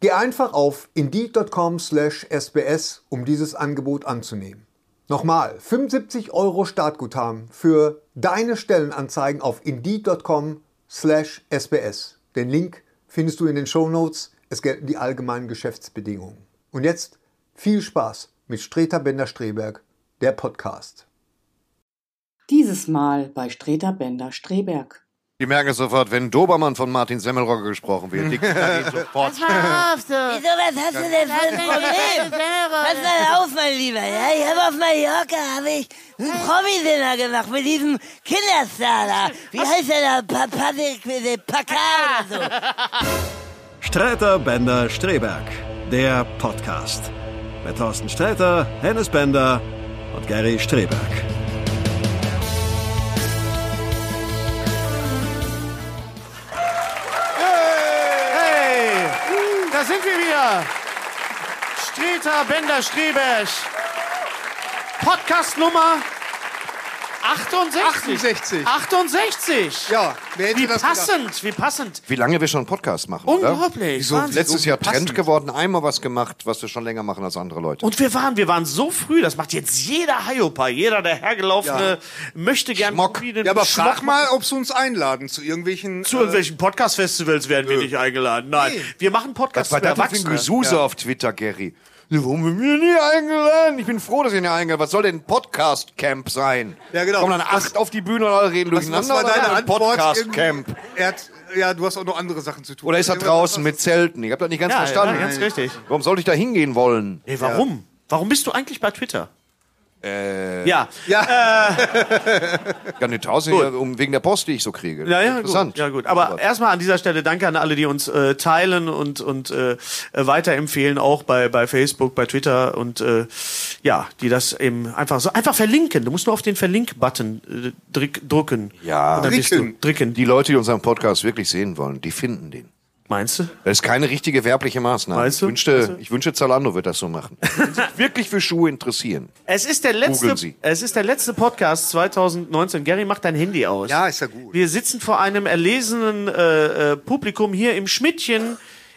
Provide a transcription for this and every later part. Geh einfach auf indeed.com/sbs, um dieses Angebot anzunehmen. Nochmal, 75 Euro Startguthaben für deine Stellenanzeigen auf indeed.com/sbs. Den Link findest du in den Shownotes. Es gelten die allgemeinen Geschäftsbedingungen. Und jetzt viel Spaß mit Streter Bender-Streberg, der Podcast. Dieses Mal bei Streter Bender Streberg. Die merken es sofort, wenn Dobermann von Martin Semmelrogge gesprochen wird. Die kriegen dann Also- sofort. Pass auf, du. Wieso, was hast du denn für ein Problem? Pass mal auf, mein Lieber. Ja, ich habe auf Mallorca habe ich einen Promi-Dinner gemacht mit diesem Kinderstar da. Wie heißt der da? Pa Patrick äh, Pacar oder so. Streiter Bender Streberg, der Podcast. Mit Thorsten Streiter, Hennes Bender und Gary Streberg. Hey, da sind wir wieder. Streter Bender Strebech. Podcast Nummer 68. 68. 68. Ja, wer hätte Wie das passend, wie passend. Wie lange wir schon einen Podcast machen, oder? Unglaublich. Wahnsinn. Letztes Jahr Trend passend. geworden, einmal was gemacht, was wir schon länger machen als andere Leute. Und wir waren, wir waren so früh, das macht jetzt jeder Haiopa, jeder der hergelaufene möchte gern Schmock. irgendwie den Ja, aber Schmock frag mal, ob sie uns einladen zu irgendwelchen. äh, Zu äh, irgendwelchen Podcast-Festivals werden wir nicht eingeladen. Nein, wir machen Was Podcasts war für das für ein Erwachsene. Gesuse auf Twitter, Gary? Warum haben wir nie eingeladen? Ich bin froh, dass ihr nicht eingeladen habt. Was soll denn Podcast-Camp sein? Ja, genau. Kommen dann acht auf die Bühne und alle reden was, was durcheinander war deine oder ein Antwort? Podcast-Camp? Irgendwie- Er hat, ja, du hast auch noch andere Sachen zu tun. Äh, Oder ist er Irgendwas- draußen mit Zelten? Ich habe das nicht ganz genau. Ja, verstanden. ja, ganz richtig. Warum sollte ich da hingehen wollen? Ey, warum? Warum bist du eigentlich bei Twitter? Äh. Ja. Ich kann nicht raus, um, wegen der Post, die ich so kriege. Ja, ja, Interessant. Gut. Ja, gut. Aber erstmal an dieser Stelle danke an alle, die uns äh, teilen und, und äh, äh, weiterempfehlen, auch bei, bei Facebook, bei Twitter und äh, ja, die das eben einfach so einfach verlinken. Du musst nur auf den Verlink-Button äh, drick, drücken. Ja. und dann bist du Dricken. dricken. die Die Leute, die unseren Podcast wirklich sehen wollen, die finden den. meinst du? Das ist keine richtige werbliche Maßnahme. Weißt du? Ich wünschte, ich wünschte Zalando wird das so machen. Wenn Sie sich wirklich für Schuhe interessieren. Es ist der Googeln letzte. Sie. Es ist der letzte Podcast 2019. Gary macht dein Handy aus. Ja, ist ja gut. Wir sitzen vor einem erlesenen äh, äh, Publikum hier im Schmidtchen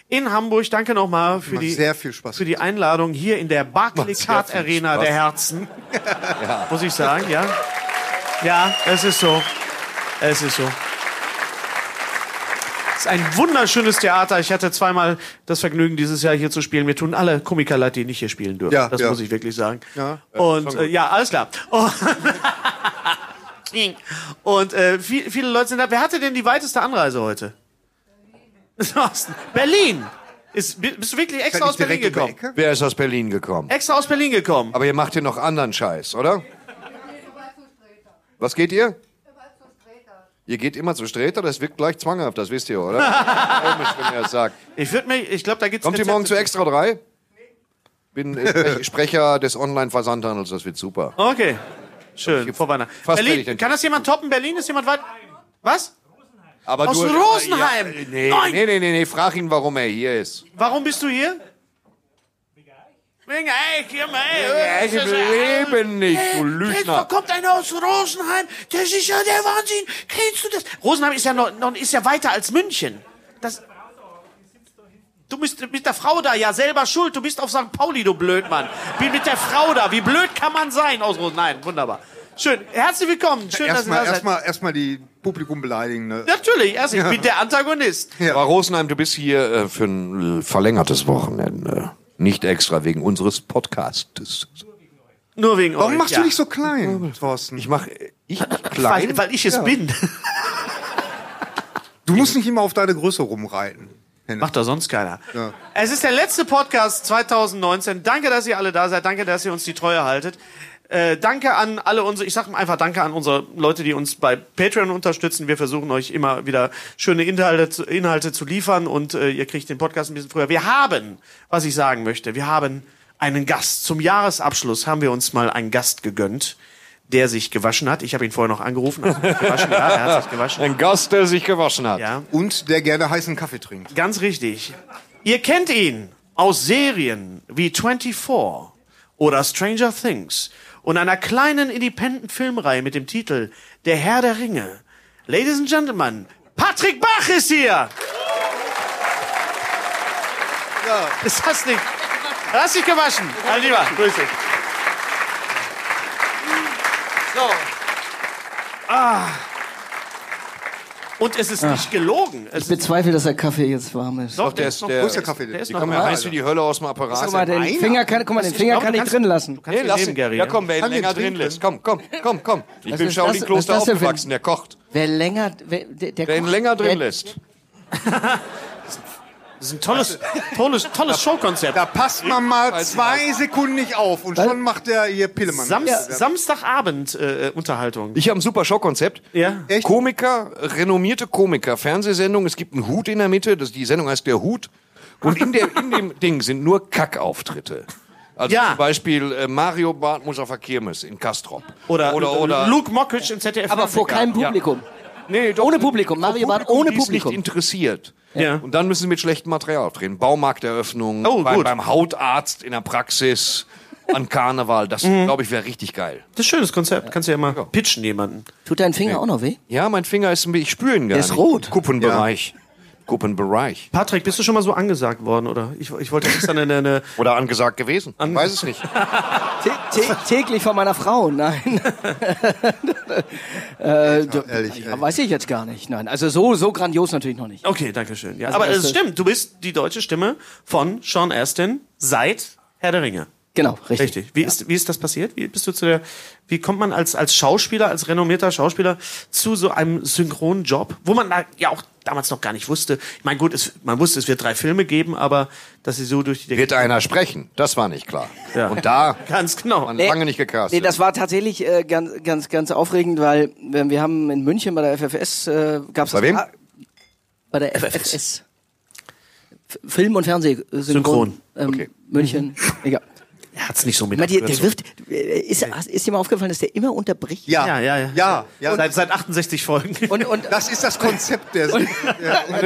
in Hamburg. Danke nochmal für Macht die sehr viel Spaß. für die Einladung hier in der Barclaycard viel Arena Spaß. der Herzen. Muss ich sagen, ja. Ja, es ist so. Es ist so. Es ist ein wunderschönes Theater. Ich hatte zweimal das Vergnügen, dieses Jahr hier zu spielen. Mir tun alle Komiker leid, die nicht hier spielen dürfen. Ja, das ja. muss ich wirklich sagen. Und äh, ja, alles klar. Und- Und äh, viel, viele Leute sind da. Wer hatte denn die weiteste Anreise heute? Thorsten. Berlin. Ist, bist du wirklich extra aus Berlin direkt über gekommen? Ecke? Wer ist aus Berlin gekommen? Extra aus Berlin gekommen. Aber ihr macht hier noch anderen Scheiß, oder? Was geht ihr? Ihr geht immer zu Sträter, das wirkt gleich zwanghaft, das wisst ihr, oder? Komisch, wenn ihr das sagt. Ich würde mir, ich glaube, da gibt's Kommt ihr Rezepte morgen zu Extra 3? Bin äh, Sprech- Sprecher des Online-Versandhandels, das wird super. Okay. Schön, vor Weihnachten. Fast fertig, Berlin, dann- kann das jemand toppen? Berlin ist jemand weit. Was? Aber Aus Rosenheim? Ja, äh, nee, Nein! nee, nee, nee, nee, frag ihn, warum er hier ist. Warum bist du hier? Wegen Eik, ja, Ja, mei. ich leben nicht, du Da Lügner. kommt einer aus Rosenheim. Das ist ja der Wahnsinn. Kennst du das? Rosenheim ist ja noch, noch ist ja weiter als München. Das. Du bist mit der Frau da, ja, selber schuld. Du bist auf St. Pauli, du Blödmann. Bin mit der Frau da. Wie blöd kann man sein aus Rosenheim? Wunderbar. Schön. Herzlich willkommen. Schön, dass ihr da Erstmal, seid. erstmal, erstmal die Publikum beleidigen. Ne? Natürlich, also ich bin der Antagonist. Aber Rosenheim, du bist hier äh, für ein äh, verlängertes Wochenende. Nicht extra wegen unseres Podcastes. Nur wegen Warum euch, machst ja. du dich so klein, Thorsten? Ich mach äh, ich klein. Weil, weil ich es bin. du musst nicht immer auf deine Größe rumreiten. Henne. Macht doch sonst keiner. Ja. Es ist der letzte Podcast 2019. Danke, dass ihr alle da seid. Danke, dass ihr uns die Treue haltet. Äh, danke an alle unsere, ich sag einfach danke an unsere Leute, die uns bei Patreon unterstützen. Wir versuchen euch immer wieder schöne Inhalte zu, Inhalte zu liefern und äh, ihr kriegt den Podcast ein bisschen früher. Wir haben, was ich sagen möchte, wir haben einen Gast. Zum Jahresabschluss haben wir uns mal einen Gast gegönnt, der sich gewaschen hat. Ich habe ihn vorher noch angerufen. Hat sich gewaschen, ja, er hat sich gewaschen. Ein Gast, der sich gewaschen hat. Ja. Und der gerne heißen Kaffee trinkt. Ganz richtig. Ihr kennt ihn aus Serien wie 24 oder Stranger Things und einer kleinen Independent-Filmreihe mit dem Titel Der Herr der Ringe. Ladies and Gentlemen, Patrick Bach ist hier! Ist das nicht? Hast dich gewaschen. Halt Mein Lieber, grüß dich. So. Ah. Und es ist nicht gelogen. Es Ich bezweifle, dass der Kaffee jetzt warm ist. doch, Der ist der. Wo ist der Kaffee denn? ist Die noch kommen da, ja heiß wie die Hölle aus dem Apparat. Guck mal, den Finger kann, guck mal, den Finger glaube, kann du ich kannst- drin lassen. Kannst du lass nehmen, ihn. Gary, Ja, ne? komm, wer ihn Kann den länger drin trinken. lässt. Komm, komm, komm, komm. Ich bin ist im das- Shaolin-Kloster was ist das denn für ein- aufgewachsen, der kocht. Wer länger, wer, der, der Wer ihn kocht- länger drin der- lässt. Das ist ein tolles, tolles, tolles Showkonzept. Da passt man mal zwei Sekunden nicht auf und schon macht der hier Pillemann. Sams Samstagabend äh, Unterhaltung. Ich habe ein super Showkonzept. Ja. Echt? Komiker, renommierte Komiker, Fernsehsendung, es gibt einen Hut in der Mitte, das, die Sendung heißt Der Hut. Und in, der, in dem Ding sind nur Kackauftritte. Also Ja. zum Beispiel äh, Mario Barth muss auf der Kirmes in Kastrop. Oder, oder, oder Luke Mockridge im ZDF. Aber vor keinem Ja. Publikum. Nee, doch, Ohne Publikum. Mario Barth ohne die's Publikum. nicht interessiert. Ja. Und dann müssen sie mit schlechtem Material auftreten. Baumarkteröffnung, Oh, beim, gut. beim Hautarzt in der Praxis, an Karneval. Das, glaube ich, wäre richtig geil. Das ist ein schönes Konzept. Kannst du ja mal pitchen jemanden. Tut dein Finger auch noch weh? Ja, mein Finger ist ein bisschen, ich spüre ihn gar ist nicht. rot. Kuppenbereich. Kuppenbereich. Patrick, bist du schon mal so angesagt worden, oder? Ich, ich wollte gestern eine, eine... Oder angesagt gewesen. Weiß es nicht. Tä tä täglich von meiner Frau, nein. äh, du, ehrlich, ja, weiß ich jetzt gar nicht. Nein, also so, so grandios natürlich noch nicht. Okay, danke schön. Ja, aber es erste- stimmt, du bist die deutsche Stimme von Sean Astin seit Herr der Ringe. Genau, richtig. Richtig. Wie, ist, wie ist das passiert? Wie bist du zu der, wie kommt man als, als Schauspieler, als renommierter Schauspieler zu so einem synchronen Job, wo man da ja auch damals noch gar nicht wusste. Ich meine, gut, es, man wusste, es wird drei Filme geben, aber dass sie so durch die Decke. Wird einer sprechen? Das war nicht klar. Und da Ganz genau. man lange nicht gecastet. Nee, das war tatsächlich äh, ganz, ganz, ganz aufregend, weil äh, wir haben in München bei der FFS äh, gab's Bei das- wem? Ah, bei der FFS. F Film und Fernseh äh, Synchron. Synchron. Ähm, Okay. München. Egal. Er hat's nicht so mit. Immer die, abgehört, der wirft, so. äh, ist, ist dir mal aufgefallen, dass der immer unterbricht? ja, ja, ja. Ja, ja. Seit, seit 68 Folgen. Und, und Das ist das Konzept der. eine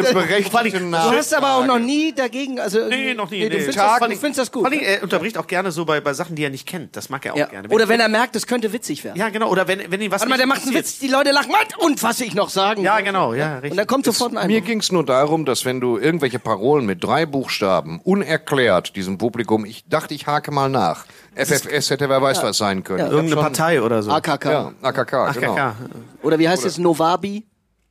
berechtigte du Nachfrage. hast aber auch noch nie dagegen, also irgendwie- Nee, noch nie. Du nee. findest, Vor das, allen du Dingen- findest das Vor gut. allen Dingen, er unterbricht auch gerne so bei, bei Sachen, die er nicht kennt. Das mag er auch Ja. gerne. Oder wenn er merkt, es könnte witzig werden. ja, genau. Oder wenn, wenn ihn was. Warte mal, der macht einen interessiert. Witz, die Leute lachen, "Mann, und was ich noch sagen. Ja, kann." genau. Ja, richtig. Und dann kommt sofort ein Mir Einwurf. ging es nur darum, dass wenn du irgendwelche Parolen mit drei Buchstaben unerklärt diesem Publikum, ich dachte, ich hake mal nach. FFS hätte wer weiß was sein können. Ich hab Irgendeine schon- Partei oder so. AKK. Ja, AKK, genau. Ja, Oder wie heißt es? Novabi?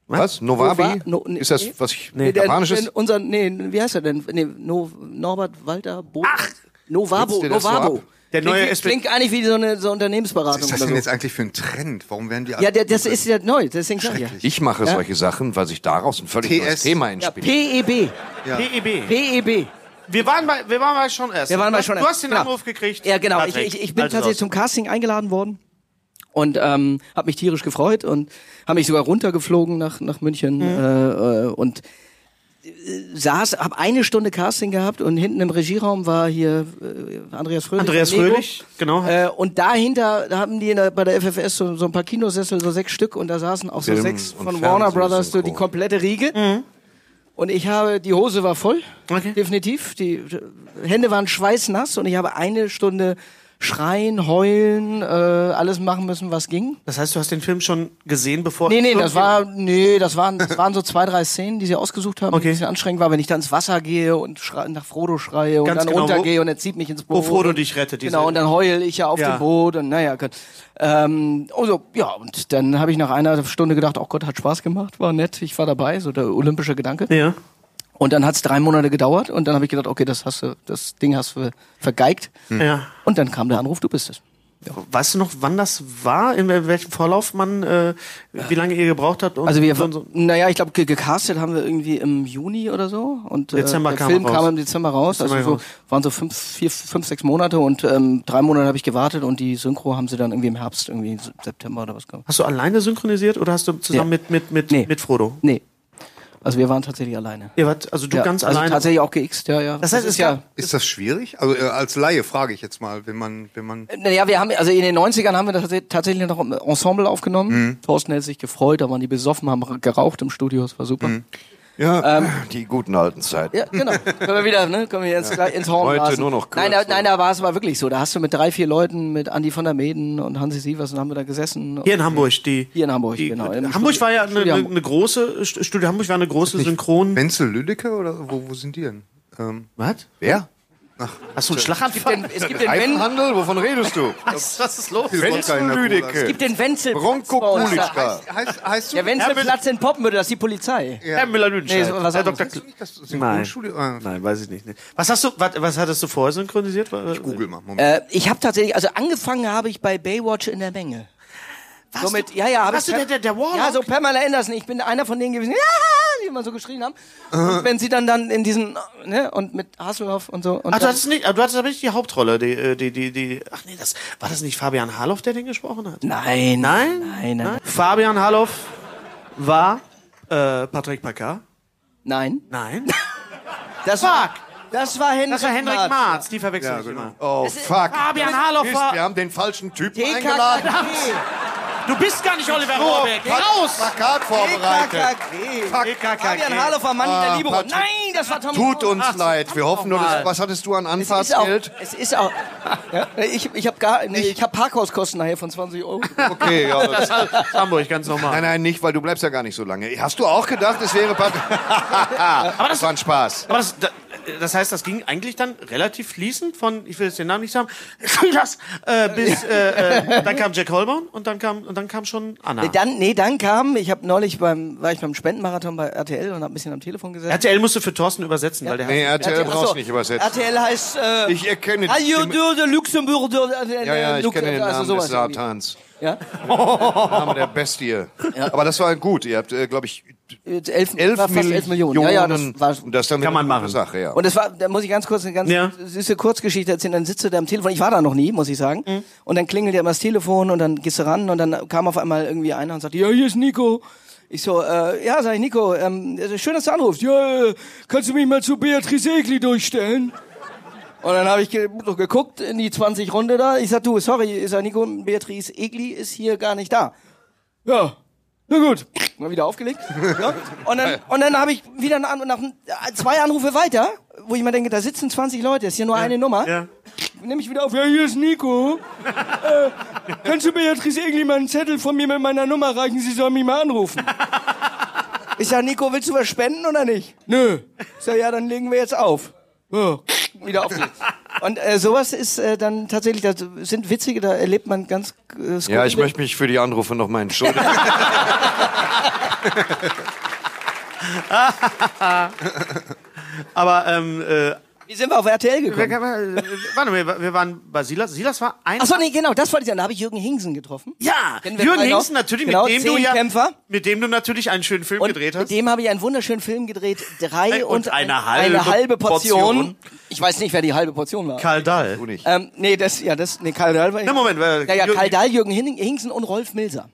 Was? Novabi? Nova- no- nee. ist das, was ich, Nee, der, japanisches? der- unser, nee, wie heißt er denn? Nee, no, Norbert Walter Bo Ach! Novabo, Willst du dir das so Novabo. ab? Der neue klingt, SP klingt eigentlich wie so eine so Unternehmensberatung. Was ist das denn oder so. jetzt eigentlich für ein Trend? Warum werden die alle- ja, der, das ist ja neu, deswegen sag ich ja. Ich mache solche Sachen, weil sich daraus ein völlig neues TS. Thema ja E entspielt. PEB. PEB. PEB. Wir waren bei, wir waren bei schon erst. Wir waren du, bei hast- schon du hast den Anruf gekriegt. Ja, genau. Ich, Patrick. ich, ich bin Also tatsächlich raus. zum Casting eingeladen worden und ähm, habe mich tierisch gefreut und habe mich sogar runtergeflogen nach nach München Mhm. äh, äh, und äh, saß, habe eine Stunde Casting gehabt und hinten im Regieraum war hier äh, Andreas Fröhlich. Andreas Lego. Fröhlich, genau. Äh, und dahinter da haben die in der, bei der FFS so, so ein paar Kinosessel, so sechs Stück und da saßen auch so Film sechs und von Warner Fernsehen Brothers, so die synchron. komplette Riege. Und ich habe, die Hose war voll, Mhm. Okay. definitiv. Die Hände waren schweißnass und ich habe eine Stunde schreien, heulen, äh, alles machen müssen, was ging. Das heißt, du hast den Film schon gesehen, bevor. Nee, nee, das war, nee, das waren, das waren so zwei, drei Szenen, die sie ausgesucht haben, Okay. die ein bisschen anstrengend war, wenn ich dann ins Wasser gehe und schrei, nach Frodo schreie und Ganz dann genau, runtergehe wo- und er zieht mich ins wo Boot. Frodo dich rettet, diese- Genau, und dann heul ich ja auf Ja. dem Boot und naja, Gott. Ähm, also, ja, und dann habe ich nach einer Stunde gedacht, oh Gott, hat Spaß gemacht, war nett, ich war dabei, so der olympische Gedanke. Ja. Und dann hat es drei Monate gedauert und dann habe ich gedacht, okay, das hast du, das Ding hast du vergeigt. Ja. Und dann kam der Anruf, du bist es. Weißt du noch, wann das war? In wel- welchem Vorlauf man, äh, wie lange ihr gebraucht habt? Und Also wir, so und so? naja, ich glaube, ge gecastet haben wir irgendwie im Juni oder so und äh, Dezember der kam Film raus. kam im Dezember raus. Dezember also so, raus. waren so fünf, vier, fünf, sechs Monate und ähm, drei Monate habe ich gewartet und die Synchro haben sie dann irgendwie im Herbst, irgendwie September oder was gehabt. Hast du alleine synchronisiert oder hast du zusammen Ja. mit, mit, mit, Nee. mit Frodo? Nee. Also wir waren tatsächlich alleine. Ihr wart, also du ja, ganz also alleine. tatsächlich auch geixt, ja, ja. Das heißt, es ja. gab- Ist das schwierig? Also äh, als Laie frage ich jetzt mal, wenn man, wenn man. Äh, Naja, wir haben, also in den 90ern haben wir das tats- tatsächlich noch im Ensemble aufgenommen. Mhm. Thorsten hätte sich gefreut, da waren die besoffen, haben r- geraucht im Studio, das war super. Mhm. Ja, die guten alten Zeiten. Ja, genau. Können wir wieder, ne? Können wir jetzt gleich ins Horn Heute blasen. nur noch nein, da, kurz, nein, da war es mal wirklich so. Da hast du mit drei, vier Leuten, mit Andi von der Meden und Hansi Sievers, und haben wir da gesessen. Hier in Hamburg, die. Hier in Hamburg, die, genau. Im Hamburg Studi- war ja eine, Studio eine, Hamburg. eine große, St- Studio Hamburg war eine große Synchron. Wenzel Lüdecke oder wo, wo sind die denn? Ähm, Was? wer? Hast du einen Schlaganfall? es gibt den, Wen- Reifenhandel? Wovon redest du? Was, was ist los? Wenzel Lüdecke. gibt den Wenzel. Bronco bei uns da. Kulitschka. Heißt, heißt du, Der Wenzelplatz in Poppenmüttel, das ist die Polizei. Herr Müller-Lüdenscheid. Nee, was Herr anderes. Dr. heißt du nicht das Nein. Synchronstudio? Äh, Nein, weiß ich nicht. Nee. Was hast du, was, was hattest du vorher synchronisiert? Google mal, Moment. Äh, ich habe tatsächlich, also angefangen habe ich bei Baywatch in der Menge. Was? Somit, ja, ja, hab Warst ich du per- der- der- der Warlock? Ja, so Pamela Anderson. Ich bin einer von denen gewesen, ja, die immer so geschrien haben. Äh. Und wenn sie dann dann in diesen, ne, und mit Hasselhoff und so. Und Ach, du dann- hattest nicht, ah, du hattest aber nicht die Hauptrolle, die, äh, die, die, die, ach nee, das, war das nicht Fabian Harloff, der den gesprochen hat? Nein, Nein? nein, nein, Fabian Harloff war, äh, Patrick Packard? nein. Nein. Das war, das war Henrik. Das war Henrik Marx. Marz, die verwechseln ich immer. Oh, fuck. Fabian Harloff Mist, war, wir haben den falschen Typen E eingeladen. TKKG. du bist gar nicht Oliver Rohrbeck, raus! Plakat E vorbereitet. TKKG. Fabian Fabian Harloff war Mann der Ah, Libero. Patrick. Nein, das war Tommy. Tut Wohlfahrt. uns leid. Wir hoffen nur, dass, was hattest du an Es ist auch, Anfahrtsgeld? es ist auch, ja, ich, ich habe gar, nee, ich habe Parkhauskosten nachher von 20 Euro. Okay, ja. Das Hamburg, ganz nein, normal. nein, nicht, weil du bleibst ja gar nicht so lange. Hast du auch gedacht, es wäre Pat Aber das war ein Spaß. Aber das, da- das heißt, das ging eigentlich dann relativ fließend von, ich will jetzt den Namen nicht sagen, das, äh, bis, äh, äh, dann kam Jack Holborn und dann kam, und dann kam schon Anna. Dann, nee, dann kam, ich habe neulich beim, war ich beim Spendenmarathon bei RTL und habe ein bisschen am Telefon gesessen. RTL musste für Thorsten übersetzen, weil der Nee, RTL achso, brauchst du nicht übersetzen. RTL heißt, äh, Ich erkenne die Radio Stimme. de Luxembourg, de, de, Ja, ja, ich Lux- kenne den also Namen sowas Oh. des irgendwie. Satans. Ja? Name der Bestie. Aber das war gut. Ihr habt, äh, glaube ich, Jetzt Elf, elf war fast Millionen. elf Millionen. Ja, ja, das war, und das dann Kann wieder man eine gute machen. Sache, ja. Und es war, da muss ich ganz kurz eine ganz Ja. süße Kurzgeschichte erzählen. Dann sitzt du da am Telefon. Ich war da noch nie, muss ich sagen. Und dann klingelt ja immer das Telefon und dann gehst du ran und dann kam auf einmal irgendwie einer und sagt, ja, hier ist Nico. Ich so, äh, ja, sag ich, Nico, ähm, schön, dass du anrufst. Ja, äh, kannst du mich mal zu Beatrice Egli durchstellen? Und dann habe ich ge so geguckt in die 20 Runde da. Ich sag, du, sorry, ich sag, Nico, Beatrice Egli ist hier gar nicht da. Ja. Na gut, mal wieder aufgelegt. Ja. Und dann, und dann habe ich wieder einen Anruf, nach äh, zwei Anrufe weiter, wo ich mir denke, da sitzen 20 Leute, ist hier nur eine Nummer. Ja. Nehme ich wieder auf, ja, hier ist Nico. äh, kannst du Beatrice irgendwie mal einen Zettel von mir mit meiner Nummer reichen? Sie soll mich mal anrufen. Ich sag, Nico, willst du was spenden oder nicht? Nö. Ich sag, ja, dann legen wir jetzt auf. Ja. Wieder aufgelegt. Und äh, sowas ist äh, dann tatsächlich, das sind witzige, da erlebt man ganz äh, Ja, ich skurrile- möchte mich für die Anrufe nochmal entschuldigen. Aber, ähm, äh, Wie sind wir auf RTL wer, gekommen? wer, äh, warte mal, wir waren bei Silas. Silas war ein. Achso, nee, genau, das wollte ich sagen. Da habe ich Jürgen Hingsen getroffen. Ja, Kennen wir Jürgen beide auch. Hingsten natürlich, Genau, mit dem du ja, Zehnkämpfer. mit dem du natürlich einen schönen Film Und gedreht mit hast. dem habe ich einen wunderschönen Film gedreht. Drei Und und, eine ein- halbe eine halbe Portion. Portion. Ich weiß nicht, wer die halbe Portion war. Karl Dahl. ähm, nee, das, ja, das, nee, Karl Dahl war. Na, Moment, äh, Ja, ja, Jürgen- Karl Dahl, Jürgen Hin- Hingsen und Rolf Milser.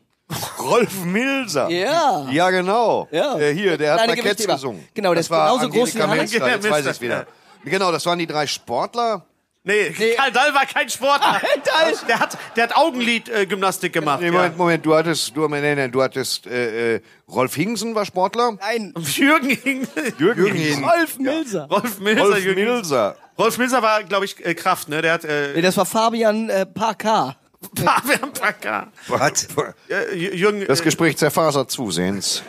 Rolf Milser. Ja. Ja, genau. Ja. Der hier, der hat Kleine bei Cats Gewichtheber. gesungen. Genau, der ist war genauso groß wie Angelika Hannes. Milster, jetzt weiß ich's wieder. Genau, das waren die drei Sportler. Nee, Karl Dahl war kein Sportler. Karl Dahl. Der hat, der hat Augenlid-Gymnastik gemacht. Nee, Moment, Moment, du hattest, du, nee, nee, du hattest, äh, äh, Rolf Hingsen war Sportler. Nein, ja. Jürgen Hingsten. Jürgen Hingsen. Rolf Milser. Rolf Milser. Rolf Jürgen Hingsten. Milser. Rolf Milser war, glaube ich, äh, Kraft, ne? Der hat äh, Nee, das war Fabian äh, Parker. Fabian Packer. Was? Äh, Jü- Jürgen, Das äh, Gespräch zerfasert zusehends.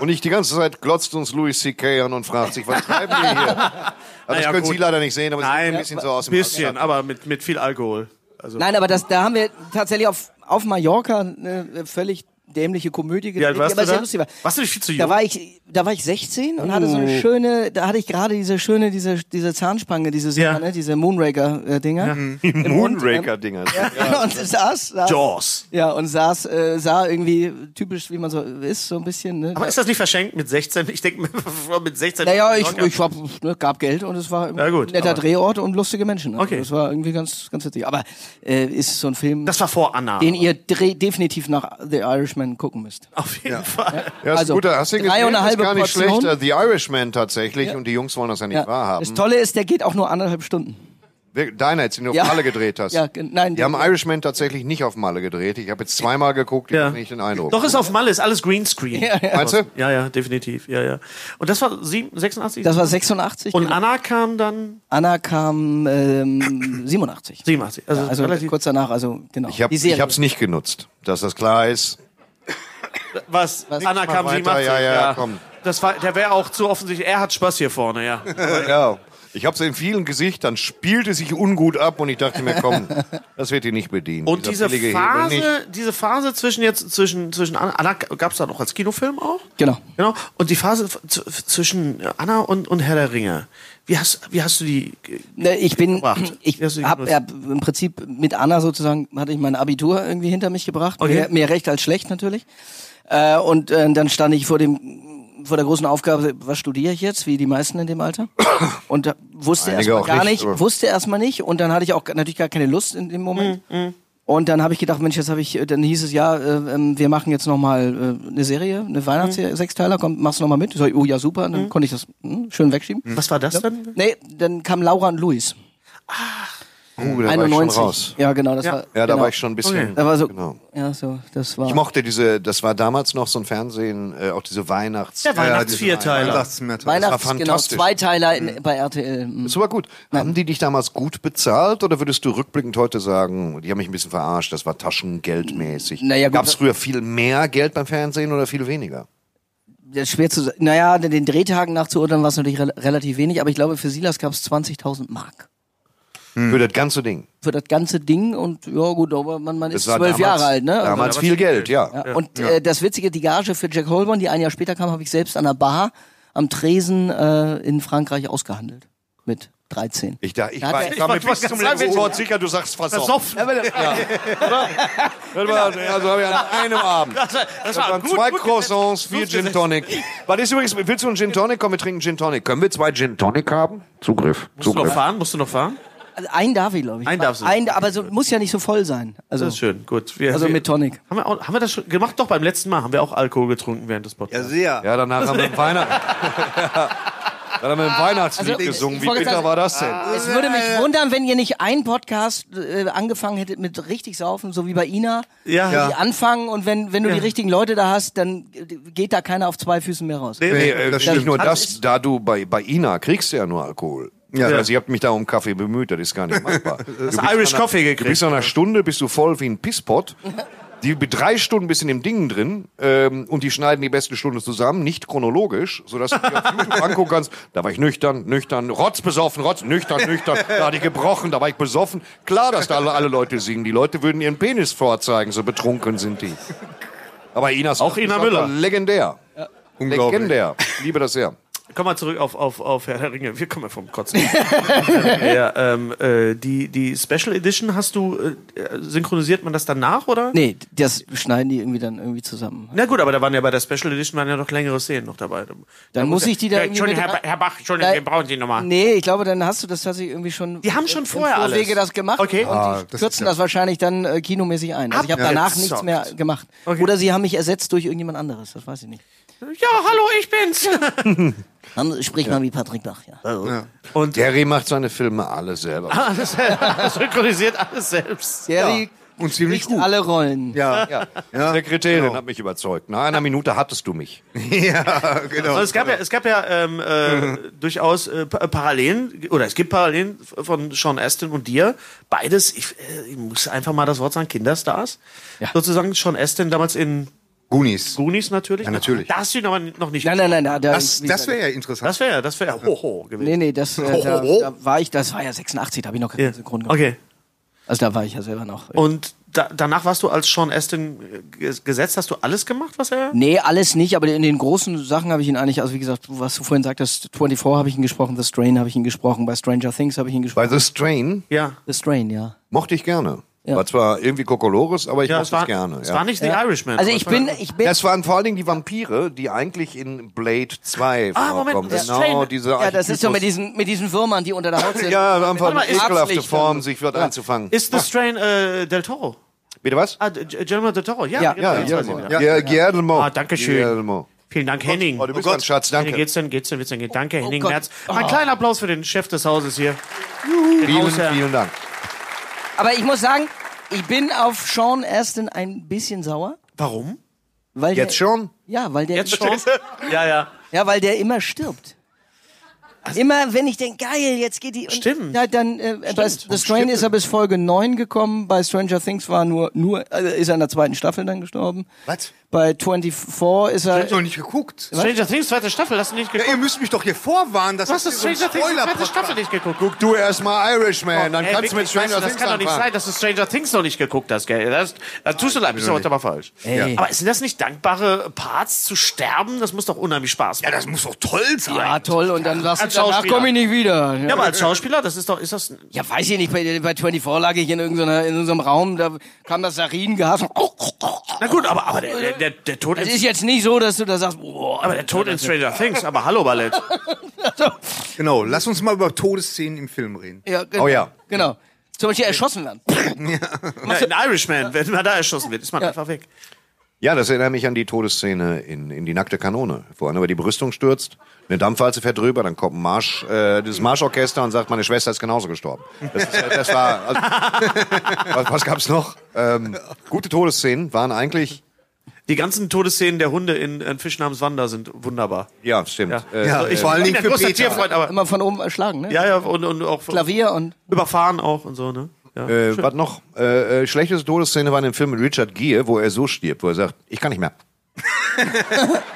und nicht die ganze Zeit glotzt uns Louis C.K. an und fragt sich, was treiben wir hier? Aber das ja, können gut. Sie leider nicht sehen, aber es Nein, sieht ein bisschen so aus dem bisschen, Abstand. aber mit, mit viel Alkohol. Also, Nein, aber das, da haben wir tatsächlich auf, auf Mallorca äh, völlig dämliche Komödie gedreht, alt die warst aber du sehr da? lustig war. Warst du nicht viel zu Da jung? war ich, da war ich 16 und hatte so Oh. eine schöne, da hatte ich gerade diese schöne, diese, diese Zahnspange, diese, Ja. ne, diese Moonraker-Dinger. Die Moonraker-Dinger. Und saß, saß Jaws. ähm, ja, und saß, äh, sah irgendwie typisch, wie man so ist, so ein bisschen. Ne? Aber ist das nicht verschenkt mit 16? Ich denke, mit 16. Naja, ich, ich hab, ne, gab Geld und es war Ja, gut, ein netter aber- Drehort und lustige Menschen. Also Okay. Das war irgendwie ganz, ganz witzig. Aber äh, ist so ein Film, Das war vor Anna. den ihr dre- definitiv nach The Irishman gucken müsst. Auf jeden Fall. Ja, ist Also, ein guter Hassing drei und eine halbe gar nicht Portion. schlecht. The Irishman tatsächlich. Und die Jungs wollen das ja nicht Ja. wahrhaben. Das Tolle ist, der geht auch nur anderthalb Stunden. Wir- Deiner, jetzt den du Ja. auf Malle gedreht hast. Ja, gen- nein, Die haben der- Irishman tatsächlich nicht auf Malle gedreht. Ich habe jetzt zweimal geguckt, ich Ja. habe nicht den Eindruck. Doch ist auf Malle, ist alles Greenscreen. Ja, ja. Meinst du? ja, definitiv. Ja, ja. Und das war sieben- 86? Das war genau. 86 und Anna kam dann Anna kam ähm, 87. 87. Also, Also relativ. kurz danach, also genau. Ich habe Die Serie. es nicht genutzt, dass das klar ist. Was? Anna kam weiter, 87. ja, ja, komm. Das war, der wäre auch zu offensichtlich. Er hat Spaß hier vorne, ja. Ja. Ich habe es in vielen Gesichtern, spielte sich ungut ab und ich dachte mir, komm, das wird hier nicht bedient. Und Dieser diese billige Hebel nicht. Phase, diese Phase zwischen jetzt zwischen zwischen Anna, Anna gab es da noch als Kinofilm auch. Genau. Genau. Und die Phase f- z- f- zwischen Anna und, und Herr der Ringe. Wie hast wie hast du die? ge- Ne, ich bin, Gebracht. ich Hast du die habe genutzt? ja, im Prinzip mit Anna sozusagen, hatte ich mein Abitur irgendwie hinter mich gebracht. Okay. Mehr, mehr recht als schlecht natürlich. Äh, und äh, dann stand ich vor dem, vor der großen Aufgabe, was studiere ich jetzt, wie die meisten in dem Alter? Und da wusste Einige erstmal auch gar nicht, nicht, aber- wusste erstmal nicht. Und dann hatte ich auch g- natürlich gar keine Lust in dem Moment. Und dann habe ich gedacht, Mensch, jetzt habe ich, äh, dann hieß es ja, äh, ähm, wir machen jetzt nochmal äh, eine Serie, eine Weihnachtsserie, Sechsteiler, komm, machst du nochmal mit? Ich sag, oh ja, super, Und dann konnte ich das hm, schön wegschieben. Was war das dann? Nee, dann kam Laura und Luis. Uh, da 91. war ich 91. schon raus. Ja, genau, das Ja. war. Ja, da genau. war ich schon ein bisschen. Da war so, Genau. ja, so, das war. Ich mochte diese, das war damals noch so ein Fernsehen, äh, auch diese Weihnachts... Der Weihnachtsvierteiler. Weihnachtsmetal. Weihnachts, war genau, fantastisch. Zweiteiler in, bei RTL. Mhm. Das war gut. Haben die dich damals gut bezahlt oder würdest du rückblickend heute sagen, die haben mich ein bisschen verarscht, das war taschengeldmäßig? Naja, gut. ne? Gab es früher viel mehr Geld beim Fernsehen oder viel weniger? Das ist schwer zu sagen. Naja, den- den Drehtagen nachzuurteilen war es natürlich rel relativ wenig, aber ich glaube, für Silas gab es 20.000 Mark. Für das ganze Ding. Für das ganze Ding und ja gut, aber man, man ist war zwölf damals- Jahre alt, ne? Also, Damals viel Geld, ja. ja. Und Äh, das Witzige, die Gage für Jack Holborn, die ein Jahr später kam, habe ich selbst an der Bar am Tresen äh, in Frankreich ausgehandelt. Mit 13. Ich, da, ich, hat war, er- ich war mir Ich bis wollte zum gerade sagen, letzten wenn- Wort sicher, du sagst versoffen. Versoffen. Warte mal, Also habe ich an einem Abend. Das war- das war waren gut- zwei gut Croissants, gesetzt. vier Gut Gin gesetzt. Tonic. Was ist übrigens, willst du einen Gin Tonic? Komm, wir trinken Gin Tonic. Können wir zwei Gin Tonic haben? Zugriff. Musst du noch Zugriff. fahren? Musst du noch fahren? Also einen darf ich, glaube ich. Einen darfst du. Ein, aber so, muss ja nicht so voll sein. Also, Das ist schön. Gut. Wir, also wir- mit Tonic. Haben wir, auch, haben wir das schon gemacht? Doch, beim letzten Mal haben wir auch Alkohol getrunken während des Ja, Podcasts. sehr. Ja, danach haben wir ein Weihnacht. Dann haben wir ein Weihnachtslied Also, gesungen. ich Wie wollte bitter sagen- ah. war das denn? Es würde mich wundern, wenn ihr nicht einen Podcast äh, angefangen hättet mit richtig saufen, so wie bei Ina. Ja. Die anfangen und wenn, wenn du die richtigen Leute da hast, dann äh, geht da keiner auf zwei Füßen mehr raus. Nee, äh, das nicht stimmt. nur das, da du bei, bei Ina kriegst du ja nur Alkohol. Ja. Also ich habe mich da um Kaffee bemüht, das ist gar nicht machbar. Das Irish Coffee gekriegt. Du bist nach einer Stunde bist du voll wie ein Pisspot. Die mit drei Stunden bist in dem Ding drin ähm, und die schneiden die beste Stunde zusammen, nicht chronologisch, sodass du dir auf YouTube angucken kannst. Da war ich nüchtern, nüchtern, rotzbesoffen, rotz, nüchtern, nüchtern. Da hatte ich gebrochen, da war ich besoffen. Klar, dass da alle, alle Leute singen. Die Leute würden ihren Penis vorzeigen, so betrunken sind die. Aber Inas Auch Ina ist Müller. legendär. Unglaublich. Legendär. Ich liebe das sehr. Komm mal zurück auf, auf, auf Herr der Ringe. Wir kommen ja vom Kotzen. ja, ähm, äh, die, die Special Edition hast du, äh, synchronisiert man das dann nach, oder? Nee, das schneiden die irgendwie dann irgendwie zusammen. Na gut, aber da waren ja bei der Special Edition waren ja noch längere Szenen noch dabei. Dann muss ich die da irgendwie mit Entschuldigung, Herr, rein- Ba- Herr Bach, Entschuldigung, Da- wir brauchen die nochmal. Nee, ich glaube, dann hast du das tatsächlich irgendwie schon. Die haben schon im- vorher im Vorwege alles. das gemacht. Okay. Und Ah, die das kürzen ist ja- das wahrscheinlich dann äh, kinomäßig ein. Also ich habe danach nichts mehr gemacht. Okay. Oder sie haben mich ersetzt durch irgendjemand anderes. Das weiß ich nicht. Ja, hallo, ich bin's. Haben, sprich mal wie Patrick Bach. Ja. Und Terry macht seine Filme alle selber. alles selber, synchronisiert alles selbst. Gary Und ziemlich kriegt gut. alle Rollen. Ja. Ja. Genau. Sekretärin hat mich überzeugt. Nach einer Minute hattest du mich. ja, genau. Also es gab ja, es gab ja ähm, äh, durchaus äh, pa- Parallelen oder es gibt Parallelen f- von Sean Astin und dir. Beides, ich, äh, ich muss einfach mal das Wort sagen, Kinderstars. Sozusagen Sean Astin damals in Goonies. Goonies natürlich. Ja, natürlich. Da hast du ihn aber noch nicht. Nein, nein, nein, da, da Das, das wäre ja interessant. Das wäre, das wäre hoho gewesen. Nee, nee, das Oh, äh, da, Ho, ho, ho. da war ich, das war ja 86, da habe ich noch keinen Ja. Synchron gemacht. Okay. Also da war ich ja selber noch. Und da, danach warst du als Sean Astin äh, ges- gesetzt, hast du alles gemacht, was er. Nee, alles nicht, aber in den großen Sachen habe ich ihn eigentlich, also wie gesagt, was du vorhin sagtest, 24 habe ich ihn gesprochen, The Strain habe ich ihn gesprochen, bei Stranger Things habe ich ihn Bei The gesprochen. Strain Ja. The Strain, ja. mochte ich gerne. War zwar irgendwie Kokolores, aber ich Ja, es mochte war, es gerne. es ja. war nicht The Irishman. Also aber ich es war- bin, ich bin, Das waren vor allen Dingen die Vampire, die eigentlich in Blade 2 Ah, vorkommen. Moment, das genau Train- diese ja, das ist so mit Archetypus- diesen, mit diesen Würmern, die unter der Haut sind. Ja, einfach mal, eine ist- ekelhafte Absicht Form, dann. sich wird einzufangen. Ist The Strain äh, Del Toro? Bitte was? Ah, D- G- Guillermo Del Toro, ja. Ja. genau, Ja, jetzt weiß ich Guillermo. wieder. Ja, Guillermo. Ah, danke schön. Guillermo. Vielen Dank, Henning. Oh, du bist mein Schatz, danke. Henning, geht's denn, geht's denn, wird's denn, geht. Danke, Henning Gott. Merz. Mal einen kleinen Applaus für den Chef des Hauses hier. Den Vielen, Hausherrn. vielen Dank. Aber ich muss sagen, ich bin auf Sean Astin ein bisschen sauer, Warum? weil Jetzt der, schon? Ja, weil der Schon? ja, ja. Ja, weil der immer stirbt. immer, wenn ich denke, geil, jetzt geht die. Und, Also Stimmt. Oh, Ja, dann, äh, bei The Strain ist er bis Folge 9 gekommen, bei Stranger Things war nur, nur also ist er in der zweiten Staffel dann gestorben. Was? Bei 24 ist Ich hab er. noch nicht geguckt. Stranger Things zweite Staffel, hast du nicht Ja, geguckt? ihr müsst mich doch hier vorwarnen, dass Du hast das hier so Stranger ein Things zweite Spoiler-Podcast- Staffel nicht geguckt. Guck du erst mal Irishman, dann Oh, Ey, kannst du mit wirklich, weißt Stranger du, Das Things kann doch nicht sein, anfangen. dass du Stranger Things noch nicht geguckt hast, gell? Das, das tust du leid, bist du heute aber falsch. Ey. Aber sind das nicht dankbare Parts zu sterben? Das muss doch unheimlich Spaß machen. Das muss doch toll sein. Ja, Ah, toll, und dann sagst du, Als danach Schauspieler. komm ich nicht wieder. Ja. Ja, aber als Schauspieler, das ist doch, ist das, Ja, weiß ich nicht, bei, bei 24 lag ich in irgendeiner, in unserem Raum, da kam das Sarin gehasst. na gut, aber, aber der, der, der, der Tod Es in, ist jetzt nicht so, dass du da sagst, boah, aber der Tod in Stranger Things, aber hallo Ballett. Genau, lass uns mal über Todesszenen im Film reden. ja, genau, Oh ja. Genau. Zum Beispiel erschossen werden. Ja, in Irishman, wenn man da erschossen wird, ist man einfach weg. Ja, das erinnert mich an die Todesszene in, in die nackte Kanone, wo einer über die Brüstung stürzt, eine Dampfwalze fährt drüber, dann kommt ein Marsch, äh, dieses Marschorchester und sagt, meine Schwester ist genauso gestorben. Das, ist, äh, das war, also, was, was gab's noch? Ähm, gute Todesszenen waren eigentlich, Die ganzen Todesszenen der Hunde in, in Fisch namens Wanda sind wunderbar. ja, stimmt. Ja. Äh, Ja, Also ich vor allen bin Dingen ein für großer Peter. Tierfreund, aber Immer von oben erschlagen, ne? ja, ja, und, und auch Klavier und überfahren auch und so, ne? Ja. Äh, was noch? Äh, äh, schlechteste Todesszene war in dem Film mit Richard Gere, wo er so stirbt, wo er sagt, ich kann nicht mehr.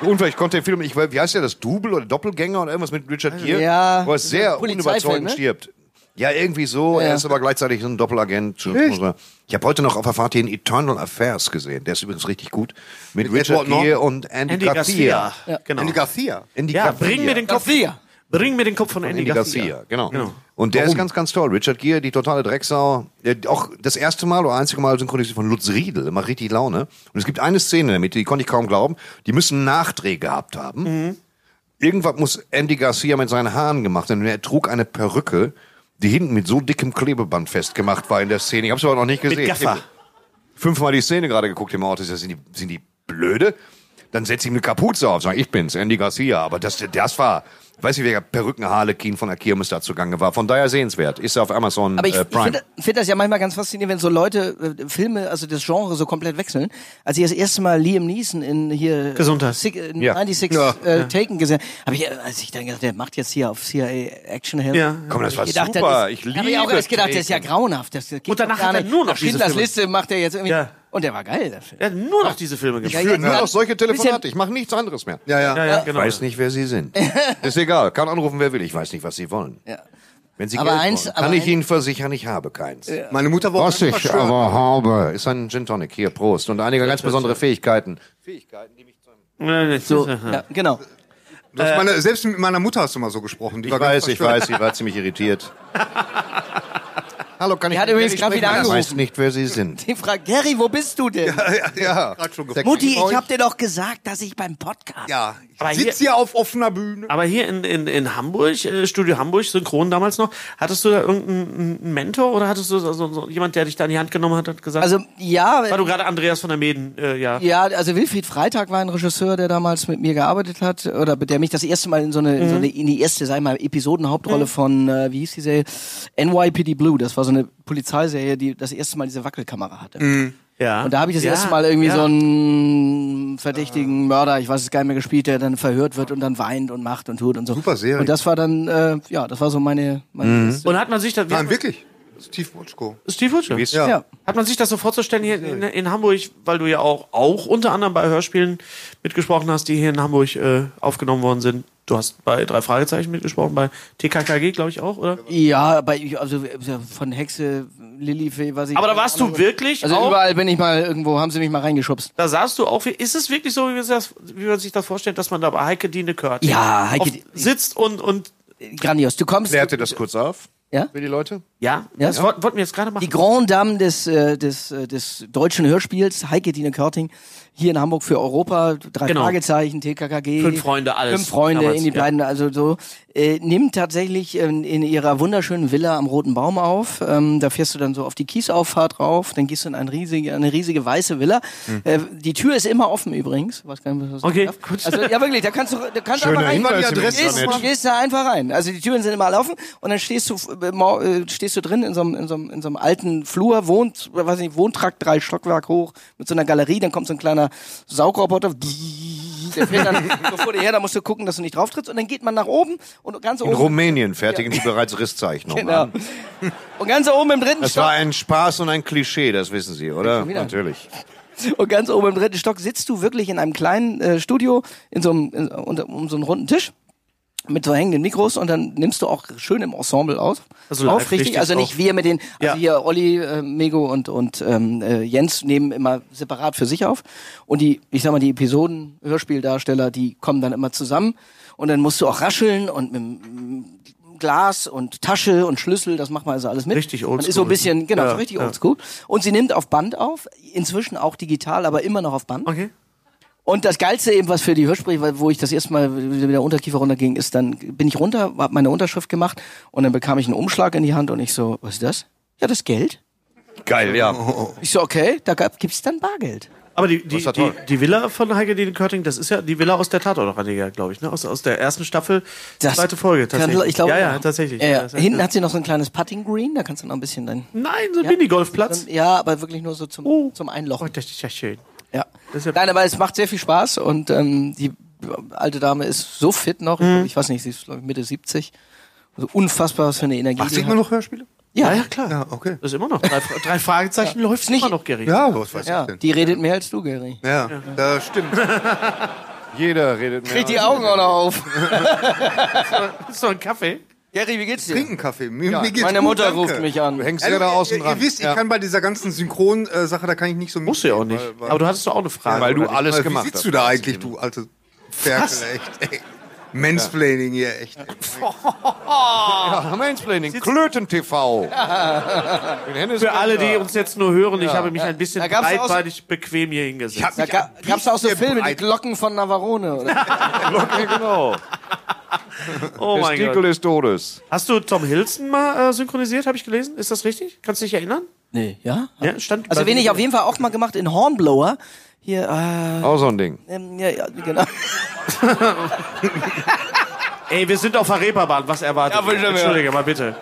Unfall, ich konnte den Film, ich, weiß- wie heißt der das? Double oder Doppelgänger oder irgendwas mit Richard Gere? Also, Ja, Wo er sehr Polizeifilm, unüberzeugend ne? stirbt. Ja, irgendwie so. Er ist aber gleichzeitig so ein Doppelagent. Ich habe heute noch auf der Fahrt hier in Eternal Affairs gesehen. Der ist übrigens richtig gut. Mit, Richard Edward Norton. Gere und Andy, Andy Garcia. Garcia. Genau. Andy Garcia. Andy Ja, Garcia. bring mir den Kopf. Garcia. Bring mir den Kopf von, Andy Garcia, Genau. Genau. Und der ist ganz, ganz toll. Richard Gere, die totale Drecksau. Der, auch das erste Mal oder einzige Mal synchronisiert von Lutz Riedel. Macht richtig Laune. Und es gibt eine Szene damit, die konnte ich kaum glauben. Die müssen einen Nachdreh gehabt haben. Irgendwas muss Andy Garcia mit seinen Haaren gemacht haben. Und er trug eine Perücke, die hinten mit so dickem Klebeband festgemacht war in der Szene. Ich habe es aber noch nicht gesehen. Mit Gaffer. Fünfmal die Szene gerade geguckt im Auto. Ich sag, Sind die, sind die blöde? Dann setze ich ihm eine Kapuze auf. Sag, ich bin's, Andy Garcia. Aber das, das war... Ich weiß nicht, welcher Perückenharlekin von der Kirmes da zugange war. Von daher sehenswert. Ist auf Amazon Aber ich, äh, ich Prime. finde find das ja manchmal ganz faszinierend, wenn so Leute äh, Filme, also das Genre so komplett wechseln. Als ich das erste Mal Liam Neeson in hier Gesundheit. Sick, äh, Ja. 96 Ja. Äh, Taken gesehen habe, ich, äh, als ich dann gedacht, der macht jetzt hier auf CIA Action Hill. Ja. Komm, das war Gedacht, super. das ist, ich habe ich auch liebe erst gedacht, das ist ja Taken. grauenhaft. Das geht Und danach doch gar hat er nicht. nur Nach noch diese Schindlers Filme. Liste macht er jetzt irgendwie. Ja. Und der war geil, der Film. Er hat nur noch diese Filme gemacht. Führen nur Ja. noch solche Telefonate. Bisschen- Ich mache nichts anderes mehr. Ja, ja. Ja, ja, genau. Ich weiß nicht, wer Sie sind. Ist egal. Kann anrufen, wer will. Ich weiß nicht, was Sie wollen. Ja. Wenn Sie Aber Geld eins- wollen, aber kann ich ein- Ihnen versichern, ich habe keins. Meine Mutter war Was ich verschwört. aber habe, ist ein Gin Tonic. Hier, Prost. Und einige ganz besondere Fähigkeiten. So. Ja, genau. Du hast meine, selbst mit meiner Mutter hast du mal so gesprochen. Die Ich war ganz weiß, ich verstört. weiß, ich war ziemlich irritiert. Hallo, kann ich hat übrigens gerade wieder Ich weiß angerufen. nicht, wer Sie sind. Die fragt, Gary, wo bist du denn? Ja, grad schon gefragt. Mutti, ich hab dir doch gesagt, dass ich beim Podcast. Ja, Aber ich sitze hier auf offener Bühne. Aber hier in, in, in Hamburg, äh, Studio Hamburg, Synchron damals noch, hattest du da irgendeinen einen Mentor oder hattest du so, so, so jemand, der dich da in die Hand genommen hat und gesagt, Also ja, war du gerade Andreas von der Meden, äh, ja. Ja, also Wilfried Freitag war ein Regisseur, der damals mit mir gearbeitet hat oder der mich das erste Mal in so eine, Mhm. in, so eine in die erste, sag ich mal, Episodenhauptrolle von äh, wie hieß die Serie NYPD Blue. Das war so eine Polizeiserie, die das erste Mal diese Wackelkamera hatte. ja. Und da habe ich das Mhm. ja, erste Mal irgendwie ja. Ah. so einen verdächtigen Mörder, ich weiß es gar nicht mehr gespielt, der dann verhört wird und dann weint und macht und tut und so. Super Serie. Und das war dann, äh, ja, das war so meine, meine erste- Und hat man sich das, wie hat Nein, man, wirklich. Steve Wojciko. Steve Wutschke, ja. hat man sich das so vorzustellen hier in, in Hamburg, weil du ja auch, auch unter anderem bei Hörspielen mitgesprochen hast, die hier in Hamburg äh, aufgenommen worden sind, du hast bei drei Fragezeichen mitgesprochen, bei TKKG, glaube ich, auch, oder? Ja, aber ich, also äh, von Hexe, Lilifee, was ich. Aber da warst du wirklich Also auch, überall bin ich mal irgendwo, haben sie mich mal reingeschubst. da saßt du auch, wie- ist es wirklich so, wie man, sich das, wie man sich das vorstellt, dass man da bei Heike Diene Körting Ja, Heike auf- Di- sitzt und, und, Grandios. Du kommst. Klärte das kurz auf Ja? für die Leute? ja, das wollten wollten wir jetzt gerade machen. Die Grand Dame des, äh, des, äh, des deutschen Hörspiels, Heike Dine Körting, hier in Hamburg für Europa, drei Genau. Fragezeichen, TKKG. Fünf Freunde, alles Fünf Freunde damals, in die ja. beiden, also so, äh, nimmt tatsächlich ähm, in ihrer wunderschönen Villa am Roten Baum auf. Ähm, da fährst du dann so auf die Kiesauffahrt rauf, dann gehst du in eine riesige, eine riesige weiße Villa. Äh, die Tür ist immer offen übrigens. Weiß gar nicht, was das Hm. Okay, darf. gut. Also, ja, wirklich, da kannst du, da kannst du Schöner einfach rein. Hinweis Du im gehst- Internet. du gehst da einfach rein. Also die Türen sind immer offen und dann stehst du äh, mau- äh, stehst du drin in so einem in so einem, in so einem alten Flur, wohnt weiß nicht, Wohntrakt drei Stockwerk hoch mit so einer Galerie, dann kommt so ein kleiner Saugroboter. Der fährt dann so vor dir her, da musst du gucken, dass du nicht drauf trittst und dann geht man nach oben und ganz In oben Rumänien fertigen die bereits Risszeichnungen genau. an. und ganz oben im dritten Das Stock war ein Spaß und ein Klischee, das wissen Sie, oder? wieder. Natürlich. Und ganz oben im dritten Stock sitzt du wirklich in einem kleinen äh, Studio in so einem, in, unter, um so einen runden Tisch mit so hängenden Mikros und dann nimmst du auch schön im Ensemble aus. Also live auf, richtig? richtig Also nicht auch. wir mit den, also Ja. hier Olli, äh, Mego und, und ähm, äh, Jens nehmen immer separat für sich auf. Und die, ich sag mal, die Episoden, Hörspieldarsteller, die kommen dann immer zusammen und dann musst du auch rascheln und mit dem Glas und Tasche und Schlüssel, das macht man also alles mit. Richtig Man Ist so oldschool. ein bisschen, genau, Ja, so richtig ja. oldschool. Und sie nimmt auf Band auf, inzwischen auch digital, aber immer noch auf Band. Okay. Und das Geilste eben, was für die Hörsprecher, weil- wo ich das erste Mal wieder der Unterkiefer runterging, ist, dann bin ich runter, hab meine Unterschrift gemacht und dann bekam ich einen Umschlag in die Hand und ich so, was ist das? Ja, das Geld. Geil, ja. Ich so, okay, da gab, gibt's dann Bargeld. Aber die, die, ist ja die, toll. die Villa von Heike Dine Körting, das ist ja die Villa aus der Tatortreiniger, glaube ich, ne? Aus, aus der ersten Staffel, Das zweite Folge, kann- tatsächlich. ich glaube, ja, ja, tatsächlich. Ja, ja. Das- Hinten hat sie noch so ein kleines Putting Green, da kannst du noch ein bisschen dann. Nein, so ein Minigolfplatz. Ja, aber wirklich nur so zum, zum Oh, Einlochen. das ist ja schön. Ja. Das ist ja- Nein, aber es macht sehr viel Spaß und ähm, die alte Dame ist so fit noch. Ich, glaub, ich weiß nicht, sie ist glaub ich, Mitte 70. Also unfassbar, was für eine Energie. Macht die sich immer hat. noch Hörspiele? ja, ja, Ah, klar. Ja, okay. Das ist immer noch. Drei, drei Fragezeichen läuft nicht- immer noch, Gary. Ja, was weiß ich denn? die redet mehr als du, Gary. Ja, das stimmt. Jeder redet mehr. Krieg die Augen auch noch auf. Hast du noch einen Kaffee? Gary, wie geht's dir? Trinken Kaffee. Mir, mir geht's Meine gut, Mutter danke. ruft mich an. Du hängst Also, ja da ihr, außen ihr, dran. ihr wisst, ja. ich kann bei dieser ganzen Synchron-Sache, da kann ich nicht so Musst du ja auch nicht. Weil, weil, Aber du hattest doch auch eine Frage. weil du oder nicht? alles weil, wie gemacht sitzt hast. du da eigentlich, du alte Ferkel, echt? Ey. Mansplaining hier, echt. ey. Ja, Mansplaining, Klöten-TV. In Hennes Für alle, die Bender. uns jetzt nur hören, ich habe mich ein bisschen Da gab's auch so- breitbeinig bequem hier hingesetzt. Da ga, gab's auch so Filme, die breit. Glocken von Navarone. Oder? Okay, genau. oh Der mein Stickel Gott. des Todes. Hast du Tom Hilton mal äh, synchronisiert, habe ich gelesen? Ist das richtig? Kannst du dich erinnern? nee, ja? Ja, stand Also wen ich auf jeden Fall auch mal gemacht in Hornblower. Hier, äh, Auch so ein Ding. ähm, ja, ja, genau. Ey, wir sind auf der Reeperbahn, was erwartet? Ja, wünsche mir. Entschuldige mal bitte.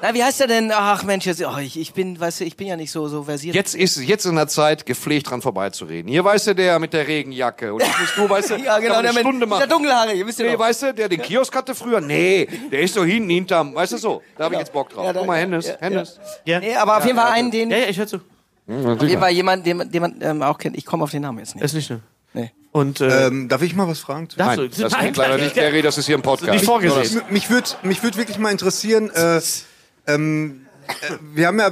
Na, wie heißt der denn? Ach Mensch, jetzt, oh, ich, ich bin, weißt du, ich bin ja nicht so, so versiert. Jetzt ist jetzt in der Zeit, gepflegt dran vorbeizureden. Hier weißt du, der mit der Regenjacke. Und jetzt bist du, weißt du, ja, genau, kann man der eine mit Stunde der machen. dunkelhaarige, wisst ihr Nee, noch. weißt du, der den Kiosk hatte früher? Nee, der ist so hinten hinterm. Weißt du so? Da habe ich jetzt Bock drauf. Genau. Ja, da- Guck mal, Hennes. ja, ja. Hennes. Ja, Nee, aber auf jeden Fall einen, den, ja, ja ich höre zu. auf jeden Fall jemanden, den, den man ähm, auch kennt. Ich komme auf den Namen jetzt nicht. Ist nicht schlimm. Nee. Und äh, Ähm, darf ich mal was fragen? zu- darfst Nein, du- das Nein, geht leider nein, nicht, Gary. Das ist hier ein Podcast. Nicht vorgesehen. M- mich würde mich würd wirklich mal interessieren, äh, ähm, äh, wir haben ja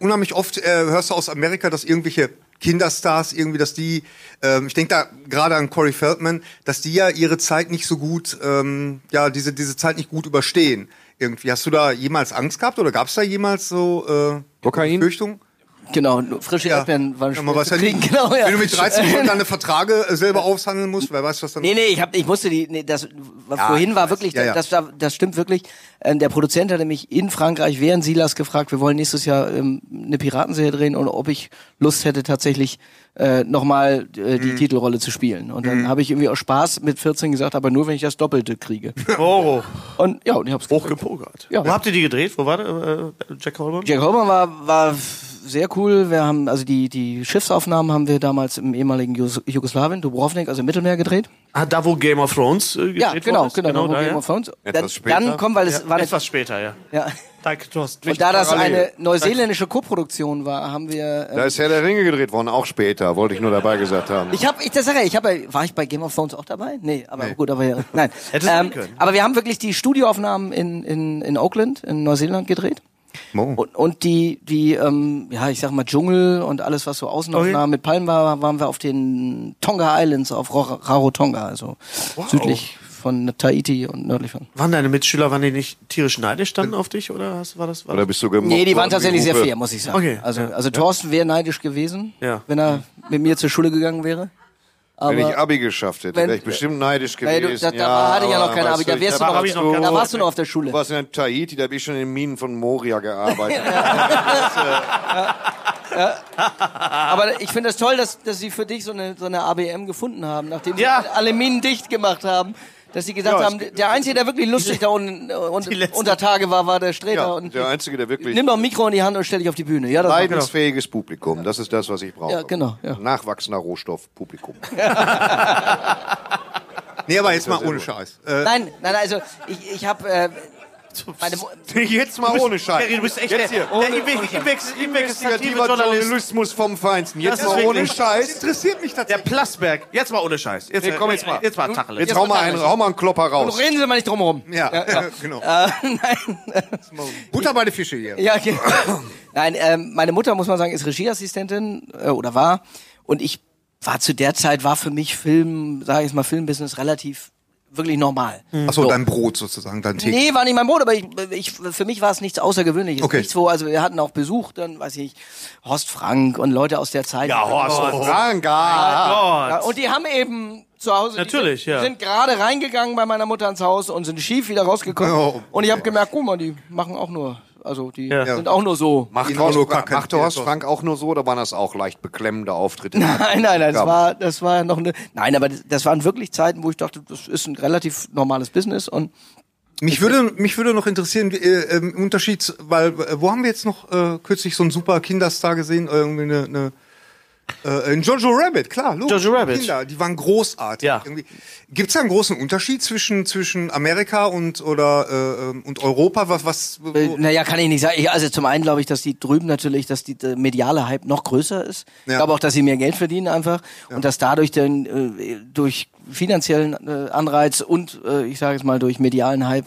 unheimlich oft, äh, hörst du aus Amerika, dass irgendwelche Kinderstars irgendwie, dass die, ähm, ich denke da gerade an Corey Feldman, dass die ja ihre Zeit nicht so gut, ähm, ja, diese, diese Zeit nicht gut überstehen. Irgendwie, hast du da jemals Angst gehabt oder gab es da jemals so äh, Kokain? Befürchtung? Genau, nur frische Erdbeeren waren Ja, schon man weiß ja nie. Genau, ja. Wenn du mit 13 Jahren deine Verträge äh, selber aushandeln musst, wer weiß, was dann Nee, nee, ich, hab, ich musste die, nee, das, was Ja, vorhin ich war weiß. wirklich, Ja, ja. Das, das, das stimmt wirklich. Ähm, der Produzent hatte mich in Frankreich während Silas gefragt, wir wollen nächstes Jahr ähm, eine Piratenserie drehen und ob ich Lust hätte, tatsächlich äh, nochmal äh, Mhm. die Titelrolle zu spielen. Und dann habe ich irgendwie aus Spaß mit 14 gesagt, aber nur wenn ich das Doppelte kriege. Oh, Und ja, und ich hab's gekriegt. hochgepokert. Ja. Wo habt ihr die gedreht? Wo war der? Äh, Jack Holborn? Jack Holman war, war sehr cool. Wir haben, also die, die Schiffsaufnahmen haben wir damals im ehemaligen Jus Jugoslawien, Dubrovnik, also im Mittelmeer gedreht. Ah, da wo Game of Thrones äh, gedreht Ja, genau, worden ist? genau, da, genau ja. Game of Thrones. Etwas Dann- später. Dann kommen, weil es war eine Etwas später, ja. Ja. Danke, Thorsten. Und da das parallel. eine neuseeländische Koproduktion war, haben wir. Da Äh, ist Herr der Ringe gedreht worden, auch später, wollte ich nur dabei gesagt haben. ich habe, ich das sage, ja, ich habe, war ich bei Game of Thrones auch dabei? Nee, aber gut, aber ja, nein. Hättest du ähm, können. aber wir haben wirklich die Studioaufnahmen in in in Auckland in Neuseeland gedreht. Und, und die, die, ähm, ja, ich sag mal Dschungel und alles, was so Außenaufnahmen mit Palmen war, waren wir auf den Tonga Islands, auf Ro- Rarotonga, also südlich von Tahiti und nördlich von. waren deine Mitschüler, waren die nicht tierisch neidisch dann auf dich oder hast, war das? War Oder das? bist du gemobbt Nee, die waren worden, tatsächlich wie sehr Uwe? fair, muss ich sagen. Okay, Also, also Thorsten wäre neidisch gewesen, Ja. wenn er mit mir zur Schule gegangen wäre. Wenn ich Aber Abi geschafft hätte, Wenn- wäre ich bestimmt neidisch naja, du, gewesen. da, da hatte ich ja aber noch keine weißt Abi, da, wärst du da noch, hab warst ich noch du- keine da warst du noch auf der Schule. Du warst in Tahiti, da hab ich schon in den Minen von Moria gearbeitet. Aber ich finde es das toll, dass, dass sie für dich so eine, so eine ABM gefunden haben, nachdem sie Ja. alle Minen dicht gemacht haben. Dass sie gesagt Ja, es haben, der Einzige, der wirklich lustig da unten äh, und, letzte- unter Tage war, war der Streter. ja, und der Einzige, der wirklich genau. nimm doch ein Mikro in die Hand und stell dich auf die Bühne. Ja, das war- leidensfähiges Publikum, das ist das, was ich brauche. Ja, genau, ja. Nachwachsender Rohstoff, Publikum. Nee, aber jetzt mal ohne Scheiß. Äh, Nein, nein, also ich, ich habe äh, meine Mu- Jetzt mal ohne Scheiß. Harry, du bist echt Jetzt hier. der, der Inve- Inve- investigativer Investigativer Journalist. Journalismus vom Feinsten. Jetzt Das ist mal ohne wirklich- das Scheiß. interessiert mich Der tatsächlich. Plasberg. Jetzt mal ohne Scheiß. Jetzt, Nee, komm jetzt mal. Hm? Jetzt mal Tacheles. Jetzt hau mal einen, hau mal einen Klopper Und raus. reden Sie mal nicht drum herum. Ja, genau. Äh, nein. Butter bei den Fische hier. Ja, okay. Nein, ähm, meine Mutter, muss man sagen, ist Regieassistentin äh, oder war. Und ich war zu der Zeit, war für mich Film, sage ich jetzt mal, Filmbusiness relativ wirklich normal. Achso, dein Brot sozusagen, dein Tee. Nee, war nicht mein Brot, aber ich, ich, für mich war es nichts Außergewöhnliches. Okay. Nichts, wo, also wir hatten auch Besuch, dann weiß ich, Horst Frank und Leute aus der Zeit. Ja, Oh, Horst. Ah, Ranga. Ja, und die haben eben zu Hause. Natürlich, die sind, ja. sind gerade reingegangen bei meiner Mutter ins Haus und sind schief wieder rausgekommen. Oh, und ich habe gemerkt, guck mal, die machen auch nur, also die Ja. sind auch nur so. Macht Ihn auch nur Horst, kacken. macht Horst Frank auch nur so oder waren das auch leicht beklemmende Auftritte? Nein, nein, nein, das Ja. war, das war noch eine. Nein, aber das, das waren wirklich Zeiten, wo ich dachte, das ist ein relativ normales Business und Mich würde, mich würde noch interessieren, wie, äh, ähm, im Unterschied, zu- weil äh, wo haben wir jetzt noch äh, kürzlich so einen super Kinderstar gesehen? Irgendwie eine, eine äh, in Jojo Rabbit, klar, logisch. Jojo Rabbit. Kinder, die waren großartig. Ja. Gibt es da einen großen Unterschied zwischen, zwischen Amerika und, oder, äh, ähm, und Europa? Was, was, wo- Äh, Naja, kann ich nicht sagen. Ich, also zum einen glaube ich, dass die drüben natürlich, dass die der mediale Hype noch größer ist. Ich Ja. glaube auch, dass sie mehr Geld verdienen einfach und dass dadurch dann äh, durch finanziellen äh, Anreiz und äh, ich sage jetzt mal durch medialen Hype,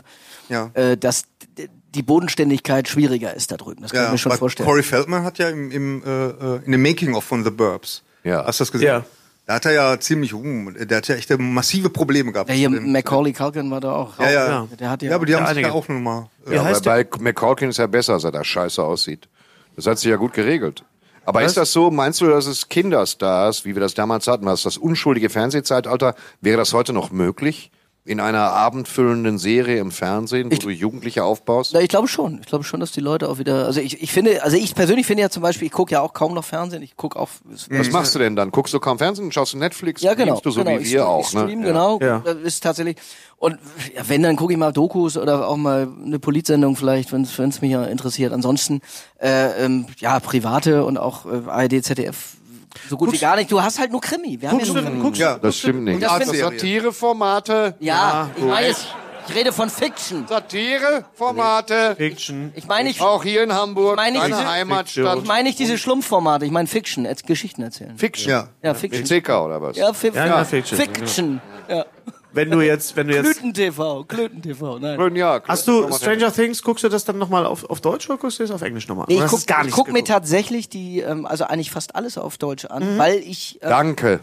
Ja. äh, dass d- die Bodenständigkeit schwieriger ist da drüben. Das kann ich mir schon weil vorstellen. Corey Feldman hat ja im, im, äh, äh, in dem Making-of von The Burbs. Ja. Hast du das gesehen? Ja. Da hat er ja ziemlich, uh, der hat ja echt massive Probleme gehabt. Der hier Dem- Macaulay Culkin war da auch. ja, ja. Der hat ja, also, ja, aber die haben sich einige. ja auch nun mal. Äh, Wie Ja, aber heißt der? bei McCorkin ist ja besser, dass er da scheiße aussieht. Das hat sich ja gut geregelt. Aber ist das so, meinst du, dass es Kinderstars, wie wir das damals hatten, was das unschuldige Fernsehzeitalter, wäre das heute noch möglich? In einer abendfüllenden Serie im Fernsehen, wo du Jugendliche aufbaust? Na, ich glaube schon. Ich glaube schon, dass die Leute auch wieder. Also ich, ich finde, also ich persönlich finde ja zum Beispiel, ich gucke ja auch kaum noch Fernsehen. Ich gucke auch. Was machst du denn dann? Guckst du kaum Fernsehen, schaust du Netflix, Ja, genau. streamst du so genau. wie ich wir stre- auch, ich stream, ne? genau. Ja. Das Ist tatsächlich. Und ja, wenn, dann gucke ich mal Dokus oder auch mal eine Politsendung vielleicht, wenn es mich ja interessiert. Ansonsten, äh, ähm, ja, private und auch äh, ARD, ZDF, so gut wie gar nicht. Du hast halt nur Krimi. Wir haben ja nur Krimi. ja. Das stimmt nicht. Und das find- Satireformate, Ja, ich weiß. Ich rede von Fiction. Satireformate, Fiction. Ich meine, ich, auch hier in Hamburg, Meine ich- deine Fiction. Heimatstadt. ich meine nicht diese Schlumpfformate, ich meine Fiction, als Geschichten erzählen. Fiction. Ja. Ja, Fiction. Zicker oder was? Ja, Fiction. Ja, ja, Fiction. genau. Fiction. Ja. Wenn du jetzt, wenn du jetzt. Klöten-TV, Klöten-TV, nein. Schön, ja, klar. Hast du Stranger Things, guckst du das dann nochmal auf, auf Deutsch oder guckst du das auf Englisch nochmal? Nee, Oder ich hast guck, du's gar ich nicht guck mir geguckt? Mhm. tatsächlich die, ähm, also eigentlich fast alles auf Deutsch an, weil ich, äh, Danke.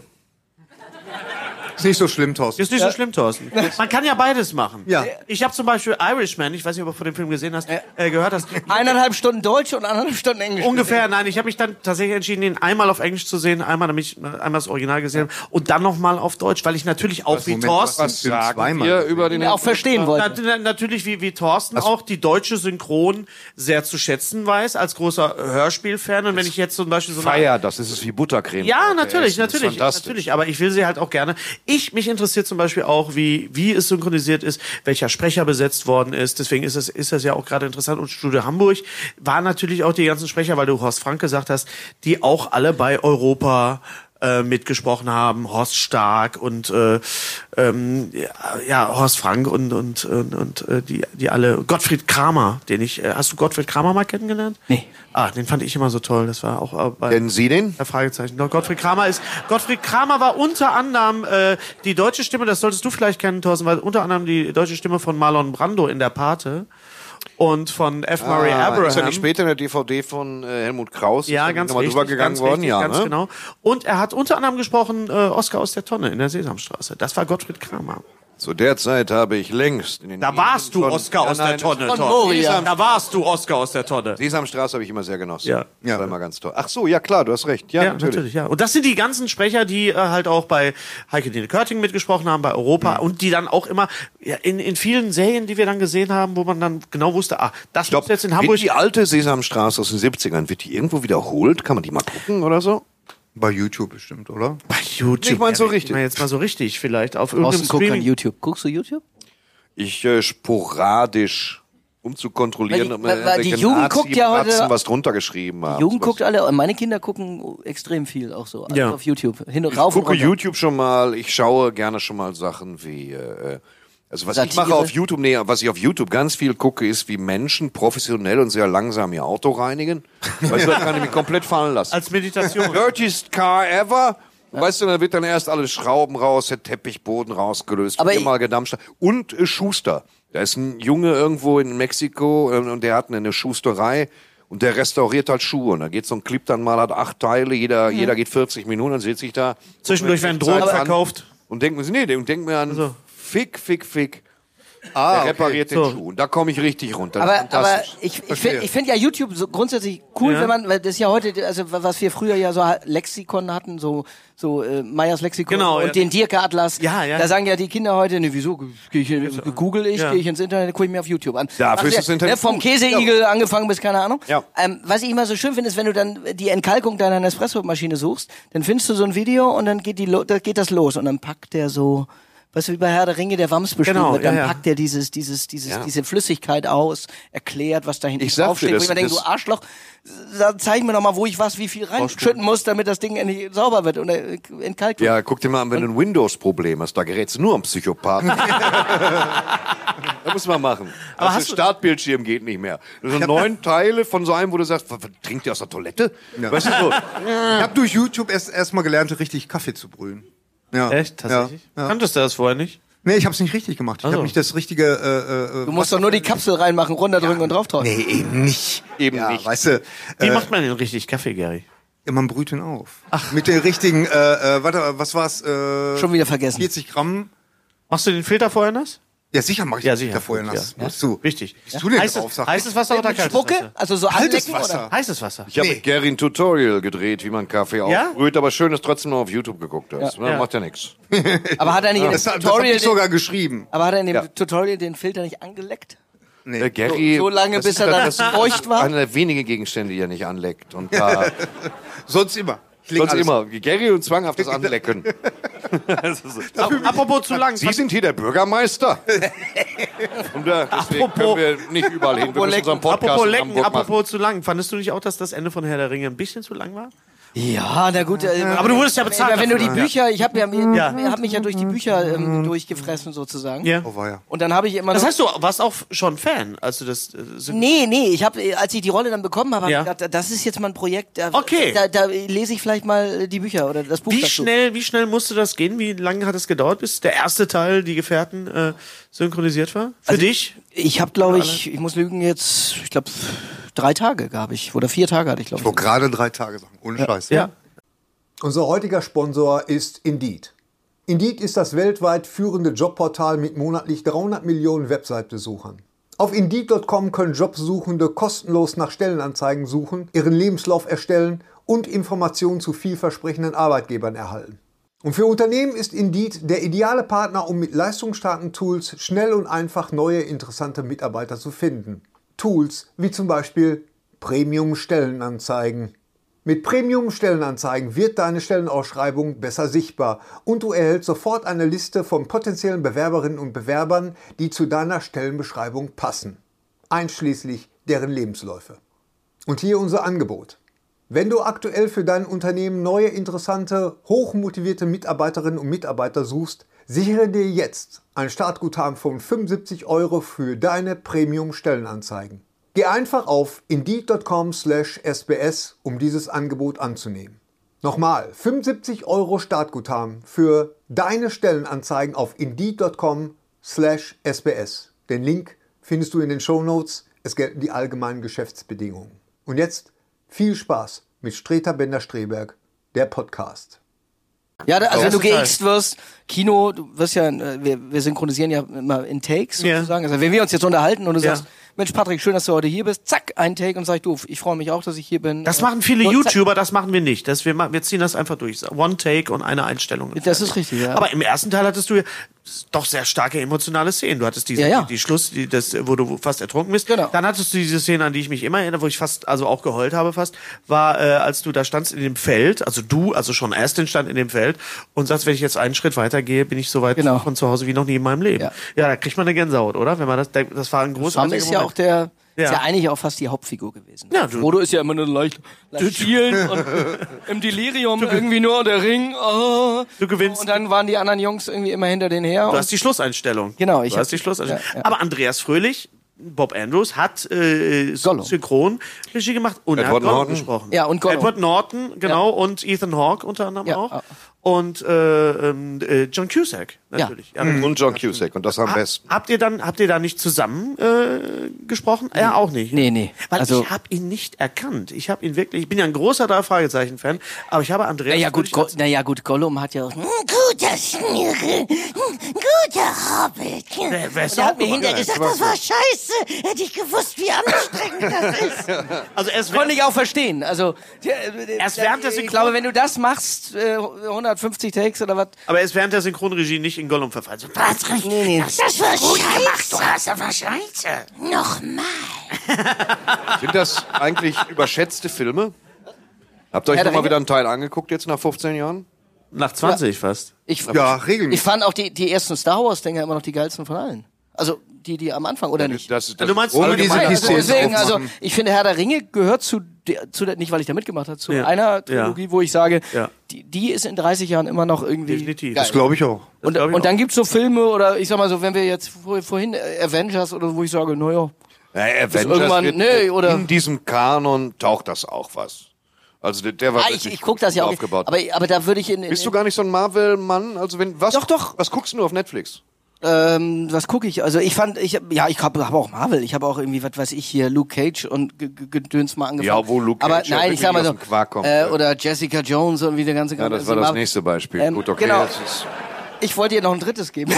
Ist nicht so schlimm, Thorsten. Ist nicht so schlimm, Thorsten. Man kann ja beides machen. Ja. Ich habe zum Beispiel Irishman, ich weiß nicht, ob du von dem Film gesehen hast, äh, gehört hast. eineinhalb Stunden Deutsch und eineinhalb Stunden Englisch. Ungefähr, nein, ich habe mich dann tatsächlich entschieden, den einmal auf Englisch zu sehen, einmal nämlich einmal das Original gesehen und dann nochmal auf Deutsch, weil ich natürlich auch wie Moment, Thorsten was sagen zweimal? Hier über den gesehen. auch verstehen wollte. Nat na- natürlich wie, wie Thorsten Also- auch die deutsche Synchron sehr zu schätzen weiß, als großer Hörspielfan. Und wenn ich jetzt zum Beispiel so eine- Feier, das ist es wie Buttercreme. Ja, Leute, natürlich, essen. Das ist natürlich, fantastisch. natürlich. Aber ich will sie halt auch gerne. Ich mich interessiert zum Beispiel auch, wie wie es synchronisiert ist, welcher Sprecher besetzt worden ist. Deswegen ist das ist das ja auch gerade interessant. Und Studio Hamburg war natürlich auch die ganzen Sprecher, weil du Horst Frank gesagt hast, die auch alle bei Europa äh, mitgesprochen haben, Horst Stark und äh, ähm, ja, ja, Horst Frank und und und, und äh, die die alle Gottfried Kramer, den ich äh, hast du Gottfried Kramer mal kennengelernt? Nee. Ah, den fand ich immer so toll, das war auch äh, bei Kennen Sie den? Herr Fragezeichen. Doch, Gottfried Kramer ist. Gottfried Kramer war unter anderem äh, die deutsche Stimme, das solltest du vielleicht kennen, Thorsten, weil unter anderem die deutsche Stimme von Marlon Brando in der Pate und von F. Murray Abraham. Ah, Ist ja nicht später in der DVD von äh, Helmut Kraus? Ja, Ist ganz nochmal richtig, drüber gegangen ganz worden, richtig, ja. ganz ne? genau. Und er hat unter anderem gesprochen äh, Oscar aus der Tonne in der Sesamstraße. Das war Gottfried Kramer. Zu der Zeit habe ich längst in den Da warst du Ebenen von- Oscar Ja, aus nein, der Tonne. von Tom. Moria. Da warst du Oscar aus der Tonne. Sesamstraße habe ich immer sehr genossen. Ja. Das war immer ganz toll. Ach so, ja klar, du hast recht. Ja, Ja, natürlich. natürlich. ja. Und das sind die ganzen Sprecher, die äh, halt auch bei Heike Dine Körting mitgesprochen haben, bei Europa und die dann auch immer ja, in, in vielen Serien, die wir dann gesehen haben, wo man dann genau wusste, ah, das Stopp. ist jetzt in Wird Hamburg. die alte Sesamstraße aus den 70ern, wird die irgendwo wiederholt? Kann man die mal gucken oder so? Bei YouTube bestimmt, oder? Bei YouTube. Ich mein so Ja, richtig. Mal jetzt mal so richtig vielleicht auf irgendeinem Thorsten guckt an Streaming. YouTube. Guckst du YouTube? Ich äh, sporadisch, um zu kontrollieren, Weil die- weil- weil die irgendwelche Jugend guckt ja heute- Nazi-Bratzen was drunter geschrieben haben. Jugend Sowas. guckt alle, meine Kinder gucken extrem viel auch so. Alles Ja. auf YouTube. Hin und Ich rauf gucke und runter. YouTube schon mal, ich schaue gerne schon mal Sachen wie. Äh, also was ich Satire. mache auf YouTube, nee, was ich auf YouTube ganz viel gucke, ist, wie Menschen professionell und sehr langsam ihr Auto reinigen. Weißt du, das kann ich mich komplett fallen lassen. Als Meditation. Dirtiest Car ever. Weißt du, dann wird dann erst alle Schrauben raus, der Teppichboden rausgelöst, Aber viermal gedampft. Und äh, Schuster. Da ist ein Junge irgendwo in Mexiko äh, und der hat eine Schusterei und der restauriert halt Schuhe. Und da geht so ein Clip dann mal, hat acht Teile, jeder, jeder geht 40 Minuten, dann sitze ich da. Mhm. Zwischendurch werden Drogen Zeit an verkauft. Also. Und denkt mir, nee, und denkt mir an Fick, Fick, Fick. Ah, der repariert den So. Schuh. Und da komme ich richtig runter. Das ist Aber, aber fantastisch. ich, ich Verstehe. finde ich find ja YouTube so grundsätzlich cool, Ja. wenn man, weil das ist ja heute, also was wir früher ja so Lexikon hatten, so, so äh, Meyers Lexikon Genau, und ja. den Dirke-Atlas. Ja, ja. Da sagen ja die Kinder heute, ne, wieso, geh ich, google ich, Ja. gehe ich ins Internet, gucke ich mir auf YouTube an. Dafür Ach, ist ja, das Internet Ne, vom gut. Käseigel angefangen bis keine Ahnung. Ja. Ähm, was ich immer so schön finde, ist, wenn du dann die Entkalkung deiner Nespresso-Maschine suchst, dann findest du so ein Video und dann geht, die, lo- da geht das los und dann packt der so... Weißt du, wie bei Herr der Ringe, der Wams beschrieben Genau, wird, dann ja, ja. packt der dieses, dieses, dieses, diese Flüssigkeit aus, erklärt, was da hinten Ich sag dir, draufsteht, wo das- ich mir denke, das- du Arschloch, dann zeig mir noch mal, wo ich was, wie viel reinschütten muss, damit das Ding endlich sauber wird und äh, entkalkt wird. Ja, guck dir mal an, wenn du ein Windows-Problem hast, da gerätst du nur am Psychopathen. da muss man machen. Aber also hast du- Startbildschirm geht nicht mehr. Das sind neun Teile von so einem, wo du sagst, "Was, was, trinkt ihr aus der Toilette? Weißt du so? Ich habe durch YouTube erst erstmal gelernt, richtig Kaffee zu brühen. Ja. Echt? Tatsächlich? Also. Ja. Ja. Kanntest du das vorher nicht? Nee, ich habe es nicht richtig gemacht. Ich hab so. habe nicht das richtige. Äh, äh, Du musst doch nur die Kapsel reinmachen, runterdrücken und drauf nee, eben nicht. Eben ja, nicht. Weißt du, Wie äh, macht man denn richtig Kaffee, Gary? ja, man brüht ihn auf. Ach. Mit den richtigen. Äh, äh, warte, was war's? Äh, Schon wieder vergessen. 40 Gramm. Machst du den Filter vorher nass? Ja, sicher mach ich Ja, das sicher. da vorher Ja. nass. Musst du. Wichtig. Bist du denn heißes, drauf, sag heißes Wasser oder Mit kaltes Spucke? Wasser? Also so Kaltes anlecken Wasser. oder? Heißes Wasser. Ich habe Nee. mit Gary ein Tutorial gedreht, wie man Kaffee Ja? aufbrüht, aber schön, dass du trotzdem noch auf YouTube geguckt hast. Ne? Ja. Macht ja nichts. Aber hat er nicht in dem Das, das habe Tutorial ich den, sogar geschrieben. aber hat er in dem Ja. Tutorial den Filter nicht angeleckt? Äh, Gary, So lange, das bis ist er dann- dann das ist feucht war? Einer der wenigen Gegenstände, die er nicht anleckt. Und da Sonst immer. Ich leg sonst alles- immer Gary und zwanghaftes Anlecken. Apropos zu lang. Sie sind hier der Bürgermeister. Und äh, deswegen Apropos- können wir nicht überall hin. Wir müssen unseren Podcast Apropos in lecken, Hamburg apropos zu lang. Fandest du nicht auch, dass das Ende von Herr der Ringe ein bisschen zu lang war? Ja, na gut. Äh, Aber du wurdest ja bezahlt Wenn du die dafür. Bücher, ich habe ja, Ja. hab mich ja durch die Bücher ähm, durchgefressen sozusagen. Ja. Oh, war ja. Und dann habe ich immer Das so- heißt, du warst auch schon Fan, als du das äh, synchron- Nee, nee, ich habe, als ich die Rolle dann bekommen habe, hab Ja. ich gedacht, das ist jetzt mal ein Projekt. Da, Okay. Da, da lese ich vielleicht mal äh, die Bücher oder das Buch Wie dazu. schnell, wie schnell musste das gehen? Wie lange hat es gedauert, bis der erste Teil, die Gefährten, äh, synchronisiert war? Für dich? Ich habe, glaube ich, ich muss lügen jetzt, ich glaube drei Tage gab ich oder vier Tage hatte ich glaube Vor ich. gerade drei Tage Sachen. Ohne Scheiß. Ja. Unser heutiger Sponsor ist Indeed. Indeed ist das weltweit führende Jobportal mit monatlich 300 Millionen Website-Besuchern. Auf Indeed.com können Jobsuchende kostenlos nach Stellenanzeigen suchen, ihren Lebenslauf erstellen und Informationen zu vielversprechenden Arbeitgebern erhalten. Und für Unternehmen ist Indeed der ideale Partner, um mit leistungsstarken Tools schnell und einfach neue interessante Mitarbeiter zu finden. Tools wie zum Beispiel Premium-Stellenanzeigen. Mit Premium-Stellenanzeigen wird deine Stellenausschreibung besser sichtbar und du erhältst sofort eine Liste von potenziellen Bewerberinnen und Bewerbern, die zu deiner Stellenbeschreibung passen, einschließlich deren Lebensläufe. Und hier unser Angebot. Wenn du aktuell für dein Unternehmen neue, interessante, hochmotivierte Mitarbeiterinnen und Mitarbeiter suchst, sichere dir jetzt ein Startguthaben von 75 Euro für deine Premium-Stellenanzeigen. Geh einfach auf indeed.com/sbs, um dieses Angebot anzunehmen. Nochmal, 75 Euro Startguthaben für deine Stellenanzeigen auf indeed.com/sbs. Den Link findest du in den Shownotes. Es gelten die allgemeinen Geschäftsbedingungen. Und jetzt viel Spaß mit Streter Bender-Streberg, der Podcast. Ja, da, also wenn du geixt wirst, Kino, du wirst ja, äh, wir, wir synchronisieren ja immer in Takes Ja. sozusagen. Also wenn wir uns jetzt unterhalten und du Ja. sagst, Mensch Patrick, schön, dass du heute hier bist, zack, ein Take und sag ich, du, ich freue mich auch, dass ich hier bin. Das Äh, machen viele und zack. YouTuber, das machen wir nicht. Das, wir, ma- wir ziehen das einfach durch. One Take und eine Einstellung. Das ist richtig, ja. Aber im ersten Teil hattest du ja doch sehr starke emotionale Szenen. Du hattest diese, Ja, ja. die Schluss, die, das, wo du fast ertrunken bist. Genau. Dann hattest du diese Szene, an die ich mich immer erinnere, wo ich fast, also auch geheult habe fast, war, äh, als du da standst in dem Feld, also du, also schon Aston stand in dem Feld und sagst, wenn ich jetzt einen Schritt weitergehe, bin ich so weit Genau. von zu Hause wie noch nie in meinem Leben. Ja. Ja, da kriegt man eine Gänsehaut, oder? Wenn man das, das war ein Sam großartiger ist ja Moment. auch der, ist Ja. ja eigentlich auch fast die Hauptfigur gewesen. Ja, du- Frodo ist ja immer nur leicht, leicht spielen und im Delirium irgendwie nur der Ring. Oh. Du gewinnst. Und dann waren die anderen Jungs irgendwie immer hinter denen her. Du Und hast die Schlusseinstellung. Genau, ich ich du hast hab- die Schlusseinstellung. ja, ja. Aber Andreas Fröhlich, Bob Andrews, hat äh, Gollum. Syn- synchron Regie gemacht und er Edward hat Gollum Norton. gesprochen. Ja, und Gollum. Edward Norton, genau, und Ethan Hawke unter anderem Ja, ah. auch. Und äh, ähm, äh, John Cusack, natürlich. Ja. Und John Cusack und Ah, das am besten. Habt ihr dann, habt ihr da nicht zusammen äh, gesprochen? Ja, auch nicht. Nee, nee. Weil Also- ich habe ihn nicht erkannt. Ich habe ihn wirklich. Ich bin ja ein großer drei Fragezeichen Fan, aber ich habe Andreas. naja, gut, Fröhlich Go als- naja, gut, Gollum hat ja auch. Hm, Guter Schnürkel, guter Hobbit. Hm. Wer- wer ist Und er hat auch mir gemacht? hinterher gesagt, das war scheiße. Hätte ich gewusst, wie anstrengend das ist. also es Konnte ich auch verstehen. Also, Erst während der Ich Synchron- glaube, wenn du das machst, äh, 150 Takes oder was. aber er ist während der Synchronregie nicht in Gollum verfallen. So, Patrick, nee, nee. das war scheiße. du hast aber scheiße. Nochmal. ah. Sind das eigentlich überschätzte Filme? Habt ihr euch Herr der nochmal Ringe? wieder einen Teil angeguckt jetzt nach 15 Jahren? nach 20 fast. Ich, Ja, ich regelmäßig. fand auch die, die ersten Star Wars-Dinger immer noch die geilsten von allen. Also, die, die am Anfang, oder nicht? Das, das Du meinst Ohne alle diese gemeinsam? Kiste Also Kiste deswegen, jetzt also aufmachen. ich finde, Herr der Ringe gehört zu, der, zu der, nicht weil ich da mitgemacht habe, zu Ja. einer Trilogie, wo ich sage, Ja. die, die ist in 30 Jahren immer noch irgendwie. Definitiv. Geil. Das Glaube ich auch. Und, glaub ich und dann auch. gibt's so Filme oder ich sag mal so, wenn wir jetzt vor, vorhin äh, Avengers oder wo ich sage, naja, Naja, Avengers irgendwann- wird, nee, oder- in diesem Kanon taucht das auch was. Also der, der war ah, ich, richtig ich guck das ja gut auch. aufgebaut. Aber, aber da würde ich in, in Bist du gar nicht so ein Marvel-Mann? Also wenn was? Doch, doch. Was guckst du auf Netflix? ähm, was gucke ich? Also ich fand, ich hab- ja, ich habe hab auch Marvel, ich habe auch irgendwie, was weiß ich hier, Luke Cage und G- G- Gedöns mal angefangen. Ja, wo Luke aber, Cage ja nein, ich sag mal wirklich so, aus dem Quark kommt, äh, ja. oder Jessica Jones und wie der ganze Ja, das war das nächste Beispiel. Ähm, Gut, okay. genau. Das ist, Ich wollte dir noch ein drittes geben.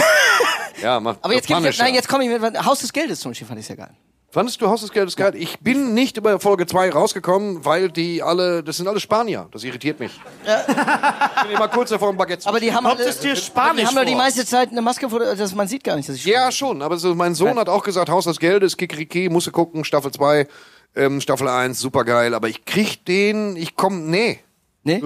ja, mach Aber jetzt The gebe ich, Punisher. nein, jetzt komme ich mit Haus des Geldes zum Beispiel, fand ich sehr geil. Fandest du Haus des Geldes geil? Ich bin nicht über Folge 2 rausgekommen, weil die alle, das sind alle Spanier. Das irritiert mich. ich bin immer kurz davor, ein Baguette zu Aber die haben Kommt alle- es dir die Spanisch haben doch die vor? meiste Zeit eine Maske vor, dass man sieht gar nicht, dass ich Ja, schon. Aber so, mein Sohn hat auch gesagt, Haus des Geldes, Kikriki, musst du gucken, Staffel 2, ähm, Staffel 1, super geil. Aber ich krieg den, ich komm, nee. Nee?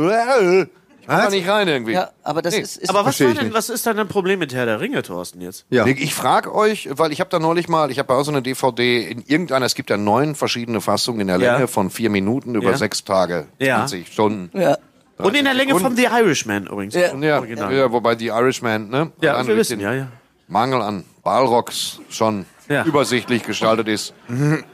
Ich komm da nicht rein irgendwie. Ja, aber das Nee. ist, ist Aber was, Versteh war ich denn, nicht. was ist denn dein Problem mit Herr der Ringe, Thorsten, jetzt? Ja. Nick, Ich frage euch, weil ich habe da neulich mal, ich habe bei so eine DVD in irgendeiner, es gibt ja neun verschiedene Fassungen in der Ja. Länge von vier Minuten über Ja. sechs Tage, Ja. 20 Stunden. ja. Und in der Länge von The Irishman übrigens. Ja. Ja, Original. ja, wobei die Irishman, ne? Ja, Allein wir durch wissen, den ja, ja. Mangel an Balrogs schon Ja. übersichtlich gestaltet ist.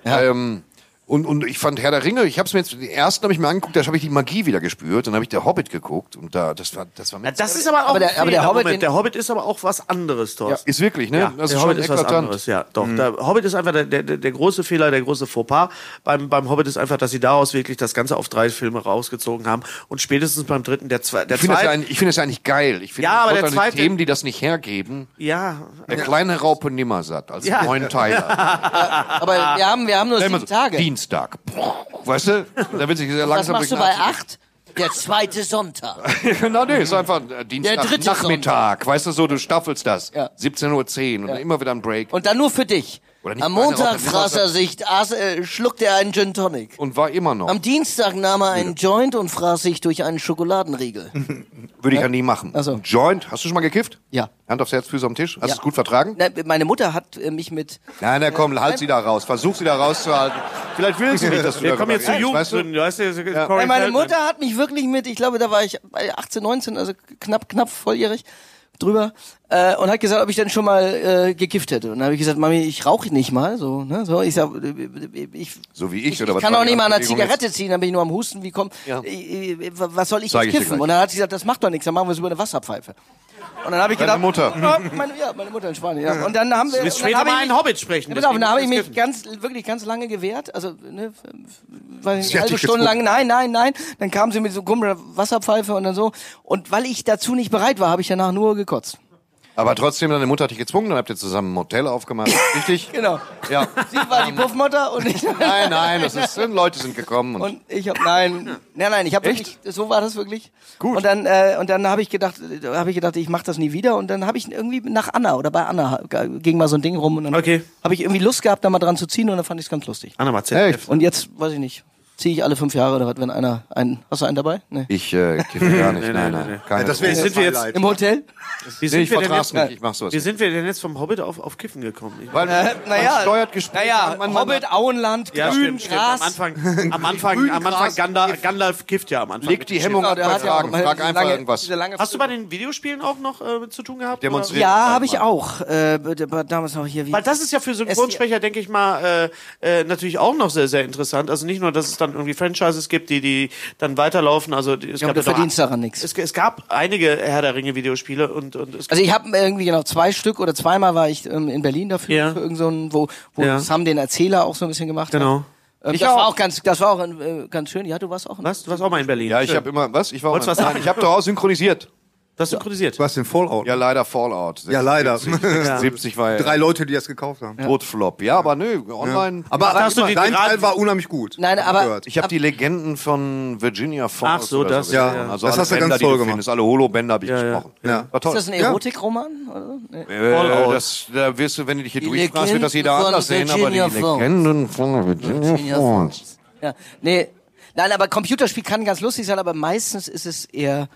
Ähm, und, und ich fand Herr der Ringe, ich hab's mir jetzt, den ersten habe ich mir angeguckt, da habe ich die Magie wieder gespürt, dann habe ich der Hobbit geguckt und da, das war, das war Ja, mit. das ist aber auch Aber der- ein aber der Fehler. Hobbit, den- Moment, der Hobbit ist aber auch was anderes, Thorsten. Ist wirklich, ne? Ja, das der schon Hobbit ist was eklatant. Mhm. anderes, ja. Doch, der Hobbit ist einfach der, der, der große Fehler, der große Fauxpas. Beim, beim Hobbit ist einfach, dass sie daraus wirklich das Ganze auf drei Filme rausgezogen haben. Und spätestens beim dritten, der, zwei, der Ich finde das, ja zweite. eigentlich- ich find das ja eigentlich geil. Ich finde Ja, aber der großartig, zweite- Themen, die das nicht hergeben. Ja, Der kleine Raupe Nimmersatt als Ja. neuen Teil. Aber wir haben, wir haben nur sieben Tage. Dienstag. Weißt du? Da wird sich sehr Was langsam machst du durch bei den Arzt- acht? Der zweite Sonntag. Na nee, ist einfach äh, Dienstag Der dritte Nachmittag, weißt du so, du staffelst das. Ja. 17.10 Uhr und dann immer wieder ein Break. Und dann nur für dich. Oder nicht Am weiß er, ob er Montag immer fraß sagt- er sich, aß, äh, schluckte er einen Gin Tonic. Und war immer noch. Am Dienstag nahm er einen Joint und fraß sich durch einen Schokoladenriegel. Mhm. Würde ich ja nie machen. Ach so. Ein Joint, hast du schon mal gekifft? Ja. Hand aufs Herz, Füße am Tisch. Hast du Ja. es gut vertragen? Na, meine Mutter hat äh, mich mit. Nein, na komm, halt sie da raus. Versuch sie da rauszuhalten. Vielleicht will sie nicht, dass du Wir darüber kommen jetzt zu redest, weißt du? Jugendgründen. Du weißt, du, Weil Corey meine Feldman. Mutter hat mich wirklich mit, ich glaube, da war ich bei 18, 19, also knapp, knapp volljährig drüber äh, und hat gesagt, ob ich dann schon mal äh, gekifft hätte. Und dann habe ich gesagt, Mami, ich rauche nicht mal. So, ne? so ich sag, äh, ich, So wie ich, ich, oder was kann war auch die nicht mal an einer Bewegung jetzt? Zigarette ziehen, dann bin ich nur am Husten. Wie kommt? Ja. Äh, äh, was soll ich Zeig ich jetzt dir kiffen? gleich. Und dann hat sie gesagt, das macht doch nichts, dann machen wir es über eine Wasserpfeife. Und dann habe ich Deine gedacht, Mutter. Ja, meine, ja, meine Mutter in Spanien. Ja. Und dann haben wir, Willst und dann später hab ich mal mich- einen Hobbit sprechen. ja, pass auf, deswegen da habe ich ist mich das ganz, wirklich ganz lange gewehrt. Also, ne, f- f- weiß nicht, eine hat halbe dich Stunde lang, nein, gezwungen. nein, nein. Dann kam sie mit so komischer Wasserpfeife und dann so. Und weil ich dazu nicht bereit war, habe ich danach nur gekotzt. Aber trotzdem, deine Mutter hat dich gezwungen, dann habt ihr zusammen ein Motel aufgemacht. Richtig? Genau. Ja. Sie war die Puffmutter und ich. Nein, nein, das ist, Leute sind gekommen. Und, Und ich habe nein, nein, nein, ich habe wirklich, so war das wirklich. Gut. Und dann äh, und dann habe ich gedacht, habe ich gedacht, ich mache das nie wieder. Und dann habe ich irgendwie nach Anna oder bei Anna äh, ging mal so ein Ding rum und dann Okay. habe ich irgendwie Lust gehabt, da mal dran zu ziehen und dann fand ich es ganz lustig. Anna Marcel. echt? Und jetzt, weiß ich nicht, ziehe ich alle fünf Jahre oder was, wenn einer einen. Hast du einen dabei? Nee. Ich äh, kiffe gar nicht, nein, nein. Keine Das wäre Drogen. jetzt Sind das wir jetzt- Highlight. Im Hotel? Wie Nee, ich wir denn vertrag's jetzt- nicht, ich mach sowas. Wie sind wir denn jetzt vom Hobbit auf, auf Kiffen gekommen? Ich- Weil Äh, man steuert Gespräche. naja, an, man, man Hobbit, Auenland, Ja, Grün, stimmt, Gras. stimmt. Am Anfang, am Anfang, am Anfang Gandalf, Gandalf kifft ja am Anfang. legt die Hemmung Genau, ab der bei hat ja auch Fragen. mal Frag diese einfach lange- irgendwas. diese lange- Hast du bei den Videospielen auch noch äh, mit zu tun gehabt? oder? Demonstrieren. ja, habe ich auch. Äh, aber damals noch hier wie. Weil das ist ja für Synchronsprecher, denke ich mal, äh, äh, natürlich auch noch sehr, sehr interessant. Also nicht nur, dass es dann irgendwie Franchises gibt, die, die dann weiterlaufen. Also die- es Ja, aber du noch- verdienst daran nichts. Es, es gab einige Herr der Ringe-Videospiele und, und es Also ich habe irgendwie genau zwei Stück oder zweimal war ich ähm, in Berlin dafür Ja. für irgend so ein, wo, wo Ja. Sam den Erzähler auch so ein bisschen gemacht Genau. hat. Ähm, das war auch ganz, das war auch äh, ganz schön. Ja, du warst auch. in- was? Du warst auch mal in Berlin. Ja, ich Schön. habe immer, was? Ich war Wolltest mal- was sagen? Nein, ich habe doch auch synchronisiert. Du hast synchronisiert. Du hast den Fallout. Ja, Ja, leider Fallout. leider. 76 war ja Drei Leute, die das gekauft haben. Todflop. Ja, aber nö, online. Aber hast du die- dein die Raten- Teil war unheimlich gut. Nein, Hab ich aber- gehört. Ich habe die Legenden von Virginia Falls. Ach so, das, ja. Also Das alle hast du Bänder, ganz die toll du gemacht. findest, alle Holo-Bänder habe ich gesprochen. Ja. War toll. Ist das ein Erotikroman? oder? Nee. äh, das, da wirst du, wenn du dich hier durchfragst, wird das jeder Legenden anders von sehen, aber die Virginia Falls. Legenden von Virginia Falls. Ja, nee. Nein, aber Computerspiel kann ganz lustig sein, aber meistens ist es eher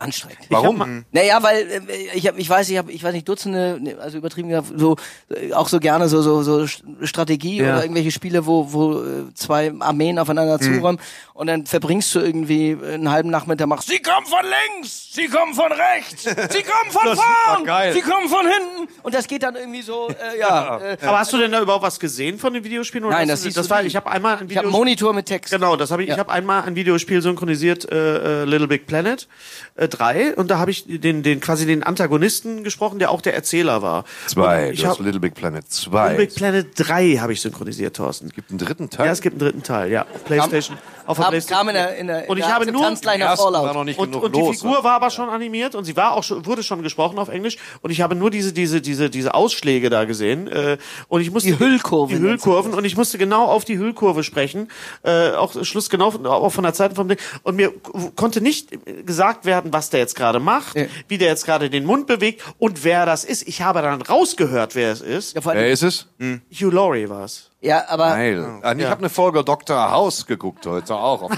anstrengend. Warum? Naja, weil äh, ich hab, ich weiß, ich habe, ich weiß nicht, Dutzende, ne, also übertrieben gesagt, so äh, auch so gerne so so, so Sch- Strategie oder irgendwelche Spiele, wo wo äh, zwei Armeen aufeinander zuräumen und dann verbringst du irgendwie einen halben Nachmittag machst. Sie kommen von links, sie kommen von rechts, sie kommen von vorn, geil. sie kommen von hinten und das geht dann irgendwie so, äh, ja. Äh, Aber hast du denn da überhaupt was gesehen von den Videospielen? oder Nein, hast das du- siehst das du war, nie. ich habe einmal ein ich habe Videospiel. einen Monitor mit Text. Genau, das habe ich. Ich habe einmal ein Videospiel synchronisiert, äh, äh, Little Big Planet äh, 3, und da habe ich den, den quasi den Antagonisten gesprochen, der auch der Erzähler war. Zwei. Und Ich Du hast habe Little Big Planet Little Big 2. Planet 3 habe ich synchronisiert, Thorsten. Gibt einen dritten Teil? Ja, es gibt einen dritten Teil, ja. Auf Playstation. auf der Kam- Playstation. kam in der- in der- in und ich der habe nur Akzeptanz gleich Den nach ersten Fallout. war noch nicht und, genug und los. ne? die ne? Figur war aber schon animiert und sie war auch schon, wurde schon gesprochen auf Englisch und ich habe nur diese diese diese diese Ausschläge da gesehen äh, und ich musste Die Hüllkurve die nennt Hüllkurven und ich musste genau auf die Hüllkurve sprechen äh, auch Schluss genau auch von der Zeit vom Ding und mir k- konnte nicht äh, gesagt werden was der jetzt gerade macht wie der jetzt gerade den Mund bewegt und wer das ist ich habe dann rausgehört wer es ist Ja, vor allem, Wer ist es? Hugh Laurie war es ja, aber Neil. Ah, Ich habe eine Folge Dr. House geguckt heute auch. Auf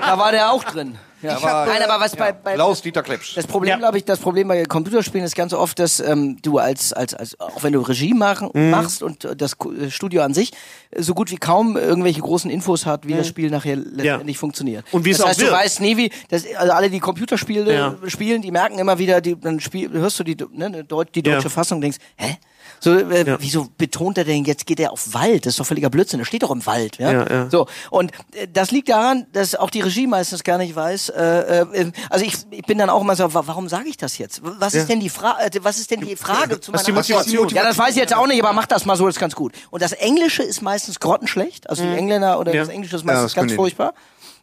da war der auch drin. Ja. war- Nein, aber was bei, bei Klaus Dieter Klepsch. Das Problem, glaube ich, das Problem bei Computerspielen ist ganz oft, dass ähm, du als, als, als, auch wenn du Regie machen, Mhm. machst und äh, das Ku- äh, Studio an sich äh, so gut wie kaum irgendwelche großen Infos hat, wie das Spiel nachher letztendlich funktioniert. Mhm. Und wie es das auch heißt, du wirkt. weißt nie, wie, das, also alle, die Computerspiele Ja. äh, spielen, die merken immer wieder, die, dann spiel, hörst du die, ne, ne, Deut- die deutsche Ja. Fassung und denkst, hä? So, äh, wieso betont er denn jetzt geht er auf Wald? Das ist doch völliger Blödsinn. Er steht doch im Wald, ja? Ja, ja. So und äh, das liegt daran, dass auch die Regie meistens gar nicht weiß. Äh, äh, also ich, ich bin dann auch immer so, wa- warum sage ich das jetzt? Was ist denn die Frage? Was ist denn die Frage zu meiner die Motivation? Ja, das weiß ich jetzt auch nicht, aber mach das mal so, das ist ganz gut. Und das Englische ist meistens grottenschlecht. Also die Engländer oder das Englische ist meistens das können ganz die nicht. furchtbar.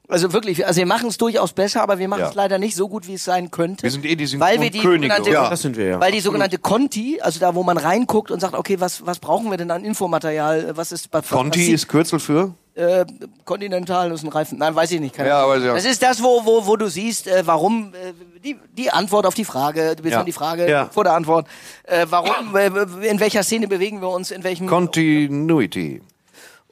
Also wirklich, also wir machen es durchaus besser, aber wir machen es Ja. leider nicht so gut, wie es sein könnte. Wir sind eh die weil wir die Synchronkönige, sogenannte- oder? Das sind wir, ja. Weil die sogenannte Conti, also da, wo man reinguckt und sagt, okay, was, was brauchen wir denn an Infomaterial? Was ist was, was Conti sieht- ist Kürzel für? äh, Continental ist ein Reifen. Nein, weiß ich nicht. Keine Ja, Ahnung. weiß ich auch. Das ist das, wo, wo, wo du siehst, äh, warum äh, die, die Antwort auf die Frage, du bist Ja. an die Frage Ja. vor der Antwort, äh, warum, äh, in welcher Szene bewegen wir uns, in welchem Continuity.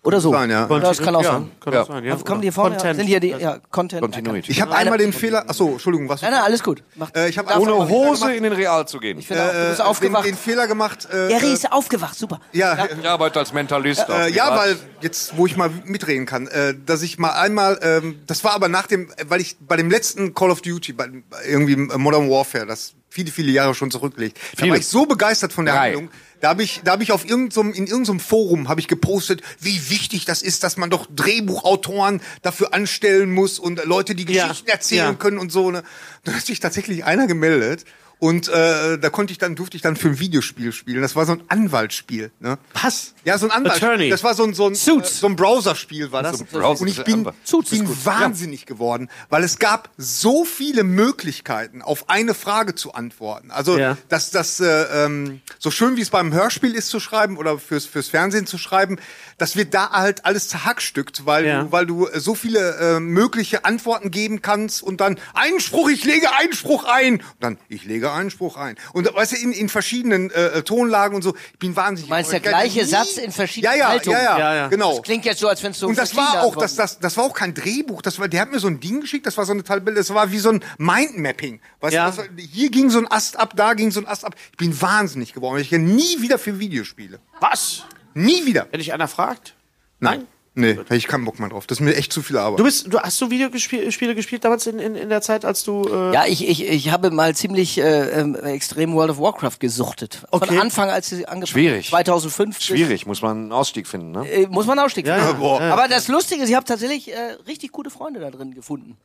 oder so. Sein, ja. Das kann auch ja, sein. Kann Ja. auch sein, ja. Kommen Oder die hier vorne? Content. Sind hier die ja, Content? Continuity. Ich habe einmal den Fehler. Achso, Entschuldigung, was? Nein, nein, alles gut. Mach, Äh, ich habe Ohne Hose in den Real zu gehen. genau, du bist den, aufgewacht. Äh, den Fehler gemacht. Äh, Gary ist aufgewacht, super. ja, Ich arbeite als Mentalist. auf Äh, ja, Real. weil jetzt, wo ich mal mitreden kann, äh, dass ich mal einmal, ähm, das war aber nach dem, äh, weil ich bei dem letzten Call of Duty, bei, bei irgendwie Modern Warfare, das viele, viele Jahre schon zurückliegt, da Viele. war ich so begeistert von der Drei. Handlung, da habe ich, da habe ich auf irgendeinem, in irgendeinem Forum habe ich gepostet, wie wichtig das ist, dass man doch Drehbuchautoren dafür anstellen muss und äh, Leute, die Ja. Geschichten erzählen Ja. können und so. Ne? Da hat sich tatsächlich einer gemeldet. Und äh, da konnte ich dann, durfte ich dann für ein Videospiel spielen. Das war so ein Anwaltsspiel. Ne? Was? Ja, so ein Anwalt. Attorney. Das war so ein, so ein, äh, Suits. so ein Browser-Spiel, war das. So ein Browser- und ich bin, Anwalt. bin wahnsinnig geworden, weil es gab so viele Möglichkeiten, auf eine Frage zu antworten. Also, Ja. dass das äh, ähm, so schön wie es beim Hörspiel ist zu schreiben oder fürs, fürs Fernsehen zu schreiben, das wird da halt alles zerhackstückt, weil, Ja. du, weil du äh, so viele äh, mögliche Antworten geben kannst und dann Einspruch, ich lege Einspruch ein. Und dann, ich lege Einspruch ein. Und äh, weißt du, in, in verschiedenen äh, äh, Tonlagen und so, ich bin wahnsinnig Du meinst, der ich kann gleiche nie- Satz in verschiedenen ja, ja, Haltungen. Ja, ja, Ja, ja. genau. Das klingt jetzt so, als wenn es so Und das verschiedene war auch, das, Antworten- das, das war auch kein Drehbuch. Das war, der hat mir so ein Ding geschickt, das war so eine Tabelle, das war wie so ein Mindmapping. Weißt Ja. du, das war, hier ging so ein Ast ab, da ging so ein Ast ab. Ich bin wahnsinnig geworden. Ich gehe nie wieder für Videospiele. Was? Nie wieder. Wenn dich einer fragt? Nein. Nee, da hab ich keinen Bock mehr drauf. Das ist mir echt zu viel Arbeit. Du bist, du hast du Videospiele Spiele gespielt damals in, in, in der Zeit, als du. Äh, Ja, ich, ich, ich habe mal ziemlich äh, ähm, extrem World of Warcraft gesuchtet. Okay. Von Anfang, als sie angefangen Schwierig. 2005. bis- Schwierig, muss man einen Ausstieg finden. Ne? Äh, muss man Ausstieg finden. ja, boah. Aber das Lustige ist, ich habe tatsächlich äh, richtig gute Freunde da drin gefunden.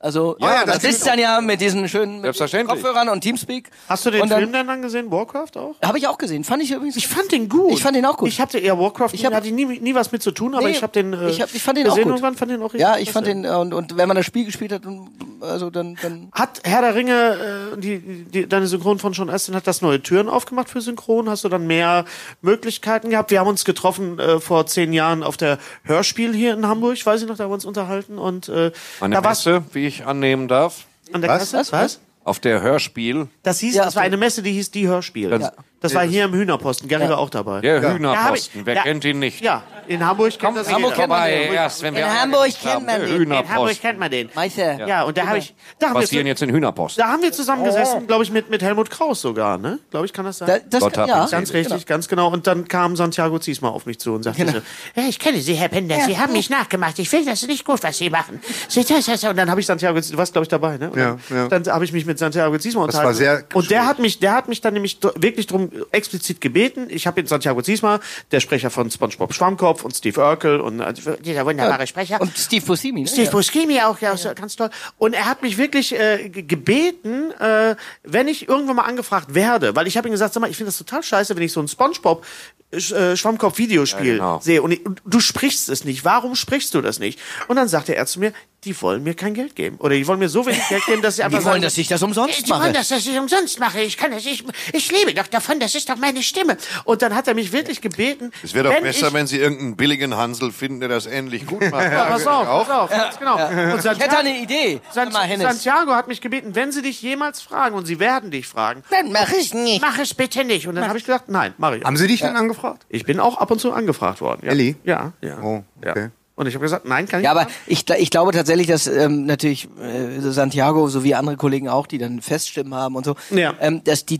Also, Ja, ja, das, das klingt ist dann ja mit diesen schönen mit diesen Selbstverständlich. Kopfhörern und Teamspeak. hast du den und dann, Film denn dann gesehen? Warcraft auch? Habe ich auch gesehen. Fand ich übrigens. Ich fand den gut. Ich fand den auch gut. Ich hab den, ja, Warcraft, ich hab- hatte nie, nie was mit zu tun, aber Nee, ich habe den. Äh, ich hab- ich fand den auch gesehen gut. irgendwann, fand den auch richtig ja, ich klasse. Ah. fand den äh, und, und wenn man das Spiel gespielt hat, und, also dann, dann Hat Herr der Ringe, äh, die, die, deine Synchron von Sean Astin hat das neue Türen aufgemacht für Synchron? Hast du dann mehr Möglichkeiten gehabt? Wir haben uns getroffen äh, vor zehn Jahren auf der Hörspiel hier in Hamburg, weiß ich noch, da haben wir uns unterhalten und äh, An da der warst Messe, wie ich annehmen darf, an der Was? Kasse. Was? Was? auf der Hörspiel, Das hieß, Ja, das war so. eine Messe, die hieß die Hörspiel. Ja. Das war hier im Hühnerposten. Gary war auch dabei. der Da hab Hühnerposten. Wer da- kennt ihn nicht? Ja, in Hamburg kennt das Hamburg jeder. kennt man vorbei, den. erst, wenn In wir Hamburg angefangen kennt man haben. den. In Hamburg Hühnerposten. kennt man den. Meister. Ja, und da habe ich, da haben wir, Passieren zu- jetzt in Hühnerposten. da haben wir zusammen gesessen, glaube ich, mit, mit Helmut Kraus sogar, ne? Glaube ich, kann das sein? Da, das Gott hab ja. ihn selig. Ganz richtig, ganz genau. Und dann kam Santiago Ziesma auf mich zu und sagte Genau. so, "Ja, ich kenne Sie, Herr Pender, Sie haben mich nachgemacht. Ich finde das nicht gut, was Sie machen. Sie das, das. Und dann habe ich Santiago, Ziesma- du warst glaube ich dabei, ne? Und Ja, ja. Dann habe ich mich mit Santiago Ziesma unterhalten. war sehr und der hat mich, der hat mich dann nämlich dr- wirklich drum explizit gebeten. Ich habe ihn Santiago Ziesma, der Sprecher von SpongeBob Schwammkopf und Steve Urkel und äh, dieser wunderbare Sprecher. Genau. Und Steve Buscemi. Ne? Steve Buscemi auch, ja, so ganz toll. Und er hat mich wirklich äh, ge- gebeten, äh, wenn ich irgendwann mal angefragt werde, weil ich habe ihm gesagt, sag mal, ich finde das total scheiße, wenn ich so ein SpongeBob Sch- äh, Schwammkopf Videospiel genau. sehe und, ich, und du sprichst es nicht. Warum sprichst du das nicht? Und dann sagte er zu mir, die wollen mir kein Geld geben oder die wollen mir so wenig Geld geben, dass sie einfach Die wollen, sagen, dass ich das umsonst die wollen, mache. dass ich es umsonst mache. Ich kann das, ich, ich lebe doch davon. Das ist doch meine Stimme. Und dann hat er mich wirklich gebeten. Es wäre doch wenn besser, ich, wenn Sie irgendeinen billigen Hansel finden, der das ähnlich gut macht. Ja, pass auf, pass auf. Ganz genau. Und Ich hätte Santiago- eine Idee. Sag San mal, Hennes. Santiago hat mich gebeten, wenn sie dich jemals fragen, und sie werden dich fragen, Dann mach ich nicht. mach es bitte nicht. Und dann habe ich gesagt, nein, mache ich. auch. Haben sie dich denn angefragt? Ich bin auch ab und zu angefragt worden. Ja. Elli? Ja, ja. Oh, ja. okay. Und ich habe gesagt, nein, kann ich Ja, aber nicht. ich, gl- ich glaube tatsächlich, dass ähm, natürlich äh, Santiago sowie andere Kollegen auch, die dann Feststimmen haben und so, Ja. ähm, dass die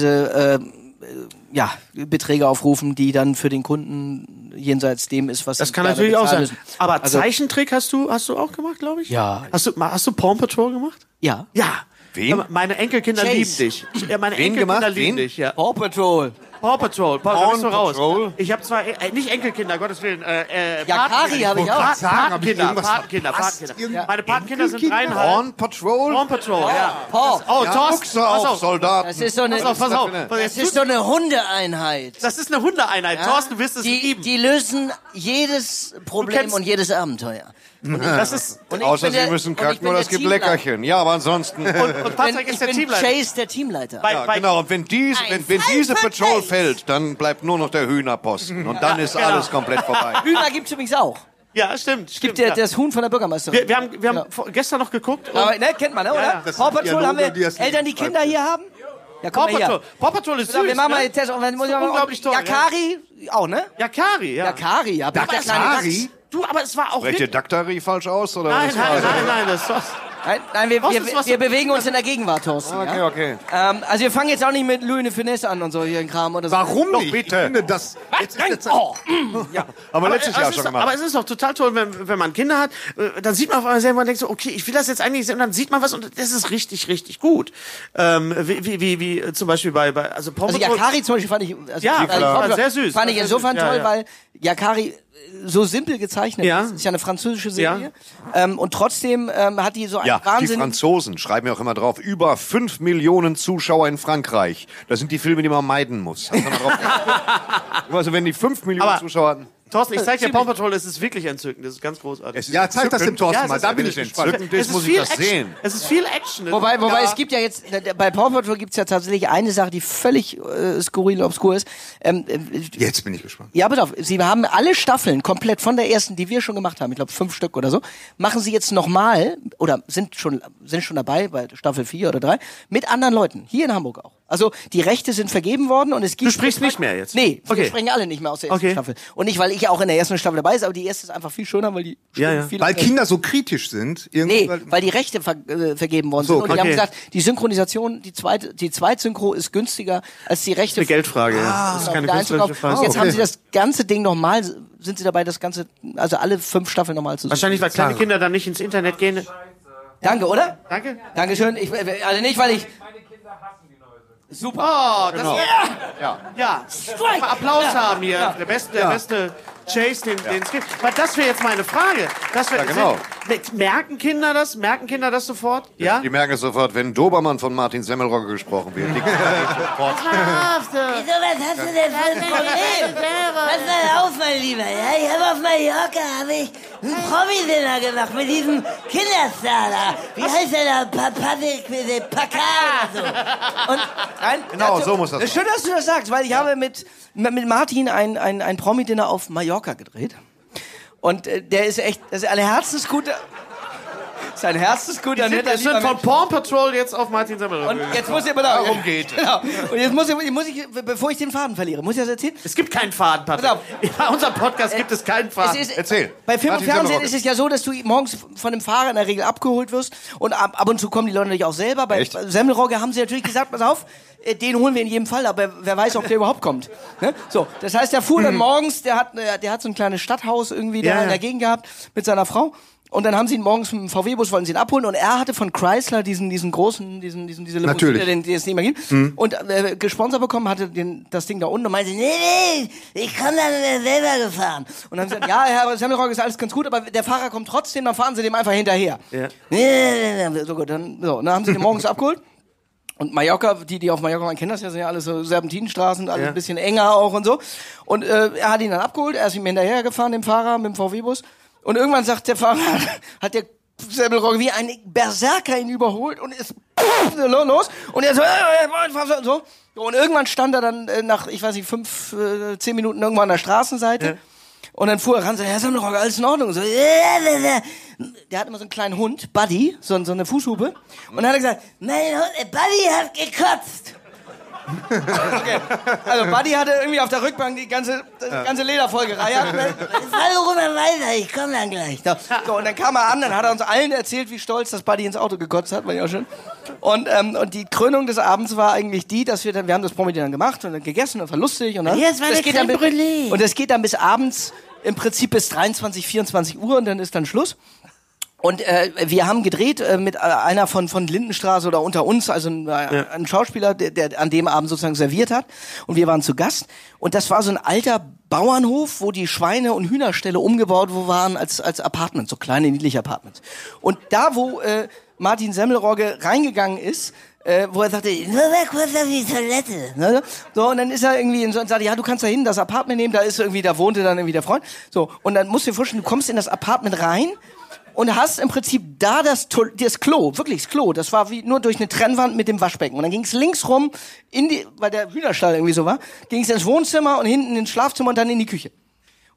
teilweise ähm, äh, ja, Beträge aufrufen, die dann für den Kunden jenseits dem ist, was Das sie kann gerne natürlich auch sein. bezahlen müssen. Also- Aber Zeichentrick hast du, hast du auch gemacht, glaube ich? Ja. Hast du, ma- hast du Paw Patrol gemacht? Ja. Ja. Wen? Meine Enkelkinder Chase. lieben dich. Ja, meine Wen Enkelkinder gemacht? Wen? lieben dich, ja. Paw Patrol. Paw Patrol, Paw, da bist du Paw raus. Patrol? Ich habe zwar äh, nicht Enkelkinder, Gottes Willen. Äh, äh, Ja, Patenkinder. Kari habe ich auch. sagen, hab ich Patenkinder, irgendwas Patenkinder, verpasst? Patenkinder. Irgend- Meine Patenkinder sind Enkelkinder? dreieinhalb. Patrol? Paw Patrol, ja. Paw. Oh, Thorsten, Ochse pass auf, auf. Soldaten. Das ist so eine, Pass auf, pass auf. das ist so eine Hundeeinheit. Das ist eine Hundeeinheit. Thorsten, du wirst es die, lieben. die lösen jedes Problem kennst- und jedes Abenteuer. Das ist, und, ich Außer bin der- Sie müssen und ich kacken bin oder der es gibt Teamleiter. Leckerchen. Ja, aber ansonsten. und Bin- Patrick ist der ich bin Teamleiter. Chase der Teamleiter. Bei- Ja, bei- genau, und wenn, dies, Ein wenn, wenn diese Fall Patrol verteilt. genau. fällt, dann bleibt nur noch der Hühnerposten. Und dann ist alles komplett vorbei. Hühner gibt's übrigens auch. Ja, stimmt. stimmt Gibt der, ja. das Huhn von der Bürgermeisterin. wir, wir haben, wir haben Ja. vor- gestern noch geguckt. und- Aber, ne, kennt man, ne, oder? ja. Paw Patrol Dialoge, haben wir die das Eltern, die Kinder hier haben? Ja, komm Paw mal hier. Patrol. Paw Patrol ist So, süß. wir machen mal ne? den Test. Und dann muss ich doch mal- unglaublich toll, Yakari auch, ne? Yakari, ja. Yakari, ja. Bleibt der kleine Dachs. Du, aber es war auch Sprecht ihr wirklich... Daktari falsch aus? Oder Nein, was Also, nein, war nein, das? nein, das war's. Nein, nein wir, Thorsten, wir, was- wir bewegen uns in der Gegenwart, Thorsten. Okay, ja? okay. Ähm, also wir fangen jetzt auch nicht mit Lüne Finesse an und so hier in Kram oder so. Warum Doch, nicht? bitte. Ich finde das. Jetzt ist der Zeit- Oh. Haben wir letztes Aber es Jahr ist, schon gemacht. Aber es ist doch total toll, wenn, wenn man Kinder hat, äh, dann sieht man auf einmal selber und denkt so, okay, ich will das jetzt eigentlich sehen, und dann sieht man was und das ist richtig, richtig gut. Ähm, wie, wie, wie, wie äh, zum Beispiel bei, bei also Paw Also Patrol- Yakari zum Beispiel fand ich, also Ja, also, klar. Paw Patrol sehr süß. Fand ich Sehr insofern süß, ja, toll, ja. weil Yakari äh, so simpel gezeichnet Ja. ist. Ist ja eine französische Serie. Ähm, und trotzdem ähm, hat die so einen Ja, die Wahnsinn. Franzosen schreiben ja auch immer drauf, über 5 Millionen Zuschauer in Frankreich. Das sind die Filme, die man meiden muss. Hat man mal drauf- also wenn die 5 Millionen Aber- Zuschauer hatten. Thorsten, ich Äh, zeig dir Paw Patrol, es ist wirklich entzückend, das ist ganz großartig. Es ist Ja, zeig das dem entzückend. Thorsten Ja, es mal. ist Da ein bin ich bisschen entspannt. entzückend ist, muss ich viel das Action. sehen. Es ist viel Action. ne? Wobei, wobei es gibt ja jetzt, äh, bei Paw Patrol gibt es ja tatsächlich eine Sache, die völlig äh, skurril, obskur ist. Ähm, äh, Jetzt bin ich gespannt. Ja, pass auf, sie haben alle Staffeln komplett von der ersten, die wir schon gemacht haben, ich glaube fünf Stück oder so, machen sie jetzt nochmal oder sind schon, sind schon dabei bei Staffel vier oder drei, mit anderen Leuten, hier in Hamburg auch. Also die Rechte sind vergeben worden und es gibt. Du sprichst nicht mehr jetzt? Nee, wir Okay. sprechen alle nicht mehr aus der ersten Okay. Staffel. Und nicht, weil ich auch in der ersten Staffel dabei ist, aber die erste ist einfach viel schöner, weil die Ja, ja. viel Weil Kinder so kritisch sind. Nee, Irgendwie weil die Rechte ver äh, vergeben worden sind. Und die okay. haben gesagt, die Synchronisation, die zweite, die Zweitsynchro ist günstiger als die Rechte. eine Geldfrage. Ah, ja. das ist keine Da künstlerische einzukaufen. Frage. Jetzt okay. haben sie das ganze Ding nochmal, sind sie dabei, das ganze, also alle fünf Staffeln nochmal zu Wahrscheinlich, weil kleine Kinder dann nicht ins Internet gehen. Danke, oder? Danke. Dankeschön. Ich, äh, also nicht, weil ich. Super. Oh, das Genau. Ja. ja. Mal Applaus haben hier. Der beste, der beste Chase, den den es gibt. Aber das wäre jetzt meine Frage. Das wär, Ja, genau. sind, merken Kinder das? Merken Kinder das sofort? Ja? Die merken es sofort, wenn Dobermann von Martin Semmelrogge gesprochen wird. Die Wieso, was hast du denn für ein Problem? Pass mal auf, mein Lieber. Ja, ich habe auf Mallorca hab ich einen Promi-Dinner gemacht mit diesem Kinderstar da. Wie heißt der da? Pa- Patrick äh, Packard oder so. Und Nein, Genau, so muss das Schön, dass du das sagst, weil ich habe mit, mit Martin ein, ein, ein Promi-Dinner auf Mallorca gedreht. Und äh, der ist echt, das ist ein herzensguter. Ist ein herzensguter, netter, Wir sind lieber von Mensch. Paw Patrol jetzt auf Martin Semmelrogge. Und jetzt muss ich immer Darum geht genau. Und jetzt muss ich, muss ich, bevor ich den Faden verliere, muss ich das erzählen? Es gibt keinen Faden, Patrick. Bei unserem Podcast gibt es keinen Faden. Genau. Es ist, Erzähl. Bei Film und Martin Fernsehen Semmelrogge. ist es ja so, dass du morgens von dem Fahrer in der Regel abgeholt wirst und ab, ab und zu kommen die Leute natürlich auch selber. Bei Echt? Semmelrogge haben sie natürlich gesagt, pass auf, äh, den holen wir in jedem Fall, aber wer weiß, ob der überhaupt kommt. Ne? So, das heißt, der fuhr dann morgens, der hat, äh, der hat so ein kleines Stadthaus irgendwie da Ja, in ja. der Gegend gehabt mit seiner Frau. Und dann haben sie ihn morgens mit dem VW-Bus, wollen sie ihn abholen. Und er hatte von Chrysler diesen, diesen großen, diesen, diesen, diese Limousine, Natürlich. den, den es nicht mehr gibt. Und äh, gesponsert bekommen, hatte den, das Ding da unten und meinte, nee, nee, nee, ich komme dann äh, selber gefahren. und dann haben sie gesagt, ja, Herr Semmelrock ist alles ganz gut, aber der Fahrer kommt trotzdem, dann fahren sie dem einfach hinterher. Ja. Nee, nee, nee, nee. So gut, dann, so, und dann haben sie den morgens abgeholt. Und Mallorca, die, die auf Mallorca waren, kennen das ja, sind ja alles so Serpentinenstraßen, alles ein bisschen enger auch und so. Und äh, er hat ihn dann abgeholt, er ist ihm hinterhergefahren, dem Fahrer, mit dem VW-Bus. Und irgendwann sagt der Fahrer, hat der Semmelrock wie ein Berserker ihn überholt und ist los. Und er so, äh, äh, äh, so. Und irgendwann stand er dann äh, nach, ich weiß nicht, fünf, äh, zehn Minuten irgendwo an der Straßenseite. Und dann fuhr er ran und so, Herr Semmelrock, alles in Ordnung. So, äh, äh, äh. der hat immer so einen kleinen Hund, Buddy, so, so eine Fußhupe. Und dann hat er gesagt, Mein Hund, äh, Buddy hat gekotzt. also Buddy hatte irgendwie auf der Rückbank die ganze, das ganze Leder vollgereiert. Ne? Hallo Roman Weiser, ich komme dann gleich. So, so, und dann kam er an, dann hat er uns allen erzählt, wie stolz das Buddy ins Auto gekotzt hat, war ja auch schön. Und, ähm, und die Krönung des Abends war eigentlich die, dass wir dann, wir haben das Promi dann gemacht und dann gegessen und war lustig. Und dann, Hier ist meine das geht dann Creme bis, Brûlée. und das geht dann bis abends, im Prinzip bis 23, 24 Uhr und dann ist dann Schluss. Und äh, wir haben gedreht äh, mit äh, einer von von Lindenstraße oder unter uns, also ein, äh, ein Schauspieler, der, der an dem Abend sozusagen serviert hat. Und wir waren zu Gast. Und das war so ein alter Bauernhof, wo die Schweine- und Hühnerställe umgebaut wo waren als als Apartments, so kleine niedliche Apartments. Und da, wo äh, Martin Semmelrogge reingegangen ist, äh, wo er sagte, Nur mal kurz auf die Toilette. Ne? So, und dann ist er irgendwie in so und sagt, ja, du kannst da hin, das Apartment nehmen, da ist irgendwie, da wohnte dann irgendwie der Freund. So, und dann musst du dir vorstellen, du kommst in das Apartment rein und hast im Prinzip da das, To- das Klo, wirklich das Klo, das war wie nur durch eine Trennwand mit dem Waschbecken. Und dann ging es links rum in die, weil der Hühnerstall irgendwie so war, ging es ins Wohnzimmer und hinten ins Schlafzimmer und dann in die Küche.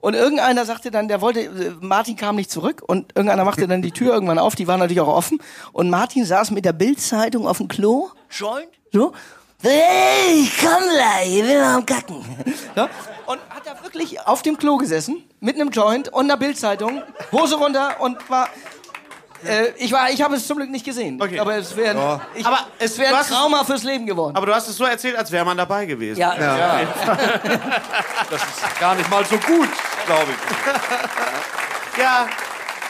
Und irgendeiner sagte dann, der wollte, äh, Martin kam nicht zurück und irgendeiner machte dann die Tür irgendwann auf, die war natürlich auch offen. Und Martin saß mit der Bildzeitung auf dem Klo, schäumt, so. Hey, komm gleich, ich will noch am Kacken. Ja? Und hat da wirklich auf dem Klo gesessen, mit einem Joint und einer Bildzeitung, Hose runter und war. Äh, ich war, ich habe es zum Glück nicht gesehen. Okay. Aber es wäre, ich, Aber es wäre du ein hast es- Trauma fürs Leben geworden. Aber du hast es so erzählt, als wäre man dabei gewesen. ja, Das ist gar nicht mal so gut, glaube ich. Ja,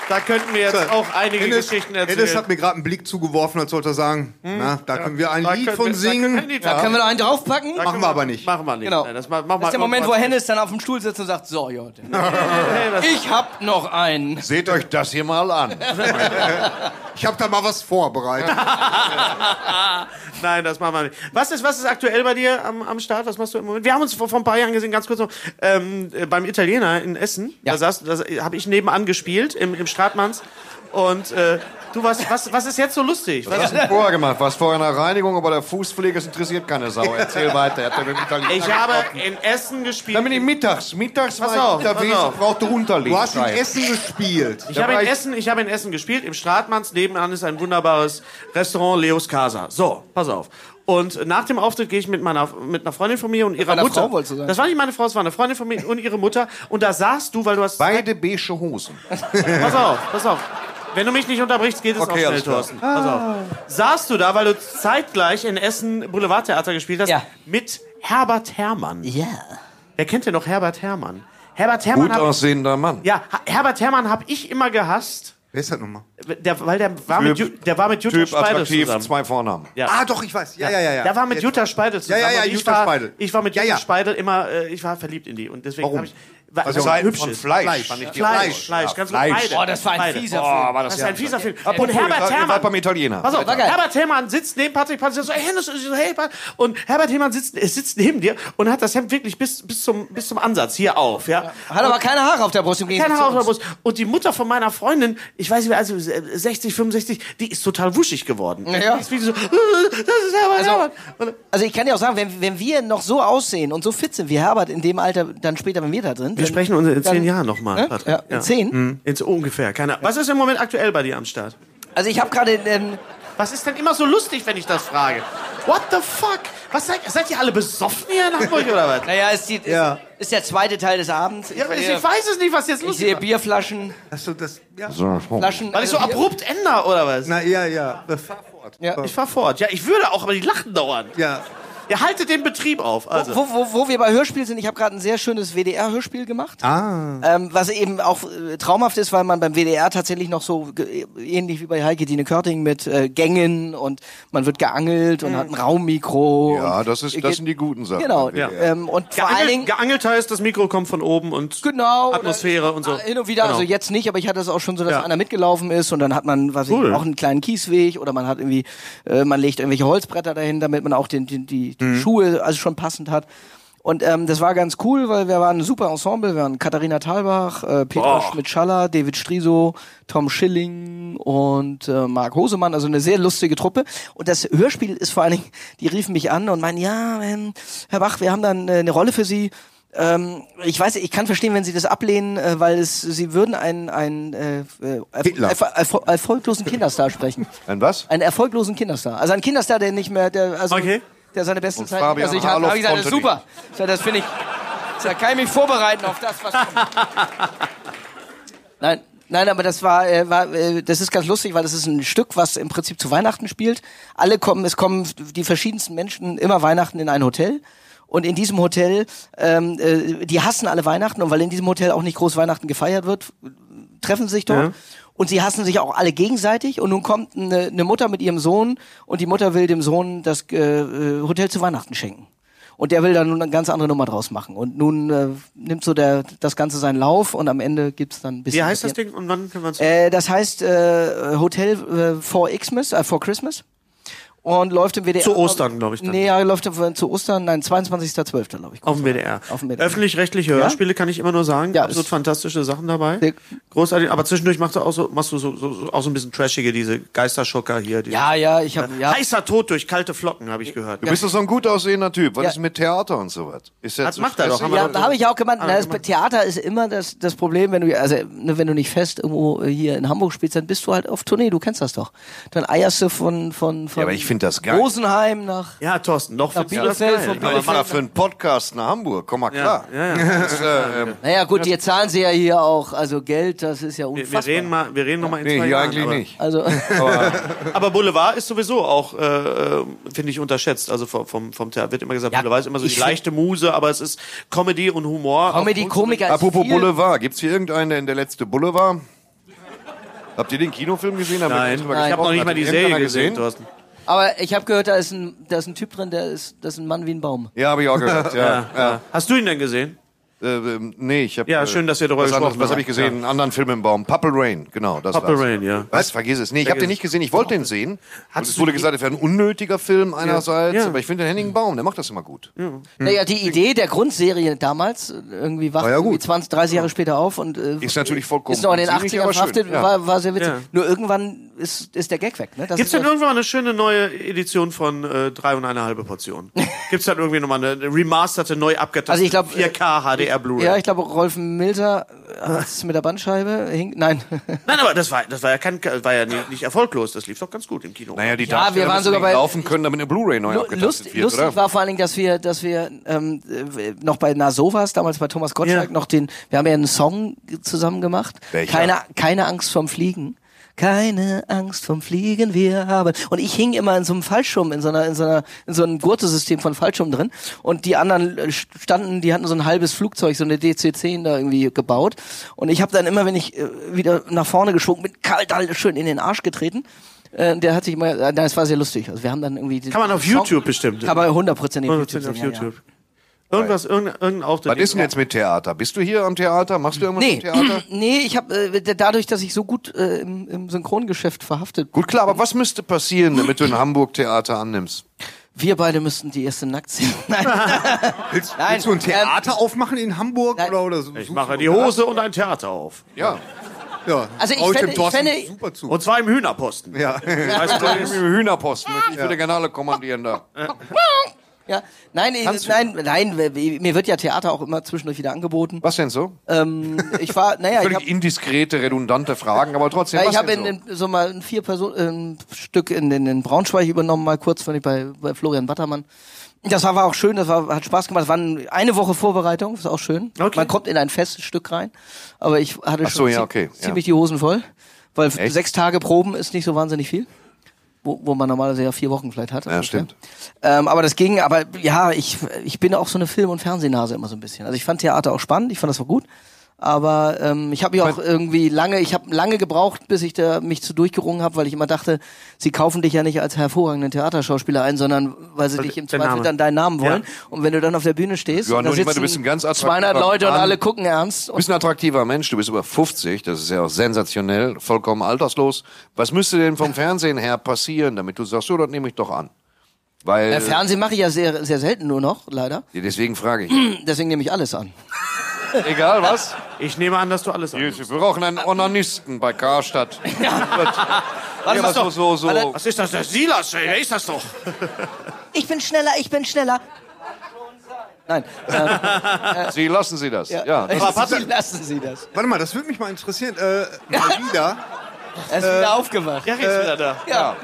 da könnten wir jetzt auch einige Hennes, Geschichten Hennes erzählen. hat mir gerade einen Blick zugeworfen, als sollte er sagen, na, da können wir ein Da Lied können von wir- da können wir ein singen. Lied Können wir noch einen draufpacken? Machen wir aber nicht. Machen wir nicht. Genau. Nein, das ma- machen wir- das ist der Moment, wo machen wir- Hennes dann auf dem Stuhl sitzt und sagt, so Leute, ich hab noch einen. Seht euch das hier mal an. Ich habe da mal was vorbereitet. Nein, das machen wir nicht. Was ist, was ist aktuell bei dir am, am Start? Was machst du im Moment? Wir haben uns vor, vor ein paar Jahren gesehen, ganz kurz noch, ähm, äh, beim Italiener in Essen. Ja. Da saß, da habe ich nebenan gespielt im, im Stratmanns. Und äh, du warst, was, was ist jetzt so lustig? Was, Das hast du vorher gemacht. Was vor einer Reinigung, aber der Fußpflege, es interessiert keine Sau. Erzähl weiter. Er hat ja mit dem Italiener ich habe gesprochen. in Essen gespielt. Dann bin ich mittags. Mittags Pass war ich auf, unterwegs pass auf. und brauchte Unterlegen. Du hast in Essen gespielt. Ich habe war in ich- Essen, ich habe in Essen gespielt, im Stratmanns. Nebenan ist ein wunderbares Restaurant, Leos Casa. So, pass auf. Und nach dem Auftritt gehe ich mit meiner, mit einer Freundin von mir und ihrer meiner Mutter. Frau wolltest du sagen. Das war nicht meine Frau, es war eine Freundin von mir und ihre Mutter. Und da saßt du, weil du hast. Beide beige Hosen. Pass auf, pass auf. Wenn du mich nicht unterbrichst, geht es Okay, auch schnell, alles klar. Thorsten. Pass auf. Saßt du da, weil du zeitgleich in Essen Boulevardtheater gespielt hast, Ja. mit Herbert Hermann. Ja. Wer kennt denn noch Herbert Hermann? Herbert Hermann Gut hab- aussehender Mann. Ja, Herbert Hermann habe ich immer gehasst. Wer ist das nochmal? Der, weil der war, mit, Ju- der war mit Jutta Typ Speidel attraktiv, zusammen. zwei Vornamen. Ah, doch, ich weiß. Ja, ja, ja. ja. Der war mit Jutta Speidel zusammen. ja, ja, und ich Jutta war, Speidel. Ich war mit Ja, Jutta ja. Speidel immer, äh, ich war verliebt in die. Und deswegen Warum? habe ich. War, Also war Seiten von Fleisch. Fand ich Fleisch, die Fleisch, Ja, ganz Fleisch. gut. Beide. Oh, das war ein beide. fieser Boah, Film. war Das das, ist ein fieser Film. Apropos, und ihr Herbert seid- ihr Hermann. seid beim Italiener. Pass auf, War geil. Herbert Hermann sitzt neben Patrick Patrick so, hey, Hennes, und ich so, hey, Pat- und Herbert Hermann sitzt, äh, sitzt neben dir und hat das Hemd wirklich bis, bis, zum, bis zum Ansatz hier auf, ja. Hat aber keine Haare auf der Brust im Gegensatz Keine zu Haare auf uns. der Brust. Und die Mutter von meiner Freundin, ich weiß nicht mehr, also äh, 60, 65, die ist total wuschig geworden. Ja. Die ist wirklich so, äh, das ist Herbert Hermann. Und, Also ich kann dir auch sagen, wenn, wenn wir noch so aussehen und so fit sind wie Herbert in dem Alter, dann später, wenn wir da sind. wir sprechen uns in zehn Jahren nochmal, Ne? Ja, in zehn. Ins Mhm. ungefähr, keine Ahnung. Was ist im Moment aktuell bei dir am Start? Also ich habe gerade ähm, Was ist denn immer so lustig, wenn ich das frage? What the fuck? Was seid, seid ihr alle besoffen hier in Hamburg oder was? Naja, ist, die, Ja. ist, ist der zweite Teil des Abends. Ich, Ja, ich, sehe, ich weiß es nicht, was jetzt ich lustig sehe ist. Bierflaschen, Hast du das? Ja. So, oh. Flaschen. Weil ich so äh, Bier- abrupt Oh. ändere, oder was? Na, ja, ja. Das fahr fort. Ja. Ich fahr fort. Ja, ich würde auch, aber die lachen dauernd. Ja. Ihr haltet den Betrieb auf. Also. Wo, wo, wo wir bei Hörspiel sind, ich habe gerade ein sehr schönes WDR-Hörspiel gemacht. Ah. Ähm, was eben auch äh, traumhaft ist, weil man beim WDR tatsächlich noch so ge- ähnlich wie bei Heike Dine Körting mit äh, Gängen und man wird geangelt und hat ein Raummikro. Ja, und, das, ist, das sind die guten Sachen. Genau. Ja. Ähm, und vor allen Dingen. geangelt heißt, das Mikro kommt von oben und Genau. Atmosphäre oder, und so. Hin und wieder, Genau. also jetzt nicht, aber ich hatte es auch schon so, dass Ja. einer mitgelaufen ist und dann hat man, was Cool. ich, auch einen kleinen Kiesweg oder man hat irgendwie, äh, man legt irgendwelche Holzbretter dahin, damit man auch den, den, die, die Mhm. Schuhe also schon passend hat. Und ähm, das war ganz cool, weil wir waren ein super Ensemble. Wir waren Katharina Thalbach, äh, Petra Schmidt-Schaller, David Striso, Tom Schilling und äh, Marc Hosemann. Also eine sehr lustige Truppe. Und das Hörspiel ist vor allen Dingen, die riefen mich an und meinen, ja, ähm, Herr Bach, wir haben dann äh, eine Rolle für Sie. Ähm, ich weiß, ich kann verstehen, wenn Sie das ablehnen, äh, weil es, Sie würden einen, einen äh, äh, Hitler. erf erfol- erfolglosen Kinderstar sprechen. Ein was? Einen erfolglosen Kinderstar. Also einen Kinderstar, der nicht mehr, der, also, Okay. der seine besten Zeiten. Fabian also ich habe Harloff hab ich gesagt, das ist konnte super. Ich sag, das finde ich. ich sag, kann ich mich vorbereiten auf das, was kommt. Nein, nein, aber das war, äh, war äh, das ist ganz lustig, weil das ist ein Stück, was im Prinzip zu Weihnachten spielt. Alle kommen, es kommen die verschiedensten Menschen immer Weihnachten in ein Hotel. Und in diesem Hotel, ähm, äh, die hassen alle Weihnachten und weil in diesem Hotel auch nicht groß Weihnachten gefeiert wird, treffen sich dort. Und sie hassen sich auch alle gegenseitig. Und nun kommt eine, eine Mutter mit ihrem Sohn und die Mutter will dem Sohn das äh, äh, Hotel zu Weihnachten schenken. Und der will da nun eine ganz andere Nummer draus machen. Und nun äh, nimmt so der, das Ganze seinen Lauf und am Ende gibt's dann ein bisschen. Wie heißt das Ding und wann können wir uns. Äh, das heißt äh, Hotel äh, for Xmas, äh, for äh, Christmas. Und läuft im WDR. Zu Ostern, glaub ich, dann. Dann. Nee, ja, läuft im- zu Ostern, nein, 22.12., glaube ich. Auf dem WDR. Auf dem WDR. Öffentlich-rechtliche Hörspiele kann ich immer nur sagen. Ja, Absolut ist- fantastische Sachen dabei. Sehr- Großartig. Aber zwischendurch machst du auch so, machst du so, so, so, auch so ein bisschen trashige, diese Geisterschocker hier. Diese Ja, ja, ich habe ja. Heißer Tod durch kalte Flocken, habe ich gehört. Du bist doch so ein gut aussehender Typ. Was Ja. ist mit Theater und sowas? Ist der Das zu macht er doch, stressig? haben wir Ja, da habe ich auch Ah, gemeint, na, das Theater ist immer das, das Problem, wenn du also ne, wenn du nicht fest irgendwo äh, hier in Hamburg spielst, dann bist du halt auf Tournee, du kennst das doch. Dann eierst du von von von aber ich find das geil. Rosenheim nach Ja, Thorsten, noch Ja, findest du das Bielefeld geil. von Ich meine, Aber mal für einen Podcast nach Hamburg, komm mal klar. ja, Das, äh, ähm, Naja, gut, jetzt zahlen sie ja hier auch also Geld, das ist ja Wir, unfassbar. wir reden mal, wir reden noch mal in nee, zwei hier Jahren. eigentlich aber, nicht. also aber Boulevard ist sowieso auch, äh, äh, finde ich, unterschätzt. Also vom, vom, vom Theater wird immer gesagt, Ja, Boulevard ist immer so ich die find- leichte Muse, aber es ist Comedy und Humor. Comedy Auf Kunst- Komiker ist Apropos viel, Boulevard, gibt's hier irgendeinen, der in der letzte Boulevard? Habt ihr den Kinofilm gesehen? Haben wir Nein, drüber ich habe gesprochen? noch nicht Hat mal die irgendeiner Serie gesehen, Thorsten. aber ich habe gehört, da ist ein da ist ein Typ drin, der ist das ist ein Mann wie ein Baum. Ja, habe ich auch gehört. Ja, ja. Hast du ihn denn gesehen? Äh, ähm, nee, ich habe. Ja, schön, dass wir darüber was gesprochen anderes- Was haben. habe ich gesehen? Ja. Einen anderen Film im Baum. Purple Rain, genau. Das Purple war's. Rain, ja. Was? Vergiss es. Nee, ich habe den nicht gesehen. Ich wollte den sehen. Und Hattest es du wurde die- gesagt, es wäre ein unnötiger Film einerseits. Ja. Aber ich finde den Henning Baum, der macht das immer gut. Naja, die Idee der Grundserie damals äh, irgendwie wacht Ah, War ja irgendwie gut. 20, 30 Jahre später auf und äh, Ist natürlich vollkommen Ist noch in den unsinnig, 80ern aber schön, verhaftet, ja. war, war sehr witzig. Ja. Nur irgendwann ist, ist der Gag weg. Ne? Das Gibt's ist denn irgendwann mal eine schöne neue Edition von äh, drei und eine halbe Portion? Gibt's dann irgendwie nochmal eine, eine remasterte, neu abgetastet Also ich glaub, 4K HDR Blu-ray? ja, ich glaube, Rolf Milter hat es mit der Bandscheibe. Hing, nein. Nein, aber das war, das war ja, kein, war ja nicht, nicht erfolglos. Das lief doch ganz gut im Kino. Naja, die Ja, wir Darsteller waren müssen sogar bei- laufen können, damit eine Blu-ray neu Lu- abgetastet Lust, wird, lustig oder? war vor allen Dingen, dass wir, dass wir ähm, äh, noch bei Nasovas, damals bei Thomas Gottschalk, Ja. noch den, wir haben ja einen Song g- zusammen gemacht. Welcher? Keine, keine Angst vom Fliegen. Keine Angst vom Fliegen, wir haben. Und ich hing immer in so einem Fallschirm, in so einer, in so einer, in so einem Gurtesystem von Fallschirm drin. Und die anderen äh, standen, die hatten so ein halbes Flugzeug, so eine DC-10 da irgendwie gebaut. Und ich habe dann immer, wenn ich äh, wieder nach vorne geschwungen bin, kalt, halt schön in den Arsch getreten. Äh, der hat sich immer, äh, das war sehr lustig. Also wir haben dann irgendwie Kann man auf YouTube bestimmt. kann man hundertprozentig auf auf YouTube sehen, ja, ja. YouTube. Irgendwas, irgendein, irgendein Auftritt. Was ist denn jetzt mit Theater? Bist du hier am Theater? Machst du irgendwas Nee, am Theater? nee, ich habe äh, dadurch, dass ich so gut äh, im, im Synchrongeschäft verhaftet, Gut, klar, aber was müsste passieren, damit du ein Hamburg-Theater annimmst? wir beide müssten die erste nackt sehen. Nein, Willst, Nein, willst du ein ähm, Theater aufmachen in Hamburg? nein. oder, oder so, Ich mache die Hose und ein Theater auf. Ja. Ja, Also ich traue dem fände- ich Thorsten fände- super zu. Und zwar im Hühnerposten. ja. Weißt du, Im Hühnerposten. Ich würde gerne alle kommandieren da. ja, nein, ich, nein, nein, w- mir wird ja Theater auch immer zwischendurch wieder angeboten. Was denn so? Ähm, ich war, naja, ich Völlig habe indiskrete, redundante Fragen, aber trotzdem. ja, was Äh, ich habe denn in, so? in so mal ein vier Personen ein Stück in, in, in Braunschweig übernommen, mal kurz, fand ich bei, bei Florian Wattermann. Das war, war auch schön, das war, hat Spaß gemacht. War eine Woche Vorbereitung, ist auch schön. Okay. Man kommt in ein festes Stück rein, aber ich hatte Ach so, schon ja, zie- okay, ja. ziemlich die Hosen voll, weil f- Echt? sechs Tage Proben ist nicht so wahnsinnig viel, wo, wo man normalerweise ja vier Wochen vielleicht hat. Ja, stimmt. Ähm, aber das ging, aber ja, ich, ich bin auch so eine Film- und Fernsehnase immer so ein bisschen. Also ich fand Theater auch spannend, ich fand das war gut. Aber ähm, ich habe ja auch irgendwie lange, ich habe lange gebraucht, bis ich da mich zu durchgerungen habe, weil ich immer dachte, sie kaufen dich ja nicht als hervorragenden Theaterschauspieler ein, sondern weil sie dich im der Zweifel Name. dann deinen Namen Ja. wollen. Und wenn du dann auf der Bühne stehst, Ja, und da nur nicht mal, du sitzen bist ein ganz attraktiver 200 Leute und Mann. alle gucken ernst. Du Und bist ein attraktiver Mensch, du bist über 50, das ist ja auch sensationell, vollkommen alterslos. Was müsste denn vom Fernsehen her passieren, damit du sagst, so, das nehme ich doch an? Weil, äh, Fernsehen mache ich ja sehr, sehr selten nur noch, leider. deswegen frage ich. Deswegen nehme ich alles an. Egal was. ich nehme an, dass du alles an. Wir brauchen einen Onanisten bei Karstadt. Warte, was so, so, Warte. so. Was ist das? Der Silas, ey, wer ist das doch? Ich bin schneller, ich bin schneller. Nein, Sie lassen Sie das. Ja, das aber Papi, lassen Sie das. Warte mal, das würde mich mal interessieren. Äh, mal wieder. Er ist wieder aufgewacht. Der ist wieder da. Äh, Ja.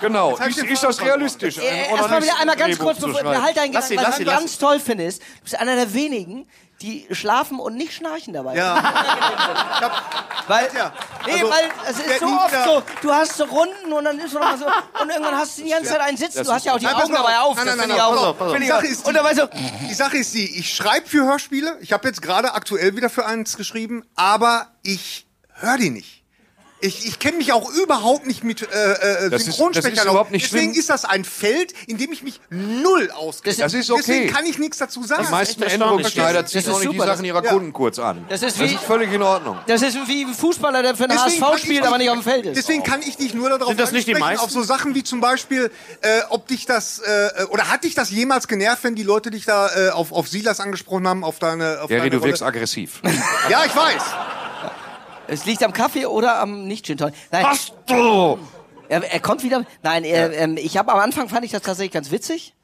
Genau. hab ich Ist, den ist Faden das realistisch? einen Äh, erstmal wieder einmal ganz Onanisten-Drehbuch kurz, zu bevor schreiben? halt deinen Gedanken, Lass sie, was lass ich sie, lass ganz toll finde, ist, du bist einer der wenigen, die schlafen und nicht schnarchen dabei. Ja. Weil, Ja. nee, Also, weil es der ist so Diener- oft so, du hast so Runden und dann ist noch mal so, und irgendwann hast du die ganze Zeit einen Sitzen, du hast ja auch die Nein, pass Augen mal dabei auf. auf. Nein, das nein, finde nein, ich auch pass so. auf, pass auf. Finde ich Die auch. Sache ist Und die- dabei so, Die Sache ist die, ich schreibe für Hörspiele. Ich habe jetzt gerade aktuell wieder für eins geschrieben, aber ich höre die nicht. Ich, ich kenne mich auch überhaupt nicht mit äh, äh, Das ist- das ist Synchronsprechern aus. überhaupt nicht Deswegen schlimm. ist das ein Feld, in dem ich mich null auskenne. Das ist okay. Deswegen kann ich nichts dazu sagen. Die meisten echt erstaunlich. Änderungsschneider Das ziehen ist auch nicht die super. Sachen ihrer Kunden kurz an. Das ist wie- völlig in Ordnung. Das ist wie ein Fußballer, der für den Deswegen kann HSV ich spielt, aber nicht auf dem Feld ist. Deswegen kann ich dich nur darauf Sind das nicht die ansprechen, meisten? auf so Sachen wie zum Beispiel, äh, ob dich das, äh, oder hat dich das jemals genervt, wenn die Leute dich da äh, auf, auf Silas angesprochen haben, auf deine, auf Gary, deine du Rolle? wirkst aggressiv. Ja, ich weiß. Es liegt am Kaffee oder am nicht gin -Tonic. Nein, Was du? er, er kommt wieder. Nein, er, ähm, ich habe am Anfang fand ich das tatsächlich ganz witzig.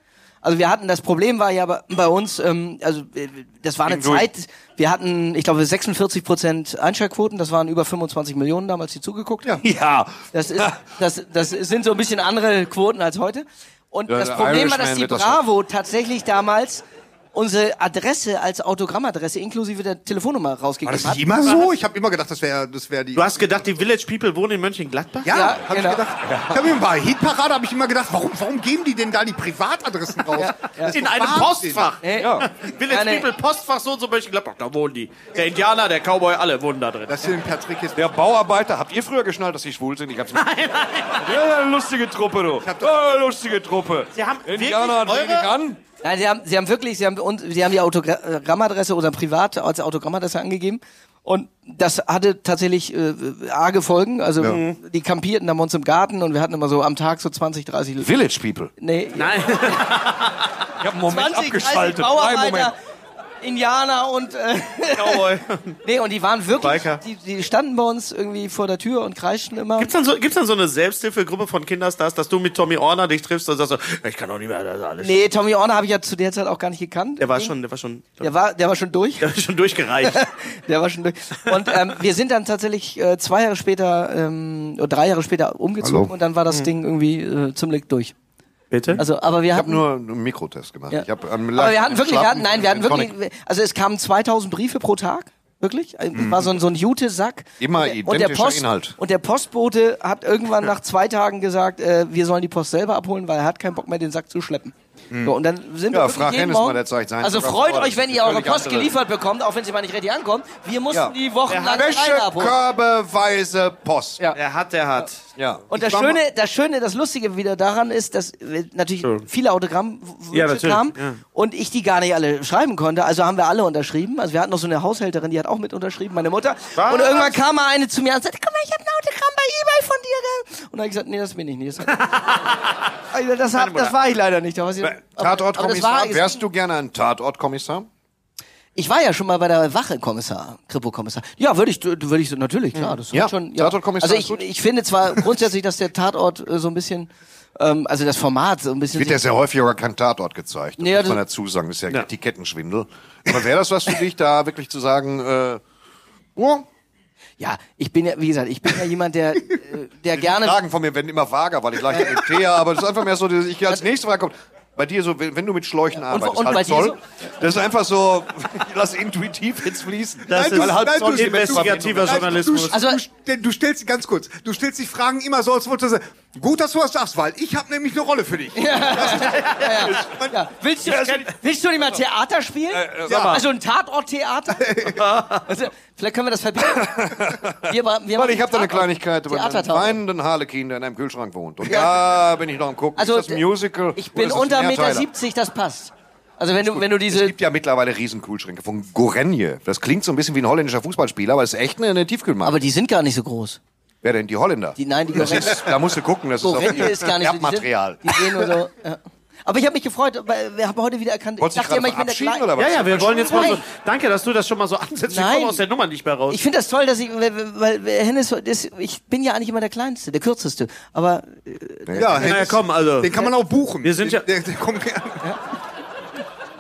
Also wir hatten das Problem war ja bei, bei uns, ähm, also äh, das war eine Ging durch. Zeit. Wir hatten, ich glaube, 46 Prozent Einschaltquoten. Das waren über 25 Millionen damals, die zugeguckt Äh, haben. Ja. Das ist, das, das sind so ein bisschen andere Quoten als heute. Und Ja, das der Problem war, Irishman dass die wird das Bravo tatsächlich damals unsere Adresse als Autogrammadresse inklusive der Telefonnummer War das rausgegeben hat. nicht immer so? Ich habe immer gedacht, das wäre das wär die. Du hast gedacht, die Village People wohnen in Mönchengladbach? ja, Ja, habe genau. ich gedacht. Ich habe mir bei Hitparade habe ich immer gedacht, warum, warum geben die denn da die Privatadressen raus? Das ist In doch einem Wahnsinn. Postfach. Hey, Village Eine- People, Postfach, so und so Mönchengladbach, da wohnen die. Der Indianer, der Cowboy, alle wohnen da drin. Das hier ein Patrick ist. Der Bauarbeiter, habt ihr früher geschnallt, dass die schwul sind? Ich hab's nicht. Nein, nein. Ja, lustige Truppe, du. Ja, lustige Truppe. Sie haben Indianer hat wirklich wenig eure- an. Nein, sie haben, sie haben wirklich, sie haben, und, sie haben die Autogrammadresse oder privat als Autogrammadresse angegeben. Und das hatte tatsächlich äh, arge Folgen. Also die kampierten da bei uns im Garten und wir hatten immer so am Tag so 20, 30... Le- Village People. Nee, Nein, Ich hab einen Moment 20, 30 abgeschaltet. Nein, Moment. Bauarbeiter, Indianer und... Äh, Cowboy. nee, und die waren wirklich... Biker. Die, die standen bei uns irgendwie vor der Tür und kreischten immer. Gibt's dann so, gibt's dann so eine Selbsthilfegruppe von Kinderstars, dass du mit Tommy Orner dich triffst und sagst so, ich kann doch nicht mehr, das ist alles. Nee, Tommy Orner habe ich ja zu der Zeit auch gar nicht gekannt. Der war schon, der war schon, Der war, der war schon durch. der war schon durchgereicht. Der war schon durch. Und ähm, wir sind dann tatsächlich äh, zwei Jahre später ähm, oder drei Jahre später umgezogen Hallo? und dann war das Ding irgendwie äh, ziemlich durch. Bitte? Also, aber wir Ich habe hatten nur einen Mikrotest gemacht. ja. Ich hab ähm, am aber wir hatten wirklich, wir hatten, Schlafen- nein, wir hatten den Tonic. Mhm. wirklich, also es kamen 2000 Briefe pro Tag. Wirklich? Äh, War so ein, so ein Jute-Sack. Immer Und der- und der identischer Post, Inhalt. Und der Postbote hat irgendwann nach zwei Tagen gesagt, äh, wir sollen die Post selber abholen, weil er hat keinen Bock mehr, den Sack zu schleppen. So, und dann sind wir Mhm. Ja, wirklich frag jeden Hennes mal, Morgen, der zeigt seinen Also Sack freut auf. euch, wenn ihr Völlig eure Post andere. geliefert bekommt, auch wenn sie mal nicht richtig ankommt. Wir mussten Ja. die wochenlang Schreiner abholen. Wäschekörbeweise Post. Ja. Er hat, der hat. Ja. Und das Schöne, das Schöne, das Lustige wieder daran ist, dass äh, natürlich viele Autogrammwünsche Ja, natürlich, kamen ja. und ich die gar nicht alle schreiben konnte. Also haben wir alle unterschrieben. Also wir hatten noch so eine Haushälterin, die hat auch mit unterschrieben, meine Mutter. Und irgendwann kam mal eine zu mir und sagte, guck mal, ich habe ein Autogramm bei eBay von dir. ne? Und dann habe ich gesagt, nee, das bin ich nicht. Das, Also das, hab, das war ich leider nicht. Da war sie- aber das war- Tatortkommissar, wärst du gerne ein Tatortkommissar? Ich war ja schon mal bei der Wache, Kommissar, Kripo-Kommissar. Ja, würde ich, würde ich so, natürlich, klar. Das Ja, wird schon, ja. Tatortkommissar Also ist ich, gut. ich finde zwar grundsätzlich, dass der Tatort äh, so ein bisschen, ähm, also das Format so ein bisschen. Wird ja sehr häufig sogar kein Tatort gezeigt. Das Nee, also- muss man das- dazu sagen. Das ist ja, Etikettenschwindel. Aber wäre das was für dich, da wirklich zu sagen, äh, oh, ja, ich bin ja, wie gesagt, ich bin ja jemand, der, äh, der gerne. Fragen von mir werden immer vager, weil ich leicht mit Tee habe. Aber das ist einfach mehr so, dass ich als nächste Frage kommt. Bei dir so, wenn wenn du mit Schläuchen arbeitest, und bei halb dir Zoll, das ist einfach so, ich lass intuitiv jetzt fließen. Das Weil ist- halb nein, Zoll du- die Messverwendung investigativer ist. Journalismus. Du, Also- also, du, du stellst ganz kurz, du stellst die Fragen immer so, als wolltest du sagen, gut, dass du das sagst, weil ich habe nämlich eine Rolle für dich. Ja. Willst, du, also- willst du nicht mal Theater spielen? Äh, sag mal. Also ein Tatort-Theater? also, vielleicht können wir das verbieten. Wir, ma- wir Weil machen ich habe da eine Tatort- Kleinigkeit über einen Theatertausch. weinenden Harlekin, der in einem Kühlschrank wohnt. Und da bin ich noch am gucken. Also, ist das ein Musical? oder Ich bin ist das ein unter 1,70 Mehrteiler? Meter, 70, das passt. Also wenn du, wenn du Es diese gibt ja mittlerweile Riesenkühlschränke von Gorenje. Das klingt so ein bisschen wie ein holländischer Fußballspieler, aber es ist echt eine, eine Tiefkühlmarke. Aber die sind gar nicht so groß. Wer denn? Die Holländer? Die, nein, die das Gorenje- ist, da musst du gucken, das Gorenje ist, ist gar nicht so. Erbmaterial. Die, sind, die sehen nur so. Ja. Aber ich habe mich gefreut, weil wir haben heute wieder erkannt. Ich Wolltest du dich dachte immer, gerade ich bin verabschieden der Kleine. oder was? Ja, ja, wir wollen jetzt mal so. Nein. Danke, dass du das schon mal so ansetzt. Ich Nein. komme aus der Nummer nicht mehr raus. Ich finde das toll, dass ich, weil, weil weil Hennes, ist, ich bin ja eigentlich immer der Kleinste, der Kürzeste. Aber Ja, naja, komm, also. Den kann man auch buchen. Wir sind ja- Der, der, der kommt gerne.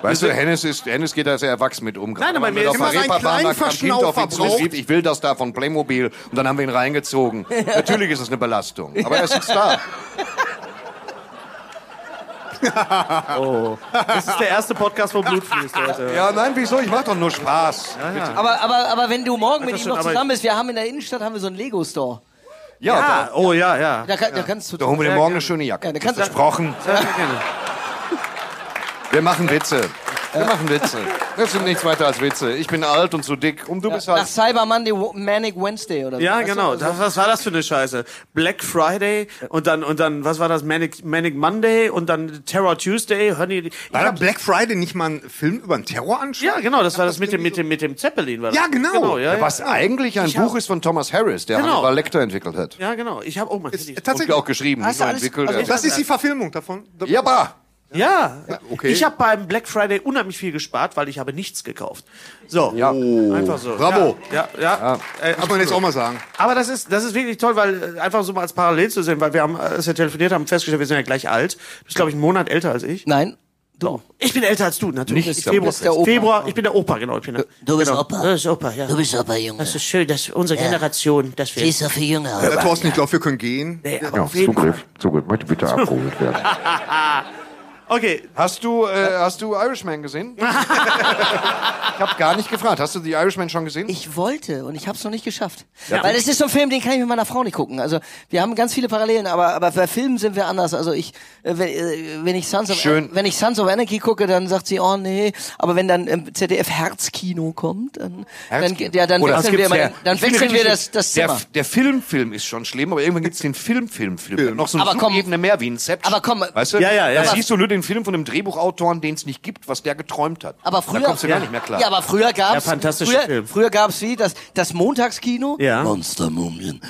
Weißt du, Hennes, ist, Hennes geht da sehr erwachsen mit um. Gerade aber wenn mir wir ist auf immer einer sein Reeperbahn kleinen da kam Kind auf ihn Verschnaufer zulief, Ich will das da von Playmobil. Und dann haben wir ihn reingezogen. Natürlich ist es eine Belastung, aber er ist ein Star. Oh. Das ist der erste Podcast, wo Blut fließt, Leute. Ja, nein, wieso? Ich mach doch nur Spaß. aber, aber, aber wenn du morgen mit ihm schon, noch aber- zusammen bist, wir haben in der Innenstadt haben wir so einen Lego Store. Ja, Ah, oh ja, ja. Da, kann, da kannst du. Da holen wir dir morgen eine schöne Jacke. Ja, da kannst du- Versprochen. Wir machen Witze. Wir machen Witze. Das sind nichts weiter als Witze. Ich bin alt und zu dick und du bist Nach halt... Cyber Monday, Wo- Manic Wednesday oder so. Ja, Weißt du, genau. also- Das, was war das für eine Scheiße? Black Friday und dann und dann was war das Manic, Manic Monday und dann Terror Tuesday, Honey. War da Black Friday nicht mal ein Film über einen Terroranschlag? Ja, genau, das war das mit dem mit dem mit dem Zeppelin war das. Ja, genau. ja, ja. Was eigentlich ein Buch ist von Thomas Harris, der Genau. Hannibal Lecter entwickelt hat. ja, genau. Ich habe oh mein Handy. Und Tatsächlich. auch geschrieben, nicht du nur alles- entwickelt. also ja. Das ist die Verfilmung davon. ja, aber... Ja, okay. ich habe beim Black Friday unheimlich viel gespart, weil ich habe nichts gekauft. So, Ja. einfach so. Bravo. Ja, ja. ja. Äh, Muss man jetzt auch mal sagen. Aber das ist, das ist wirklich toll, weil äh, einfach so mal als Parallel zu sehen, weil wir haben, äh, als wir telefoniert haben, festgestellt, wir sind ja gleich alt. Du bist, glaube ich, einen Monat älter als ich. Nein. Du. Ich bin älter als du, natürlich. Nicht, Ist du Februar, bist der Opa. Februar, ich bin der Opa, genau. Ich bin der, Du bist genau. Opa. Das ist Opa, ja. Du bist aber Junge. Das ist schön, dass unsere Generation, dass wir. Siehst du viel jünger aus. Äh, Thorsten, ich glaube, wir können gehen. Nee, aber auf jeden Fall. Zugriff, möchte bitte abgeholt werden. Okay, Hast du, äh, hast du Irishman gesehen? ich habe gar nicht gefragt. Hast du die Irishman schon gesehen? Ich wollte und ich habe es noch nicht geschafft. Weil es ist so ein Film, den kann ich mit meiner Frau nicht gucken. Also wir haben ganz viele Parallelen, aber, aber bei Filmen sind wir anders. Also ich, äh, wenn, äh, wenn ich Sons of Schön. wenn ich Sons of Anarchy gucke, dann sagt sie, oh nee. Aber wenn dann ähm, im ZDF Herzkino kommt, dann, dann, Herzkino. ja, dann Oder wechseln wir, gibt's mal, ja- dann Ich finde wechseln wir richtig, das, das der, Zimmer. der Filmfilm ist schon schlimm, aber irgendwann gibt's den Film-Film-Film. Noch so Aber eine komm- Ebene mehr wie Inception. aber komm- weißt du? Ja, ja, ja. Da siehst du nur den Film von einem Drehbuchautoren, den es nicht gibt, was der geträumt hat. Aber früher, da kommst du gar nicht mehr klar. Ja, aber früher gab's, Ja, fantastischer früher, Film. früher gab's wie das, das Montagskino. ja. Monstermumien.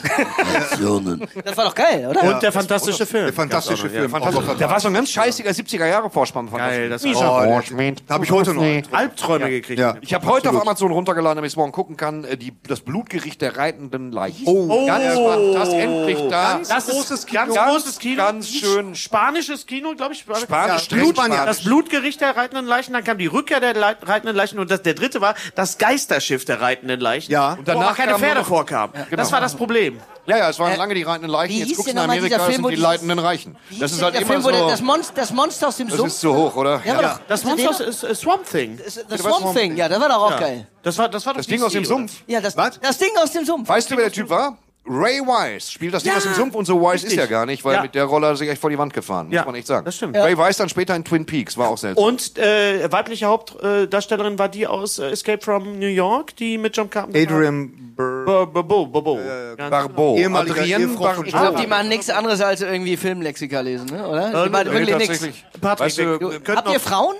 Aktionen. Das war doch geil, oder? Und der fantastische Film. Der fantastische Film. Auch noch da war so ein ganz scheißiger 70er-Jahre-Vorspann von Geil, das Ich war- hab- Oh, der- da hab ich heute noch einen. Albträume gekriegt. Ja. Ich habe heute auf Amazon runtergeladen, damit ich morgen gucken kann, äh, die, das Blutgericht der reitenden Leichen. Oh. Ganz fantastisch, endlich da. Das ist großes Kino. Ganz, großes Kino. ganz schön. Spanisches Kino, glaube ich. Spanisch, Ja, Blut- Spanisch. Das Blutgericht der reitenden Leichen, dann kam die Rückkehr der Lei- reitenden Leichen und das, der dritte war das Geisterschiff der reitenden Leichen. Ja. Und Und danach danach wo aber keine kam nur Pferde noch- genau. vorkamen. Das war das Problem. Ja, ja, es waren lange die reitenden Leichen. Äh, wie Jetzt hieß guckst du denn nach nochmal Amerika, dieser das Film, sind wo die dieses- leitenden Reichen. Das ist halt der immer Film, wo der- das, so. Monster, das Monster aus dem Das Sumpf. ist zu hoch, oder? Ja, aber doch- Das Also Monster den- ist, ist Swamp Thing. The Swamp Thing, ja, das war doch auch geil. Das war, das war doch Das Ding aus dem DC, oder? Sumpf. Ja, das, Was? das Ding aus dem Sumpf. Weißt du, wer der Typ war? Ray Wise spielt das Ding Ja, aus dem Sumpf und so Wise richtig. ist er gar nicht, weil Ja. mit der Rolle hat er sich echt vor die Wand gefahren, muss Ja, man echt sagen. das stimmt. Ray Wise dann später in Twin Peaks, war auch seltsam. Und äh, weibliche Hauptdarstellerin war die aus äh, Escape from New York, die mit John Carpenter. Adrian Burr. Bo- Bo- Bo- Bo- Bo. Ganz- Barbeau. Ehemalige Adrienne Ehefrau von Barbeau. Ich glaube, die machen nichts anderes als irgendwie Filmlexika lesen, ne? oder? Die machen Nee, wirklich nichts. tatsächlich. Patrick, Weißt du, wir- Habt ihr Frauen?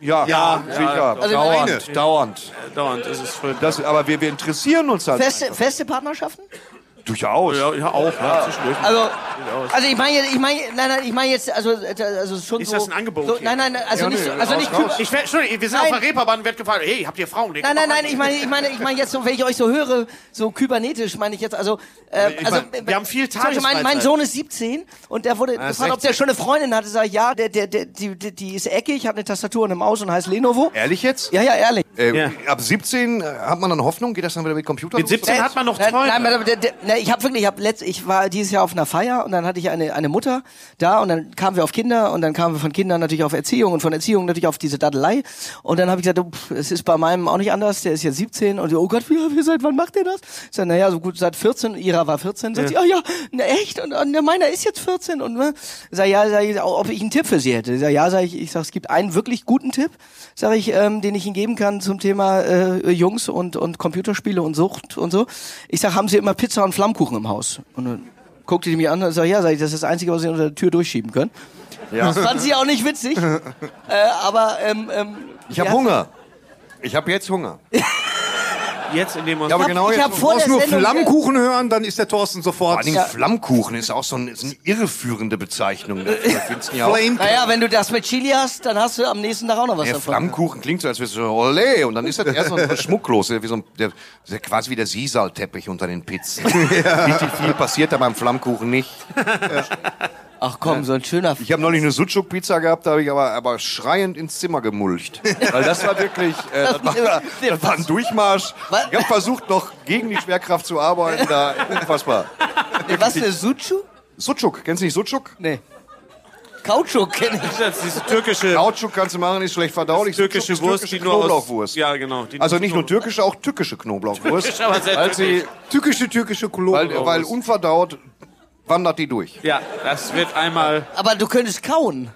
Ja, Ja, sicher. dauernd, dauernd. Dauernd ist es früh. Das, aber wir, wir interessieren uns halt. Feste, feste Partnerschaften? Durchaus. ja, ja, auch, ne? ja. zwischendurch. Also, also ich meine, jetzt- ich meine, nein, nein, ich meine jetzt, also, äh, also schon Ist so. das ein Angebot So, hier? nein, nein, also Ja, nicht, nee, so- also raus, nicht. raus. Ich wär, Entschuldigung, wir sind Nein. auf der Reeperbahn und wird gefragt, hey, habt ihr Frauen? Nein, nein, nein, ich meine, ich meine, ich meine jetzt so, wenn ich euch so höre, so kybernetisch meine ich jetzt, also, äh, also meine, wir haben viel zum Beispiel mein, mein Tagesfreizeit. Ah, Sohn ist 17 und der wurde gefragt, ob der schon eine Freundin hatte, sag ich, ja, der, der, der, die, die, die ist eckig, hat eine Tastatur und eine Maus und heißt Lenovo. Ehrlich jetzt? Ja, ja, ehrlich. Äh, Ja. Ab 17 hat man dann Hoffnung, geht das dann wieder mit Computer? Mit 17 hat man noch Nein, Träume. nein, aber der- der- nein, ich habe wirklich, ich, hab letzt, ich war dieses Jahr auf einer Feier und dann hatte ich eine, eine Mutter da und dann kamen wir auf Kinder und dann kamen wir von Kindern natürlich auf Erziehung und von Erziehung natürlich auf diese Dadelei und dann habe ich gesagt, oh, pff, es ist bei meinem auch nicht anders, der ist jetzt 17 und die, oh Gott, wie, wie seit wann macht ihr das? Ich sage, naja, so gut seit 14, ihrer war 14, sagt sie, oh ja, na echt und, und der meiner ist jetzt 14 und ne? Ich sag, ja, sag ich, ob ich einen Tipp für sie hätte. Ich sag, ja, sag ich, ich sag, es gibt einen wirklich guten Tipp, sag ich, ähm, den ich Ihnen geben kann zum Thema äh, Jungs und, und Computerspiele und Sucht und so. Ich sag, haben Sie immer Pizza und Flammkuchen im Haus? Und dann guckte die mich an und sag, ja, sag ich, das ist das Einzige, was Sie unter der Tür durchschieben können. Das fand sie auch nicht witzig, äh, aber ähm, ähm, ich habe ja. Hunger. Ich habe jetzt Hunger. Jetzt in dem Ja, aber hab- genau ich jetzt. hab Du vor brauchst der nur Sendung- Flammkuchen hören, dann ist der Thorsten vor sofort. allen Dingen Flammkuchen ist auch so, ein, ist eine irreführende Bezeichnung. dafür. Findest du nicht auch? Flame. Naja, wenn du das mit Chili hast, dann hast du am nächsten Tag auch noch was Der davon. Flammkuchen klingt so, als wärst du so, ole, und dann ist das eher so ein schmucklos, wie so ein, der, der, quasi wie der Sisalteppich unter den Pizzen. Richtig viel passiert da beim Flammkuchen nicht. Ach komm, so ein schöner Ich habe neulich eine Sucuk-Pizza gehabt, da habe ich aber, aber schreiend ins Zimmer gemulcht. Weil das war wirklich, äh, das, war, das war ein Durchmarsch. Was? Ich habe versucht, noch gegen die Schwerkraft zu arbeiten, da unfassbar. Was eine Suchu? Sucuk, kennst du nicht Sucuk? Nee. Kautschuk kenne ich. Das ist diese türkische, Kautschuk kannst du machen, ist schlecht verdaulich. türkische Sucuk ist Wurst, die nur aus... Knoblauchwurst. Ja, genau. die- Also nicht nur türkische, auch tückische Knoblauchwurst. Türkisch, aber sehr weil, sie, Türkische, türkische weil, Kolonie. weil unverdaut wandert die durch. Ja, das wird einmal... Aber du könntest kauen.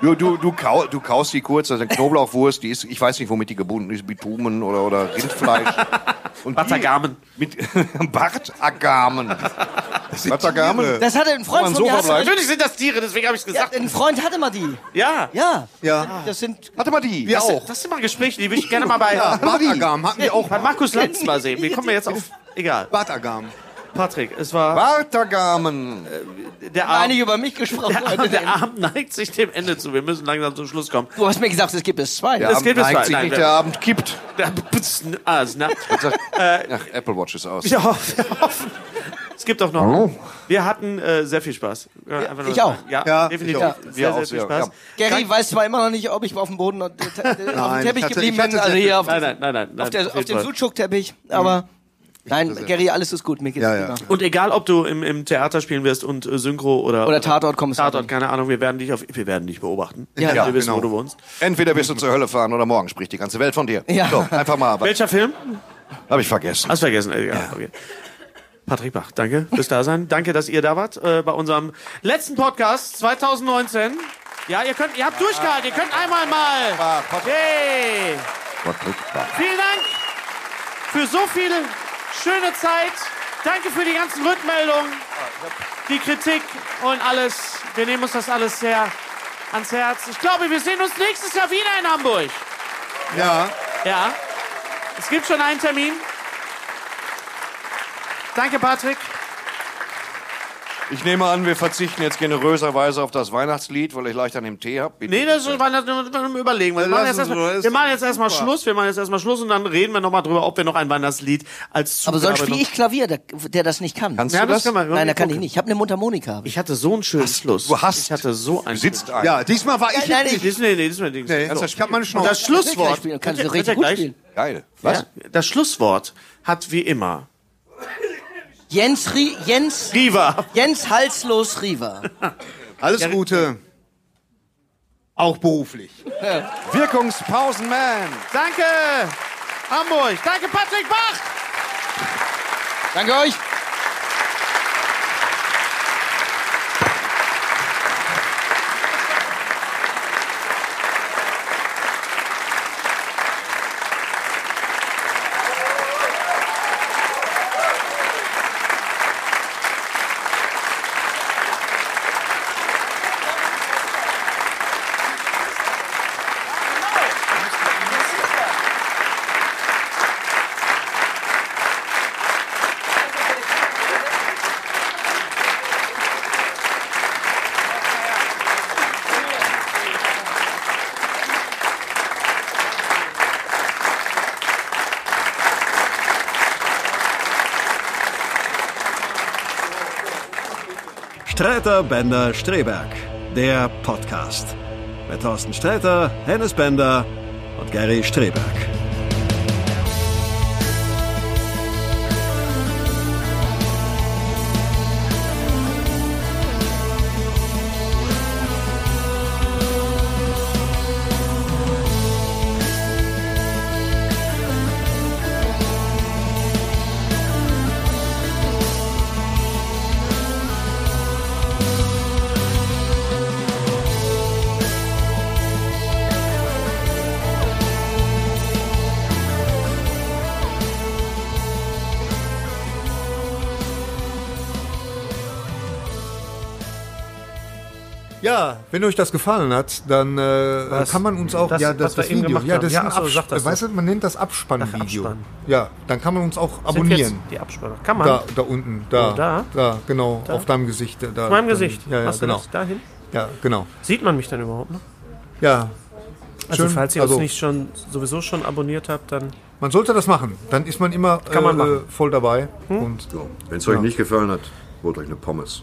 Du, du, du, kau, du kaust die kurz, das ist eine Knoblauchwurst, die ist, ich weiß nicht, womit die gebunden ist, Bitumen oder, oder Rindfleisch. Und Batagamen. die- Mit Bartagamen. Bartagamen? Das hatte ein Freund Äh, man von mir. so Hatte, verbleiben? Natürlich sind das Tiere, deswegen habe ich es ja, gesagt. ein Freund hatte mal die. Ja. Ja. Ja. Das sind. Hatte mal die. Wir auch. Das sind mal Gespräche, die würde ich gerne mal bei, Bartagam hatten wir auch. bei Markus Lanz mal sehen. Wie kommen wir jetzt auf? Egal. Bartagam. Patrick, es war Bartagamen. der Einig Abend. über mich gesprochen. Der Abend, der Abend neigt sich dem Ende zu. Wir müssen langsam zum Schluss kommen. Du hast mir gesagt, es gibt es zwei. Der Das Abend geht bis neigt weit. sich Nein, nicht, wir- der Abend kippt. Also, Der Putz- Ah, es- na, Äh, Ach, Apple Watch ist aus. wir hoffen, wir hoffen. Es gibt auch noch. Hallo? Wir hatten äh, sehr viel Spaß. Ja, einfach nur ich sagen. auch. Ja, Ja, definitiv. ich auch. Sehr, Wir sehr, auch, viel ja, Spaß. ja. Gary weiß zwar immer noch nicht, ob ich auf dem Boden äh, auf dem ich Teppich hatte- geblieben ich hatte bin, also sehr- hier auf, Nein, nein, nein, nein. auf, nein, der, auf jeden dem Fall. Suchuk-Teppich, aber nein, Gary, alles ist gut, mir geht's Ja, ja. prima. Und egal, ob du im, im Theater spielen wirst und äh, Synchro oder Oder Tatort kommst du Tatort, an. keine Ahnung, wir werden dich auf wir werden dich beobachten. Ja, wir ja, wissen, wo genau. du wohnst. Entweder wirst du zur Hölle fahren oder morgen spricht die ganze Welt von dir. Ja. So, einfach mal. aber- Welcher Film? Hab ich vergessen. Hast vergessen. Äh, ja, okay. Patrick Bach, danke fürs Dasein. Danke, dass ihr da wart äh, bei unserem letzten Podcast 2019. Ja, ihr könnt, ihr habt durchgehalten. Ihr könnt einmal mal. Hey, vielen Dank für so viele schöne Zeit. Danke für die ganzen Rückmeldungen, die Kritik und alles. Wir nehmen uns das alles sehr ans Herz. Ich glaube, wir sehen uns nächstes Jahr wieder in Hamburg. Ja. Ja. Es gibt schon einen Termin. Danke, Patrick. Also- Ich nehme an, wir verzichten jetzt generöserweise auf das Weihnachtslied, weil ich leicht an dem Tee hab. Bitte. Nee, das war das wir überlegen. Wir machen Lass jetzt uns so, erstmal, ist wir machen jetzt erstmal Schluss. Wir machen jetzt erstmal Schluss und dann reden wir nochmal drüber, ob wir noch ein Weihnachtslied als Aber sonst Zugabe spiele noch- ich Klavier, der, der das nicht kann. Kannst Ja, du das das? können wir. Nein, da kann ich nicht. Ich habe eine Mundharmonika. hab ich. Ich hatte so einen schönen Schluss. du hast- Ich hatte so einen. Sitzt also ein. Ja, diesmal war ich. Nein, Nee, ich das- nee, nee, das ist mein Ding. Nee, Ganz ich hab meine Schnauze. Das Schlusswort. Spielen, kannst du Wird er- wird er richtig gut gleich? spielen. Geil. Was? Ja, das Schlusswort hat wie immer Jens, Rie, Jens, Riva. Jens Halslos Riva. Alles Gute. Auch beruflich. Wirkungspausenman. Danke, Hamburg. Danke, Patrick Bach. Danke euch. Streiter, Bender, Streberg. Der Podcast. Mit Thorsten Streiter, Hennes Bender und Gary Streberg. Ja, wenn euch das gefallen hat, dann äh, kann man uns auch Das, ja was das, wir das eben Video, gemacht ja, haben. das Ja, ist ein ach so, Absp- sag das doch. weißt du, man nennt das Abspannvideo. Ach, Abspann. Ja, dann kann man uns auch Sind jetzt abonnieren. die Absperre. Kann man? Da, da unten, da, Oh, da? da, genau, auf deinem Gesicht, da, da, Auf meinem Gesicht. ja, ja, Machst du genau, das dahin? ja, genau, Sieht man mich dann überhaupt noch? ja. Also Schön, falls ihr also- uns nicht schon sowieso schon abonniert habt, dann Man sollte das machen, dann ist man immer Kann man äh, machen. Hm? voll dabei und Wenn es euch nicht gefallen hat, holt euch eine Pommes.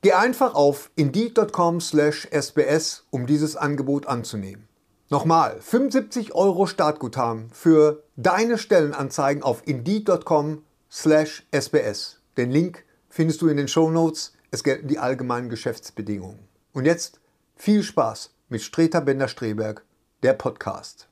Geh einfach auf indeed.com/sbs, um dieses Angebot anzunehmen. Nochmal, 75 Euro Startguthaben für deine Stellenanzeigen auf indeed.com/sbs. Den Link findest du in den Shownotes. Es gelten die allgemeinen Geschäftsbedingungen. Und jetzt viel Spaß mit Streter Bender-Streberg, der Podcast.